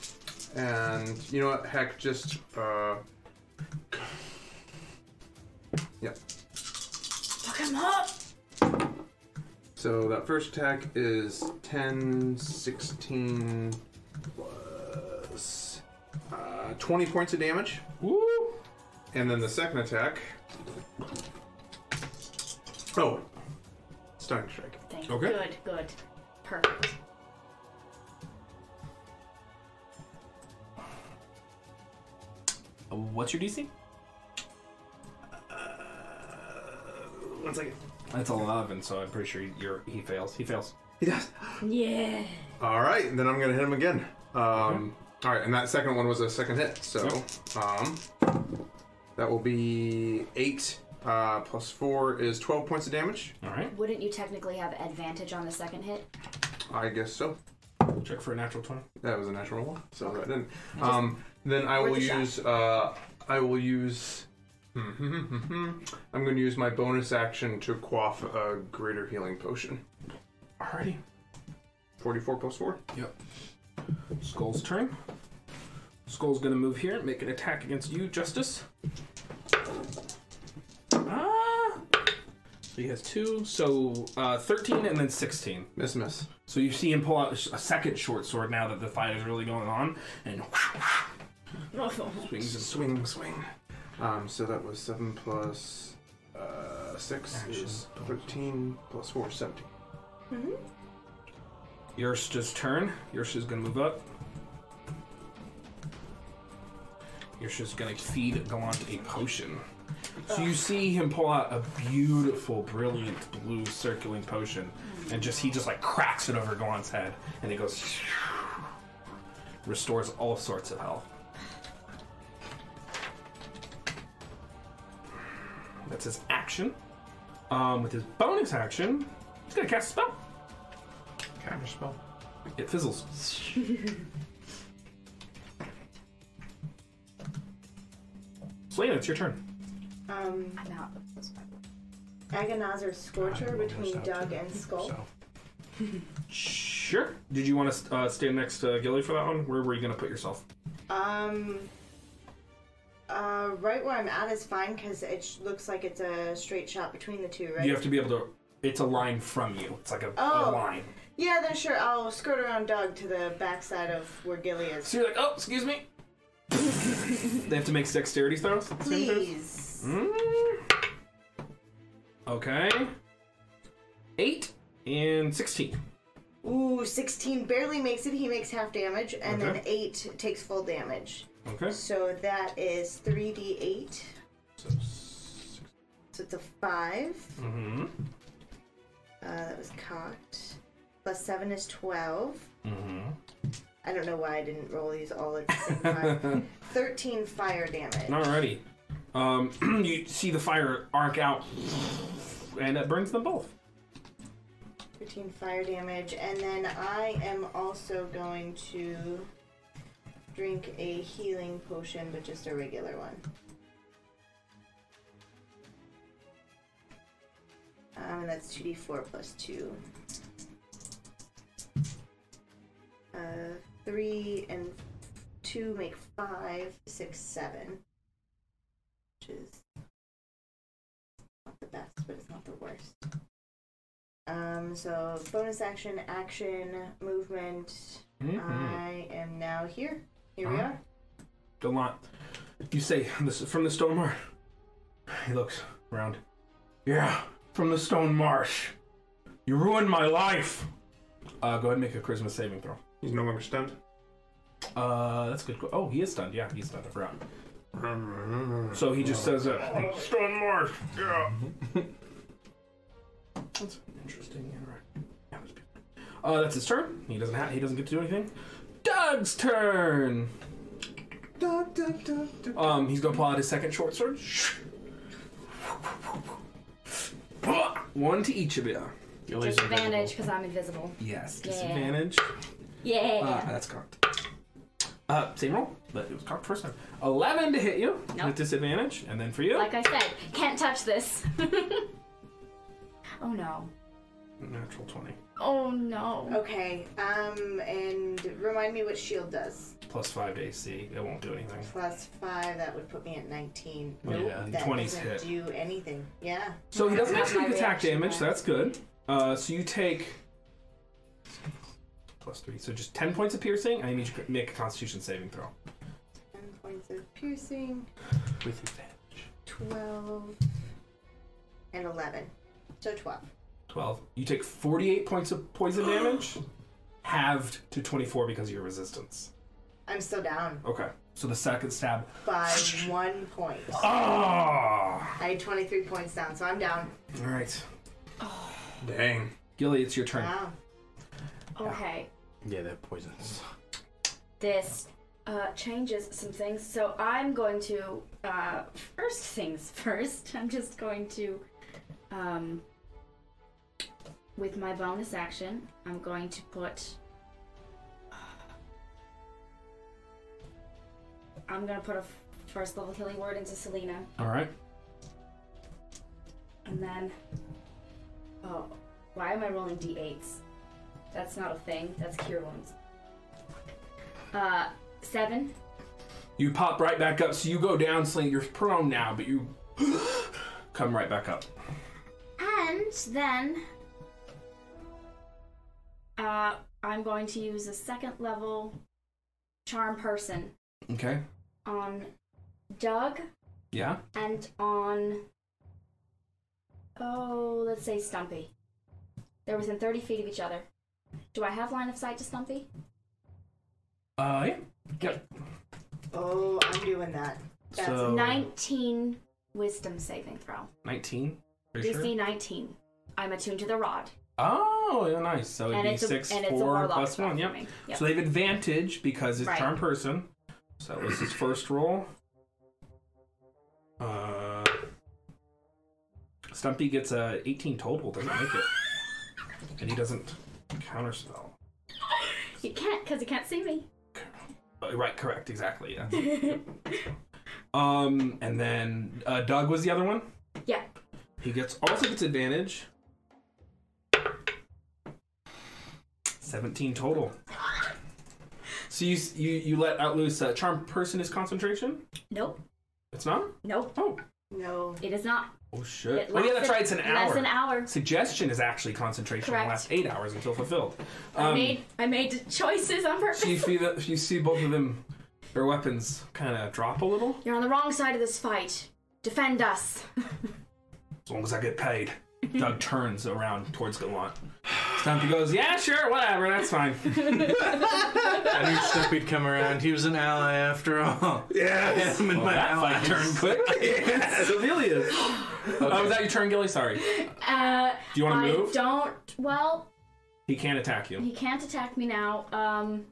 and you know what? Heck, just uh, yeah. Fuck him up! So that first attack is 10, 16 plus uh, 20 points of damage. Woo! And then the second attack. Oh. Stunning strike. Thank Okay. Good, good. Perfect. What's your DC? One second. That's 11, so I'm pretty sure you're, he fails. He fails. He does. Yeah. All right, and then I'm gonna hit him again. Um, All right, and that second one was a second hit, so um, That will be eight uh, plus four is twelve points of damage. All right. Wouldn't you technically have advantage on the second hit? I guess so. Check for a natural twenty. That was a natural one, so Okay. that didn't. Um, then I will Worth a shot. use. Uh, I will use. hmm, I'm going to use my bonus action to quaff a greater healing potion. Alrighty. Forty-four plus four. Skull's turn. Skull's gonna move here and make an attack against you, Justice. Ah! So he has two, so uh, 13 and then 16. Miss, miss. So you see him pull out a sh- a second short sword now that the fight is really going on, and swings his Swing, swing. Um, so that was seven plus uh, six Action. is thirteen plus four, 17. Mm-hmm. Yersta's turn. Yersta's gonna move up. Yersta's gonna feed Gallant a potion. So you see him pull out a beautiful, brilliant blue circling potion, and just he just like cracks it over Gallant's head, and it goes restores all sorts of health. That's his action. Um, with his bonus action, he's gonna cast a spell. Counter spell. It fizzles. Selena, it's your turn. Um, I'm out of this by the way. Agonizer Scorcher I'm between almost out Doug too, and Skull. So Sure. Did you want to uh, stand next to Gilly for that one? Where were you going to put yourself? Um, uh, right where I'm at is fine because it sh- looks like it's a straight shot between the two, right? You have to be able to. It's a line from you. It's like a, a Oh. line. Yeah, then sure. I'll skirt around Doug to the backside of where Gilly is. So you're like, oh, excuse me. they have to make dexterity throws. saving throws? Please. Mm. Okay. Eight and sixteen. Ooh, 16 barely makes it. He makes half damage, and Okay. then 8 takes full damage. Okay. So that is 3d8. So, So it's a 5. mm-hmm. Uh, that was cocked. Plus 7 is 12. Mm-hmm. I don't know why I didn't roll these all at the same time. 13 fire damage. Alrighty. Um, you see the fire arc out, and it burns them both. 13 fire damage. And then I am also going to drink a healing potion, but just a regular one. Um, and that's 2d4 plus 2. Uh, 3 and 2 make 5, 6, 7. Which is not the best, but it's not the worst. Um, so bonus action, action, movement. Mm-hmm. I am now here. Uh, Here we Alright. are. Gallant, you say this from the stone marsh. He looks around. Yeah, from the stone marsh. You ruined my life. Uh, go ahead and make a charisma saving throw. He's no longer stunned. Uh, that's good. Oh, he is stunned. Yeah, he's stunned. I forgot. So he just says, uh, "Stone marsh." Yeah. That's interesting. Yeah, right. Yeah, that's good. Uh, that's his turn. He doesn't have. He doesn't get to do anything. Doug's turn. Da, da, da, da. Um, he's gonna pull out his second short sword. One to each of you. Gilly's Disadvantage invisible. because I'm invisible. Yes. Yeah. Disadvantage. Uh, Yeah. that's cocked. Uh, same roll, but it was cocked first time. Eleven to hit you Nope. with disadvantage, and then for you, like I said, can't touch this. oh no. natural twenty Oh no. Okay. Um, and remind me what shield does. plus five to AC. It won't do anything. Plus five, that would put me at nineteen. Yeah, and that 20's doesn't hit. do anything. Yeah. So Oh, he doesn't Not actually my take attack reaction, damage. but- So that's good. Uh, so you take plus three. So just ten points of piercing. I need you to make a Constitution saving throw. Ten points of piercing, with advantage. twelve, and eleven. So twelve. 12. You take 48 points of poison damage, halved to 24 because of your resistance. I'm still down Okay. So the second stab. by one point. Ah! I had twenty-three points down, so I'm down. All right. Dang. Gilly, it's your turn. Wow. Okay. Yeah, that poisons. This uh, changes some things. So I'm going to uh, first things first. I'm just going to, um, with my bonus action, I'm going to put. I'm gonna put a f- first level healing word into Selena, All right. and then. Oh, why am I rolling d8s? That's not a thing. That's cure wounds. Uh, seven. You pop right back up, so you go down, Selena. You're prone now, but you come right back up. And then uh, I'm going to use a second level charm person Okay. on Doug Yeah. and on oh, let's say Stumpy. They're within 30 feet of each other. Do I have line of sight to Stumpy? Uh, yeah. Oh, I'm doing that. That's so 19 wisdom saving throw. 19. Are you DC sure? 19. I'm attuned to the rod. Oh, yeah, nice. So it'd And be it's, a, six, and it's a four, warlock plus spell one. for Yep. me. Yep. So they have advantage because it's Right. charm person. So that was his first roll. Uh, Stumpy gets a 18 total, doesn't make it, and he doesn't counterspell. you can't, because you can't see me. Uh, Right, correct, exactly. Yeah. um, and then uh, Doug was the other one. Yeah. He gets also gets advantage. 17 total. So you s- you you let out loose uh, charm person is concentration? Nope. It's not? Nope. Oh. No. It is not. Oh shit. It Oh yeah, lasts that's an- right. It's an Less hour. an hour. Suggestion is actually concentration. and Correct. lasts 8 hours until fulfilled. Um, I made I made choices on purpose. so you see that you see both of them their weapons kind of drop a little You're on the wrong side of this fight. Defend us. As long as I get paid. Doug turns around towards Gallant. Stumpy goes, Yeah, sure, whatever, that's fine. I knew Stumpy'd come around. He was an ally after all. Yeah. Him and Well, my that fight allies. turned quick. Civilian. Oh, was that your turn, Gilly? Sorry. Do Uh, you want I to move? don't. Well, He can't attack you. he can't attack me now. Um,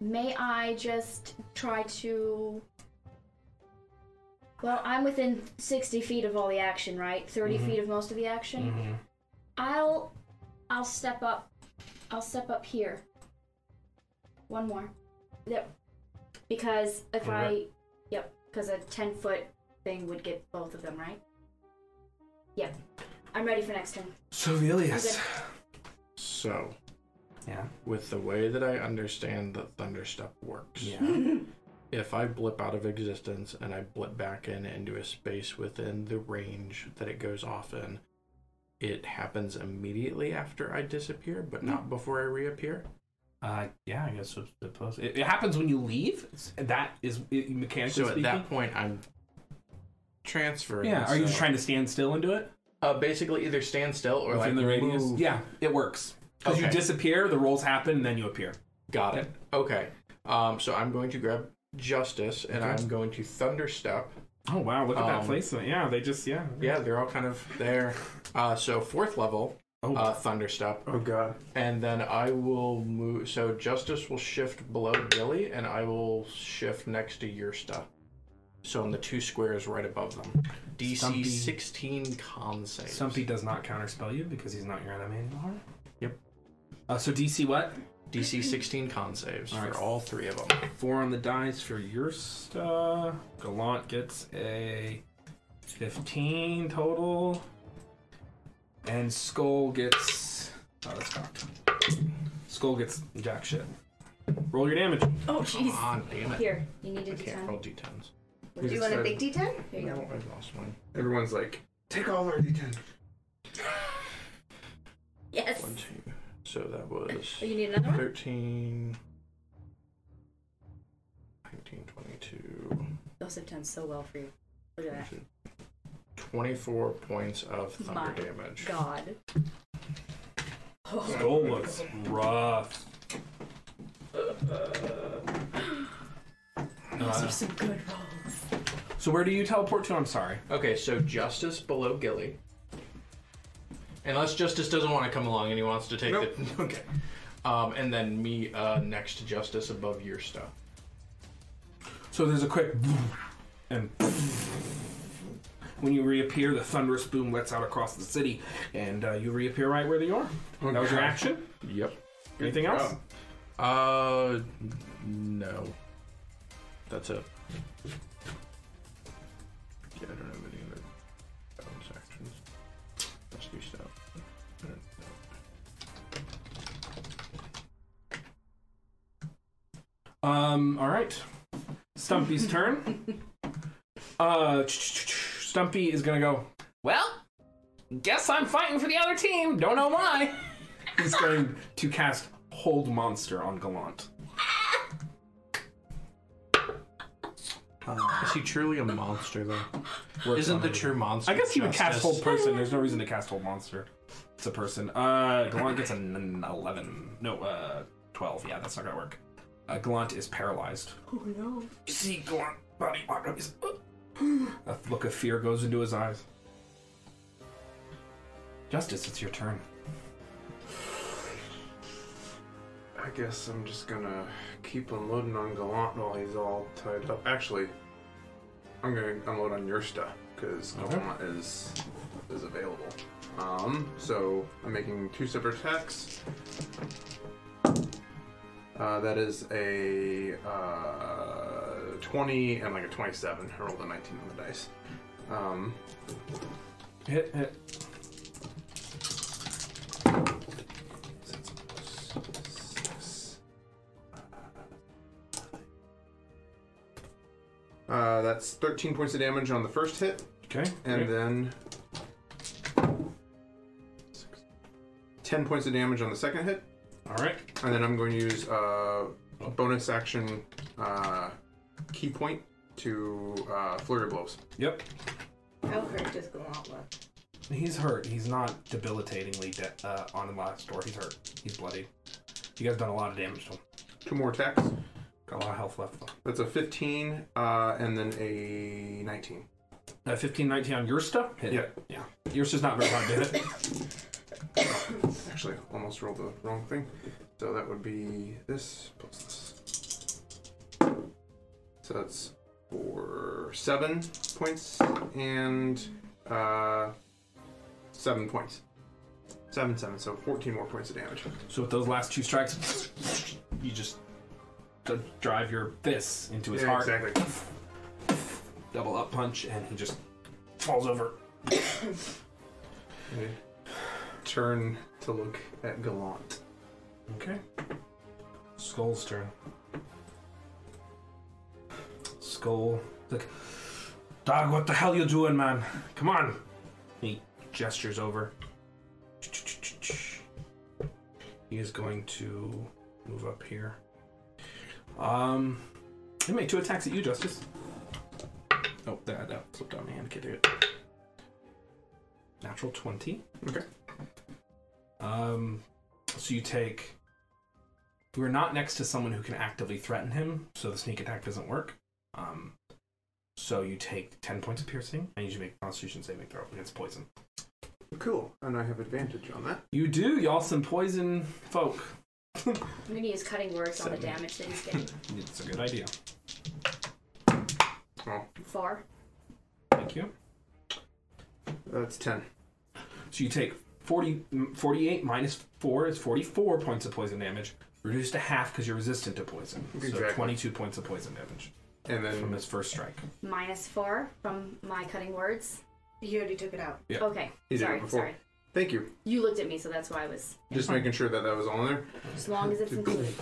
may I just try to? Well, I'm within 60 feet of all the action, right? 30 Mm-hmm. feet of most of the action. Mhm. I'll, I'll step up. I'll step up here. One more. Yep. Because if I, Alright. yep. Because a ten foot thing would get both of them, right? Yep. I'm ready for next turn. Sovelius. So, Yeah. with the way that I understand that Thunderstep works, Yeah. if I blip out of existence and I blip back in into a space within the range that it goes off in, it happens immediately after I disappear, Hmm. but not before I reappear. Uh, yeah, I guess it's supposed. It, it happens when you leave. It's- That is it, mechanically so speaking. at that point, I'm transferring. yeah. Are you just so- trying to stand still and do it Uh, basically, either stand still or like within the radius? move. Yeah, it works. Because you Okay. disappear, the rolls happen, and then you appear. Got it. Okay. Um, so I'm going to grab Justice and Okay. I'm going to Thunderstep. Oh wow! Look at that Um, placement. Yeah, they just yeah. Yeah, they're all kind of there. Uh, so fourth level, Oh. uh, Thunderstep. Oh god. And then I will move. So Justice will shift below Gilly, and I will shift next to Yursta. So in the two squares right above them. DC Stumpy. 16 con saves. Stumpy does not counterspell you because he's not your enemy anymore. Yep. Uh, so DC what? DC 16 con saves Alright. for all three of them. Four on the dice for your stuff. Gallant gets a 15 total. And Skull gets. Oh, that's cocked. Skull gets jack shit. Roll your damage. Oh Come jeez. on, damn it. Here, you need I a can't d10. roll d10s. Do you want a big D10? Here you No, go. I lost one. Everyone's like, take all our D10. Yes. One, two. So that was. Oh, you need another one. 13 19 22 Those have done so well for you. Look at that. 24 points of thunder My damage God. Oh. Skull looks rough. Those Uh, are some good rolls. so, where do you teleport to? I'm sorry. okay so justice below gilly unless justice doesn't want to come along and he wants to take Nope. the okay um, and then me uh, next to justice above your stuff So there's a quick and when you reappear, the thunderous boom lets out across the city, and uh, you reappear right where you are. That was your Okay. action. Yep. Anything else? Uh, no. That's it. Yeah, I don't have any other bonus actions. That's new stuff. I don't know. Um. All right. Stumpy's turn. Uh, Stumpy is gonna go. Well, guess I'm fighting for the other team. Don't know why. He's going to cast Hold Monster on Gallant. Uh, is he truly a monster though? Works Isn't on the it. true monster? I guess he would cast justice? Hold Person. There's no reason to cast Hold Monster. It's a person. Uh, Gallant gets an n- eleven. No, uh, twelve. Yeah, that's not gonna work. Uh, Gallant is paralyzed. Oh no. You see Gallant body wide open. He's- uh, A look of fear goes into his eyes. Justice, it's your turn. I guess I'm just gonna keep unloading on Gallant while he's all tied up. Actually, I'm gonna unload on Yursta because Okay. Gallant is is available. Um, so I'm making two separate attacks. Uh, that is a uh, 20 and like a 27. I rolled a 19 on the dice. Um, Hit, hit. Uh, that's 13 points of damage on the first hit, Okay. and okay. then 10 points of damage on the second hit, All right. and then I'm going to use uh, a bonus action uh, key point to uh, flurry of blows. Yep. How hurt does Gallant look? He's hurt. He's not debilitatingly de- uh, on the last door. He's hurt. He's bloody. You guys done a lot of damage to him. Two more attacks. Got a lot of health left. Though. That's a 15 uh, and then a 19. Uh, 15, 19 on your stuff? Hit. Yeah. Yeah. Yours is not very hard to hit. Actually, almost rolled the wrong thing. So that would be this plus this. So that's for seven points and uh, seven points. Seven, seven. So 14 more points of damage. So with those last two strikes, you just d- drive your fists into his Yeah, heart. exactly. Double up punch, and he just falls over. Okay. Turn to look at Gallant. Okay. Skull's turn. Skull. Look. Dog, what the hell you doing, man? Come on. He gestures over. He is going to move up here. Um, he made two attacks at you, Justice. Oh, that, that slipped out of my hand. Can't do it. Natural 20. Okay. Um, so you take. You are not next to someone who can actively threaten him, so the sneak attack doesn't work. Um, so you take ten points of piercing, and you should make a Constitution saving throw against poison. Cool. And I have advantage on that. You do, y'all, some poison folk. I'm gonna use cutting words on the Seven. damage that he's getting. It's a good idea. Four. Thank you. That's 10. So you take 40, mm, 48 minus four is forty-four points of poison damage, reduced to half because you're resistant to poison. So Exactly. twenty-two points of poison damage And then from his first strike. Minus four from my cutting words. You already took it out. Yeah. Okay. He did it sorry, before. sorry. Thank you. You looked at me, so that's why I was. Just making sure that that was all in there. As long as it's included.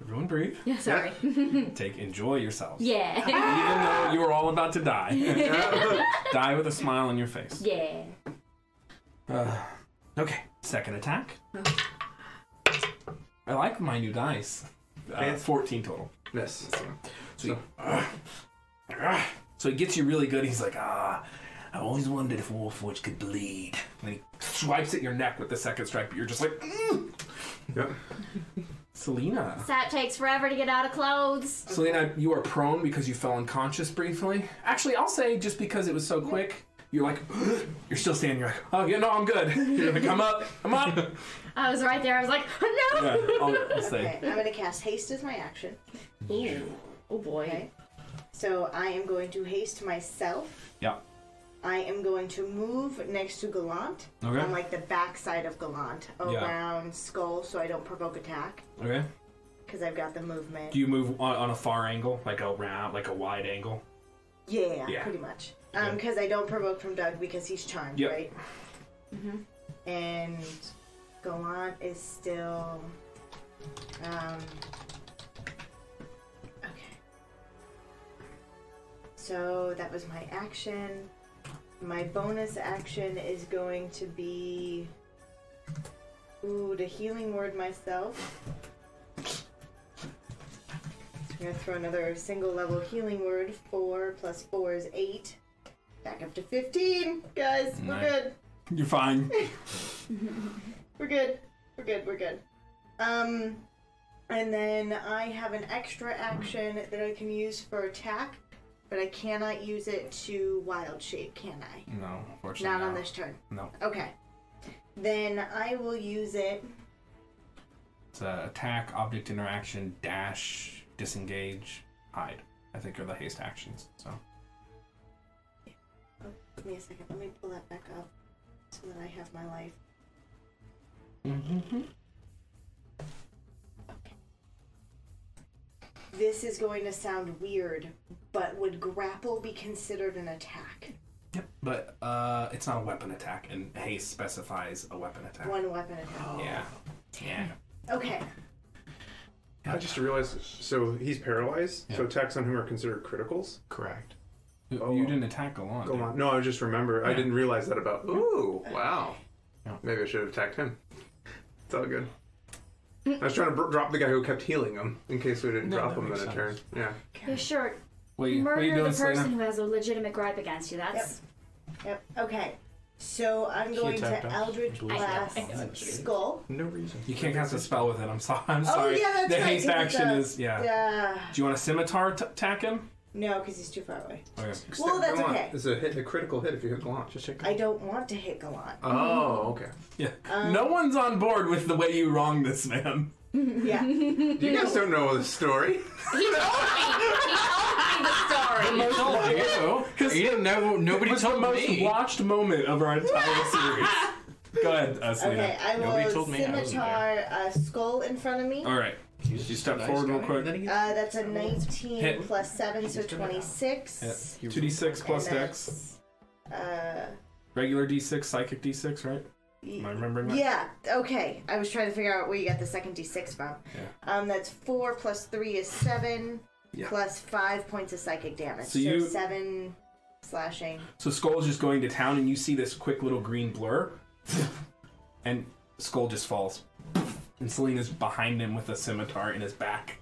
Everyone breathe. Yeah, sorry. Take enjoy yourselves. Yeah. Even though you were all about to die, die with a smile on your face. yeah. Uh, okay, second attack. I like my new dice. Uh, Yes. 14 total. Miss. So, he, Ah. so he gets you really good. He's like, ah, I always wondered if Warforged could bleed. And he swipes at your neck with the second strike, but you're just like, mm. Yep. Selena. Sap takes forever to get out of clothes. Selena, you are prone because you fell unconscious briefly. Actually, I'll say just because it was so quick, you're like, you're still standing. You're like, oh yeah, no, I'm good. You're like, I'm up, I'm up. I was right there. I was like, no. Yeah, I'll, I'll say. Okay, I'm gonna cast haste as my action. Oh boy. Okay. So I am going to haste myself. Yeah. I am going to move next to Gallant on like the backside of Gallant Yeah. around Skull so I don't provoke attack Okay. because I've got the movement. Do you move on, on a far angle, like a round, like a wide angle? yeah, Yeah. pretty much. Yeah. Um, because I don't provoke from Doug because he's charmed, Yep. right? Mm-hmm. And Gallant is still. Um, okay. So that was my action. My bonus action is going to be. Ooh, the healing word myself. So I'm gonna throw another single level healing word. Four plus four is eight. Back up to 15. Guys, we're Nice. good. You're fine. We're good. We're good. We're good. Um, and then I have an extra action that I can use for attack, but I cannot use it to wild shape, can I? No, unfortunately. Not on no. this turn. No. Okay. Then I will use it. It's uh, attack, object interaction, dash, disengage, hide. I think are the haste actions. So Give me a second. Let me pull that back up so that I have my life. Mm-hmm. This is going to sound weird, but would grapple be considered an attack? yep. But uh, it's not a weapon attack, and haste specifies a weapon attack. One weapon attack. Yeah. Yeah. Okay. I just realized. So he's paralyzed. So Yeah. attacks on him are considered criticals. Correct. You- Oh. You didn't attack Galan. Go did on. No, I just remember. I Yeah. didn't realize that about. Ooh, wow. Yeah. Maybe I should have attacked him. It's all good. Mm. I was trying to br- drop the guy who kept healing him in case we didn't No, drop that him in makes a sense. turn. Yeah. Yeah, sure. What you, what Murder you doing, the person Selena? who has a legitimate gripe against you. That's Yep. Okay. So I'm She going attacked to us. Eldritch Blue Blast spell. Oh, that's Skull. No reason. You can't cast a spell with it. I'm sorry. I'm sorry. Oh, yeah, the that's right, haste 'cause it's action a- is yeah. Uh, Do you want a scimitar t- attack him? no, because he's too far away. Okay. Well, that's Go on. okay. It's a hit, a critical hit if you hit the launch. Just take I don't want to hit Gallant. Oh, okay. Yeah. Um, no one's on board with the way you wrong this man. Yeah. You guys don't know the story. sorry. You didn't know. Nobody It's the told most me. watched moment of our entire series. Go ahead, uh, Selena. Okay, I Nobody will told me I wasn't scimitar uh, skull in front of me. All right. He's You just step a nice forward real guy. quick. Then he Uh, that's gets- a 19 Hit. plus 7, so Just do it now. 26. Hit. You- 2d6 plus And dex. that's, Uh, Regular d6, psychic d6, right? y- Am I remembering that? yeah, okay. I was trying to figure out where you got the second d6 from. Yeah. Um, that's 4 plus 3 is 7, Yeah. plus 5 points of psychic damage. So you- 7 slashing. So Skull's just going to town, and you see this quick little green blur, and Skull just falls. And Selena's behind him with a scimitar in his back.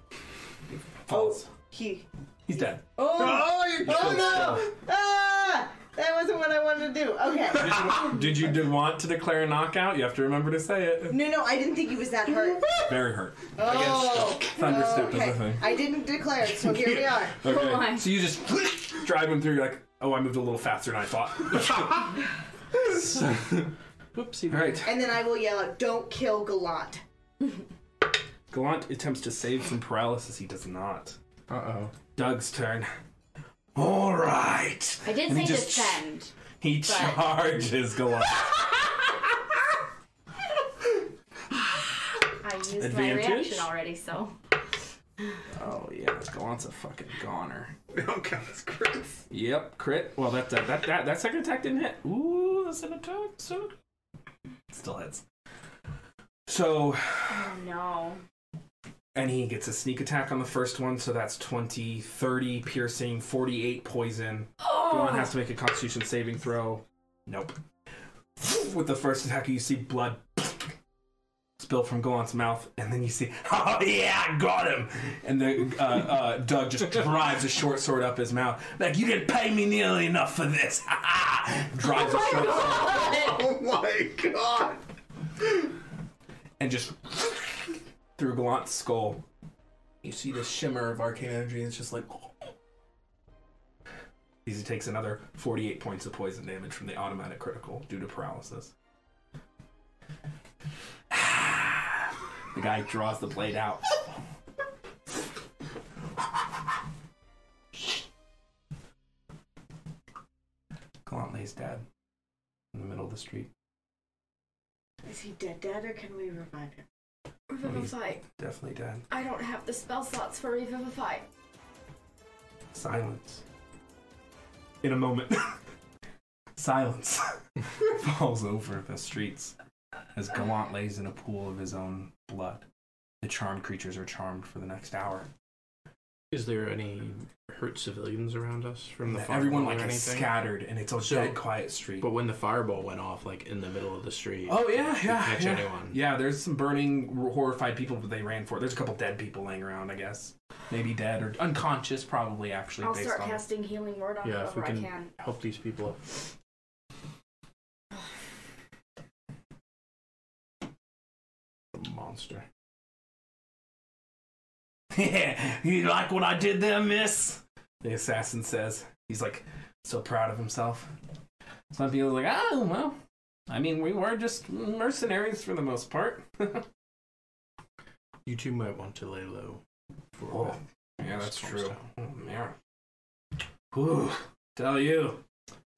Falls. He. He's dead. Oh! you Oh no! Ah! That wasn't what I wanted to do. Okay. Did you de- want to declare a knockout? You have to remember to say it. No, no, I didn't think he was that hurt. Very hurt. Oh, Thunderstep okay. is a thing. I didn't declare it, so here we are. Okay. Oh my. So you just drive him through. You're like, oh, I moved a little faster than I thought. Whoopsie. All right. And then I will yell out, "Don't kill Gallant." Gallant attempts to save from paralysis. He does not. Uh oh. Doug's turn. All right. I did And say he just- defend. He charges Gallant. I used Advantage? my reaction already, so. Oh yeah, Gallant's a fucking goner. Oh god, that's gross. Yep, crit. Well, that that that that, that second attack didn't hit. Ooh, that's an attack. So still hits. So Oh no. and he gets a sneak attack on the first one, so that's 20, 30 piercing, 48 poison. Golan has to make a constitution saving throw. Nope. With the first attack, you see blood spill from Golan's mouth, and then you see, oh yeah, I got him! And then uh, uh, Doug just drives a short sword up his mouth. Like, you didn't pay me nearly enough for this! drives a short sword Oh my god. and just through Gallant's skull. You see the shimmer of arcane energy, and it's just like. He takes another 48 points of poison damage from the automatic critical due to paralysis. the guy draws the blade out. street. Is he dead, dead, or can we revive him? Revivify. Definitely dead. I don't have the spell slots for revivify. Silence. In a moment, silence falls over the streets as Gallant lays in a pool of his own blood. The charmed creatures are charmed for the next hour. Is there any hurt civilians around us from the And fireball everyone like or is anything? scattered, and it's a So- dead quiet street. But when the fireball went off, like in the middle of the street, Oh, yeah, did you yeah, catch yeah. anyone? Yeah, there's some burning, horrified people, but they ran for it. There's a couple dead people laying around, I guess. Maybe dead or unconscious, probably, actually, I'll based start on. casting healing word on Yeah, if whoever we I can- can. Help these people up. Monster. Yeah, you like what I did there, miss? The assassin says. He's like, so proud of himself. Some people are like, oh, well, I mean, we were just mercenaries for the most part. yeah, You two might want to lay low. For a Oh, bit. that's Storm true. stone. Oh, man. Whew, tell you.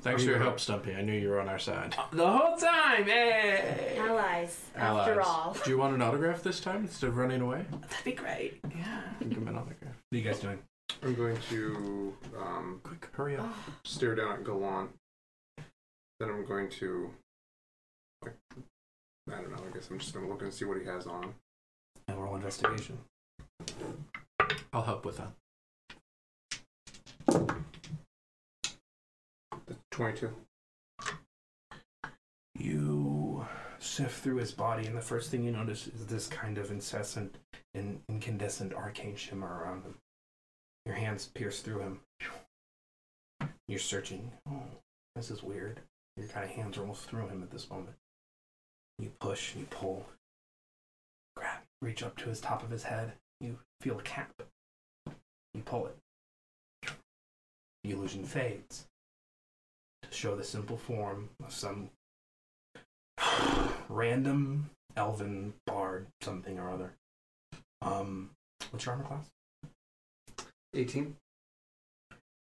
Thanks for Are you Oh. your gonna- help, Stumpy. I knew you were on our side. The whole time, hey! Allies, after Allies. all. Do you want an autograph this time instead of running away? That'd be great. Yeah. Give him an autograph. What are you guys doing? I'm going to um, Quick, hurry up. Oh, stare down at Gallant. Then I'm going to, like, I don't know. I guess I'm just going to look and see what he has on. him. And roll investigation. I'll help with that. The 22. You sift through his body, and the first thing you notice is this kind of incessant and incandescent arcane shimmer around him. Your hands pierce through him. You're searching. Oh, this is weird. Your kind of hands are almost through him at this moment. You push, you pull, grab, reach up to his top of his head. You feel a cap. You pull it. The illusion fades to show the simple form of some random elven bard something or other. Um, what's your armor class? 18.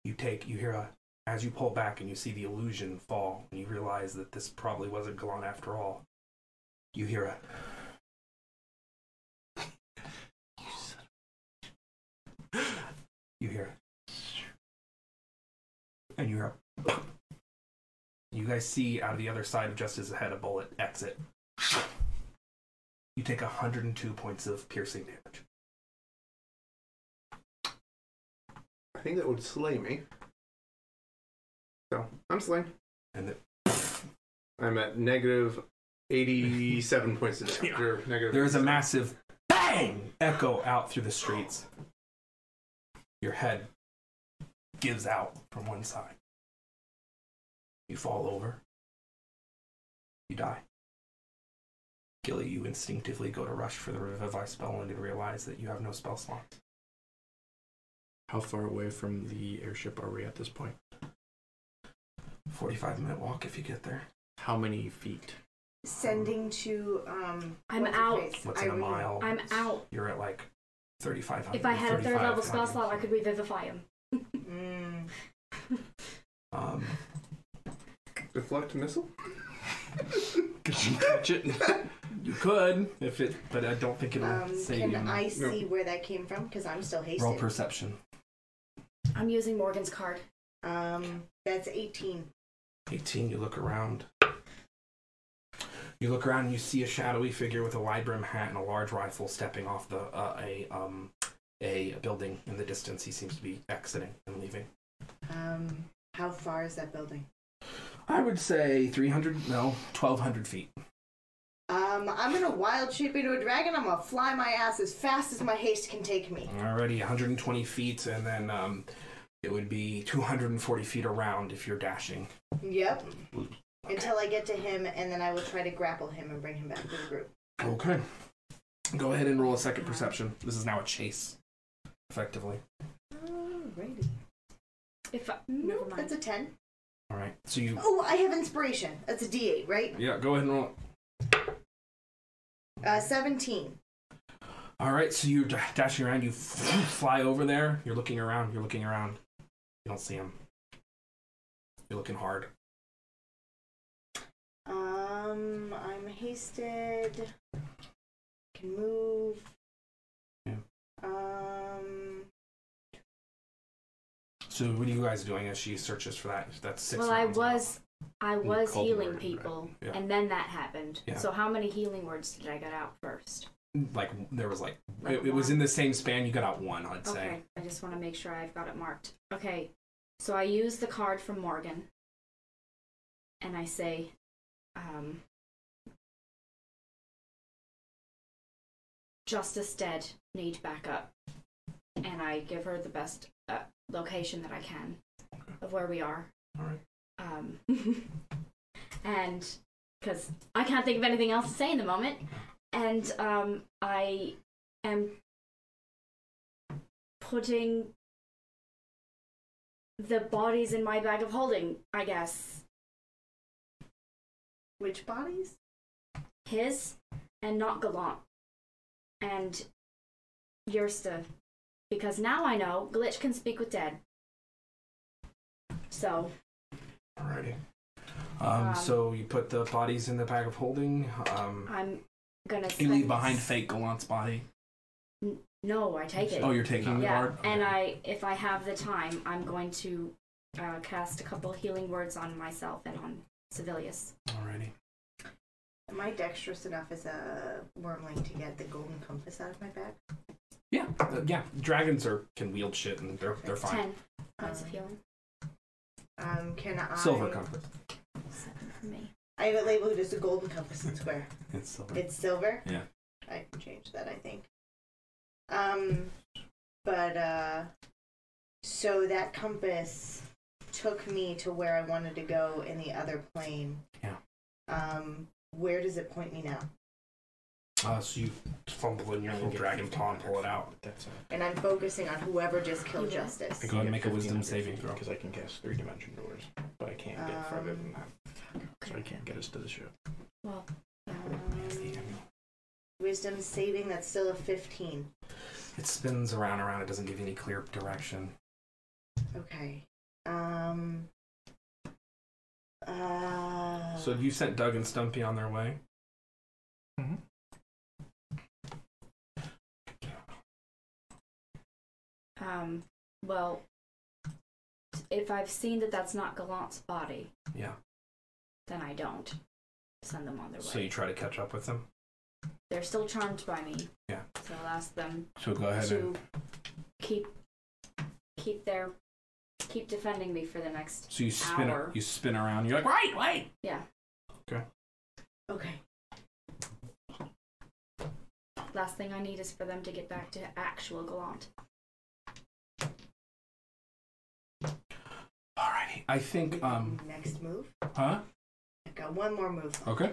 You take you hear a as you pull back and you see the illusion fall and you realize that this probably wasn't Galan after all. You hear a you hear a and you hear a you guys see out of the other side of Justice's head a bullet exit. You take 102 points of piercing damage. I think that would slay me. So, I'm slain. And it I'm at negative 87 points of damage. Yeah. Or negative There is a 87. massive bang echo out through the streets. Your head gives out from one side. You fall over. You die. Gilly, you instinctively go to rush for the Revivify spell and you realize that you have no spell slots. How far away from the airship are we at this point? 45 minute walk if you get there. How many feet? Sending to um. I'm what's her out. face? What's in a Irene. mile? I'm Oh, out. You're at like 3,500. If I had a third 3,500. level spell slot, I could revivify him. Mm. Um, deflect missile. Could you catch it? you could, if it, but I don't think it'll Um, save can you. I see where that came from? Because I'm still Roll hasted. perception. I'm using Morgan's card. um, that's 18. 18, you look around. You look around and you see a shadowy figure with a wide brim hat and a large rifle stepping off the uh, a um a building in the distance. He seems to be exiting and leaving. Um, how far is that building? I would say 300, no, 1200 feet. Um, I'm gonna wild shape into a dragon. I'm gonna fly my ass as fast as my haste can take me. Already 120 feet, and then um, it would be 240 feet around if you're dashing. Yep. Until I get to him, and then I will try to grapple him and bring him back to the group. Okay. Go ahead and roll a second perception. This is now a chase, effectively. Alrighty. If I, never Nope, mind. that's a 10. All right. So you, Oh, I have inspiration. That's a D8, right? yeah, go ahead and roll. Uh, 17. All right, so you're d- dashing around. You f- fly over there. You're looking around. You're looking around. You don't see him. You're looking hard. Um, I'm hasted. Can move. Yeah. Um. So what are you guys doing as she searches for that? That's six. well, I rounds now. was, I the was cold healing word, right? people, Yeah. and then that happened. Yeah. So how many healing words did I get out first? like there was like Like it, it was in one? the same span. You got out one, I'd Okay, say. I just want to make sure I've got it marked. Okay, so I use the card from Morgan, and I say, um, "Justice dead, need backup," and I give her the best uh, location that I can of where we are. Alright. Um, and because I can't think of anything else to say in the moment, and um, I am putting the bodies in my bag of holding, I guess. Which bodies? His and not Gallant. And Yursta. Because now I know Glitch can speak with dead. So, Alrighty. Um, Um, uh, so you put the bodies in the bag of holding. Um, I'm gonna you spend- leave behind fake Gallant's body. No, I take it. Oh, you're taking yeah, the bard. and Okay. I, if I have the time, I'm going to uh, cast a couple healing words on myself and on Civilius. Alrighty. Am I dexterous enough as a wormling to get the golden compass out of my bag? Yeah, uh, yeah. Dragons are can wield shit and they're they're fine. Ten points of Um, healing. Um, can I? Silver compass. Seven for me. I have it labeled as a golden compass in square. It's silver. It's silver. Yeah. I can change that. I think. Um, but uh, so that compass took me to where I wanted to go in the other plane. Yeah. Um, where does it point me now? Uh, so you fumble in your little dragon paw and pull it out. That's it. And I'm focusing on whoever just killed Yeah. Justice. Go ahead and make a wisdom saving throw. Because I can cast three dimension doors, but I can't get further than that. So I can't get us to the ship. Um, Wisdom saving. That's still a fifteen. It spins around and around. It doesn't give you any clear direction. Okay. Um. Uh. So you sent Doug and Stumpy on their way. Um, well, if I've seen that that's not Gallant's body, Yeah. then I don't send them on their way. So you try to catch up with them. They're still charmed by me. Yeah. So I'll ask them So go ahead to and keep keep their keep defending me for the next. so you spin Hour. you spin around. You're like right, wait. okay. Last thing I need is for them to get back to actual Gallant. Alrighty. I think um Next move. huh I got one more move. okay.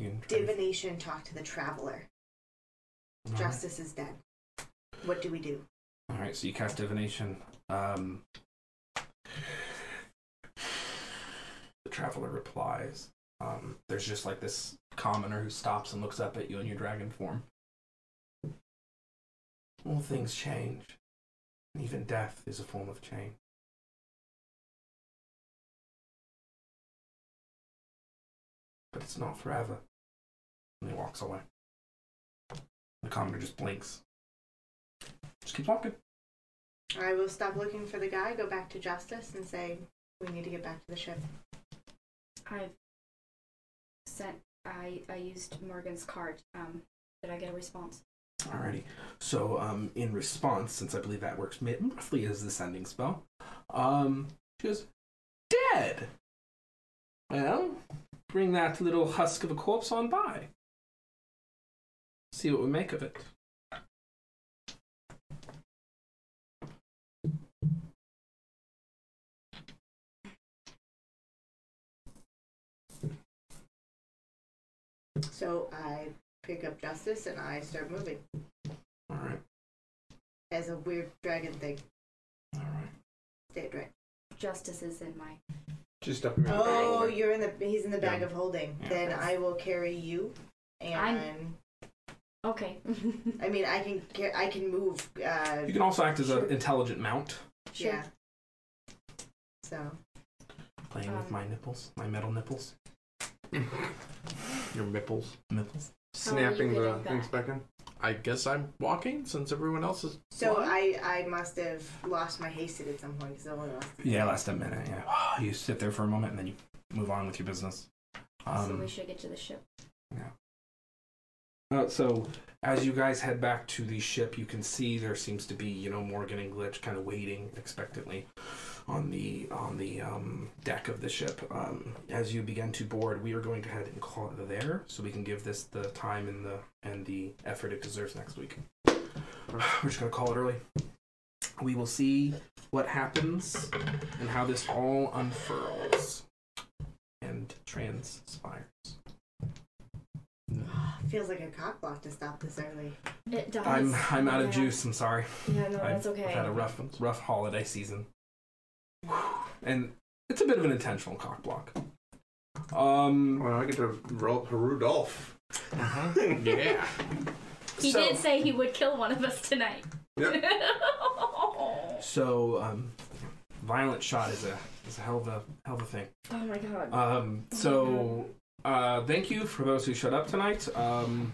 You can try to- Divination. Talk to the traveler. Alright. Justice is dead. What do we do? All right, so you cast divination. Um, the traveler replies. Um, there's just like this commoner who stops and looks up at you in your dragon form. All things change, and even death is a form of change. But it's not forever. And he walks away. The commoner just blinks. Just keeps walking. I will stop looking for the guy. Go back to Justice and say we need to get back to the ship. I sent. I I used Morgan's card. Um, did I get a response? Alrighty. So, um, in response, since I believe that works mi- roughly as the sending spell, um, she goes, Dead! Well, bring that little husk of a corpse on by. See what we make of it. So I pick up Justice and I start moving Alright, as a weird dragon thing. alright. Stay right. Justice is in my. Just up in the Oh, corridor. you're in the. He's in the bag Yeah. of holding. Yeah. Then I will carry you. And I'm- Okay. I mean, I can ca- I can move. Uh, You can also act as an Sure. intelligent mount, Sure. Yeah. So playing with Um. Oh. my nipples, my metal nipples. Your mipples. Nipples. Snapping getting the back? things back in. I guess I'm walking since everyone else is. So What? I, I must have lost my hasted at some point because I only lost. Yeah, last a minute. Yeah, you sit there for a moment and then you move on with your business. so Um, we should get to the ship. Uh, so as you guys head back to the ship, you can see there seems to be you know Morgan and Glitch kind of waiting expectantly on the on the um, deck of the ship. Um, as you begin to board, we are going to head and call it there so we can give this the time and the and the effort it deserves next week. We're just gonna call it early. We will see what happens and how this all unfurls and transpires. Feels like a cock block to stop this early. It does. I'm I'm out of Yeah. juice. I'm sorry. Yeah, no, I've- that's okay. We've had a rough, rough holiday season, Whew. and it's a bit of an intentional cock block. Um, Well, Oh, I get to roll Rudolph. Yeah. He so, did say he would kill one of us tonight. Yep. oh So, um, violent shot is a is a hell of a hell of a thing. my god. Um, so, uh, thank you for those who showed up tonight. Um,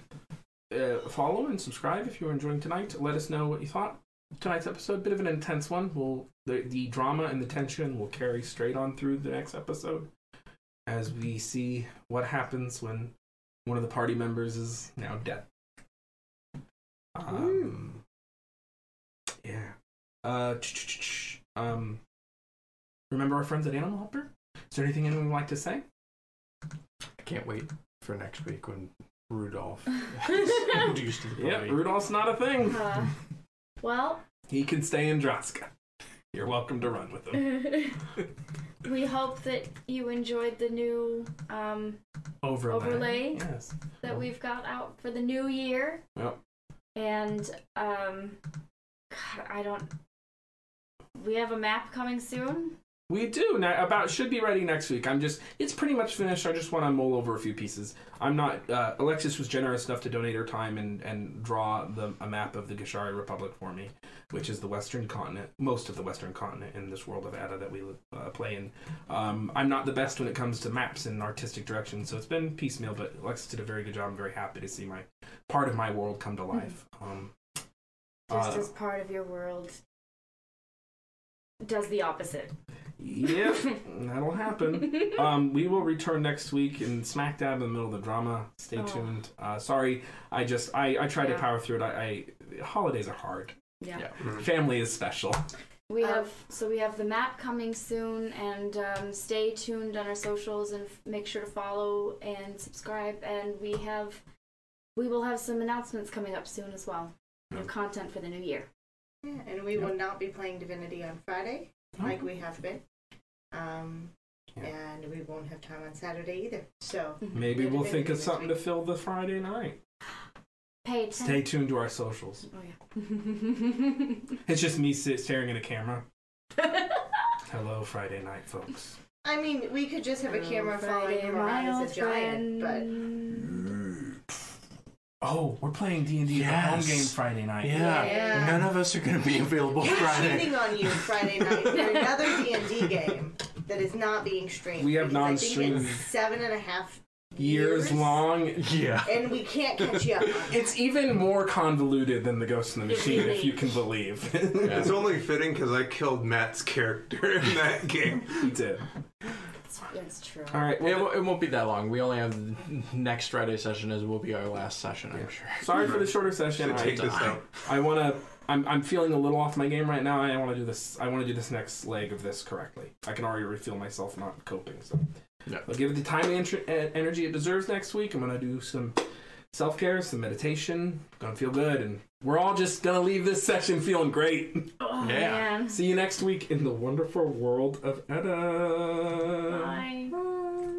uh, follow and subscribe if you're enjoying tonight. Let us know what you thought. Tonight's episode, bit of an intense one. We'll the, the drama and the tension will carry straight on through the next episode as we see what happens when one of the party members is now dead. Um, yeah. Uh, um, remember our friends at Animal Helper? Is there anything anyone would like to say? I can't wait for next week when Rudolph is uh, introduced to the Yeah, party. Rudolph's not a thing. well, He can stay in Droska. You're welcome to run with him. we hope that you enjoyed the new um, Overlay. Overlay. Yes. that we've got out for the new year. Yep. And um, God, I don't. We have a map coming soon. We do now. About should be ready next week. I'm just. It's pretty much finished. I just want to mull over a few pieces. I'm not. Uh, Alexis was generous enough to donate her time and and draw the a map of the Gishari Republic for me, which is the Western continent, most of the Western continent in this world of Ada that we uh, play in. Um, I'm not the best when it comes to maps and artistic direction, so it's been piecemeal. But Alexis did a very good job. I'm very happy to see my part of my world come to life. Um, Mm-hmm. Just uh, as part of your world does the opposite. yeah, that'll happen. um, we will return next week in smack dab in the middle of the drama. Stay Oh. tuned. Uh, sorry, I just I I tried to Yeah. power through it. I, I holidays are hard. yeah. Yeah. Family is special. We Um, have so we have the map coming soon, and um, stay tuned on our socials and f- make sure to follow and subscribe. And we have we will have some announcements coming up soon as well. New Yeah. content for the new year. Yeah, and we will not be playing Divinity on Friday like we have been. Um, Yeah. And we won't have time on Saturday either. So Mm-hmm. Maybe Yeah, we'll thank think you of next something to week. fill the Friday night. Pay attention. Stay tuned to our socials. Oh yeah. It's just me sit staring at a camera. Hello, Friday night, folks. I mean, we could just Oh, have a camera following him around as a giant, Mm. Oh, we're playing D and D home Yes. game Friday night. Yeah. Yeah. None of us are going to be available but we're Friday. cheating on you Friday night for another D and D game that is not being streamed. We have because I think non-streamed it's seven and a half Years, long. Yeah. and we can't catch you up. It's even more convoluted than the Ghost in the Machine, if you can believe. It's only fitting because I killed Matt's character in that game. we did. That's, that's true. All right. It, Well, wo- it won't be that long. We only have next Friday session as will be our last session, I'm sure. sorry for the shorter session. Should I- take this out. I want to. I'm, I'm feeling a little off my game right now. I want to do this. I want to do this next leg of this correctly. I can already feel myself not coping. So Yeah. I'll give it the time and entr- and energy it deserves next week. I'm gonna do some self care, some meditation. Gonna feel good, and we're all just gonna leave this session feeling great. Oh, Yeah. man. See you next week in the wonderful world of Edda. Bye.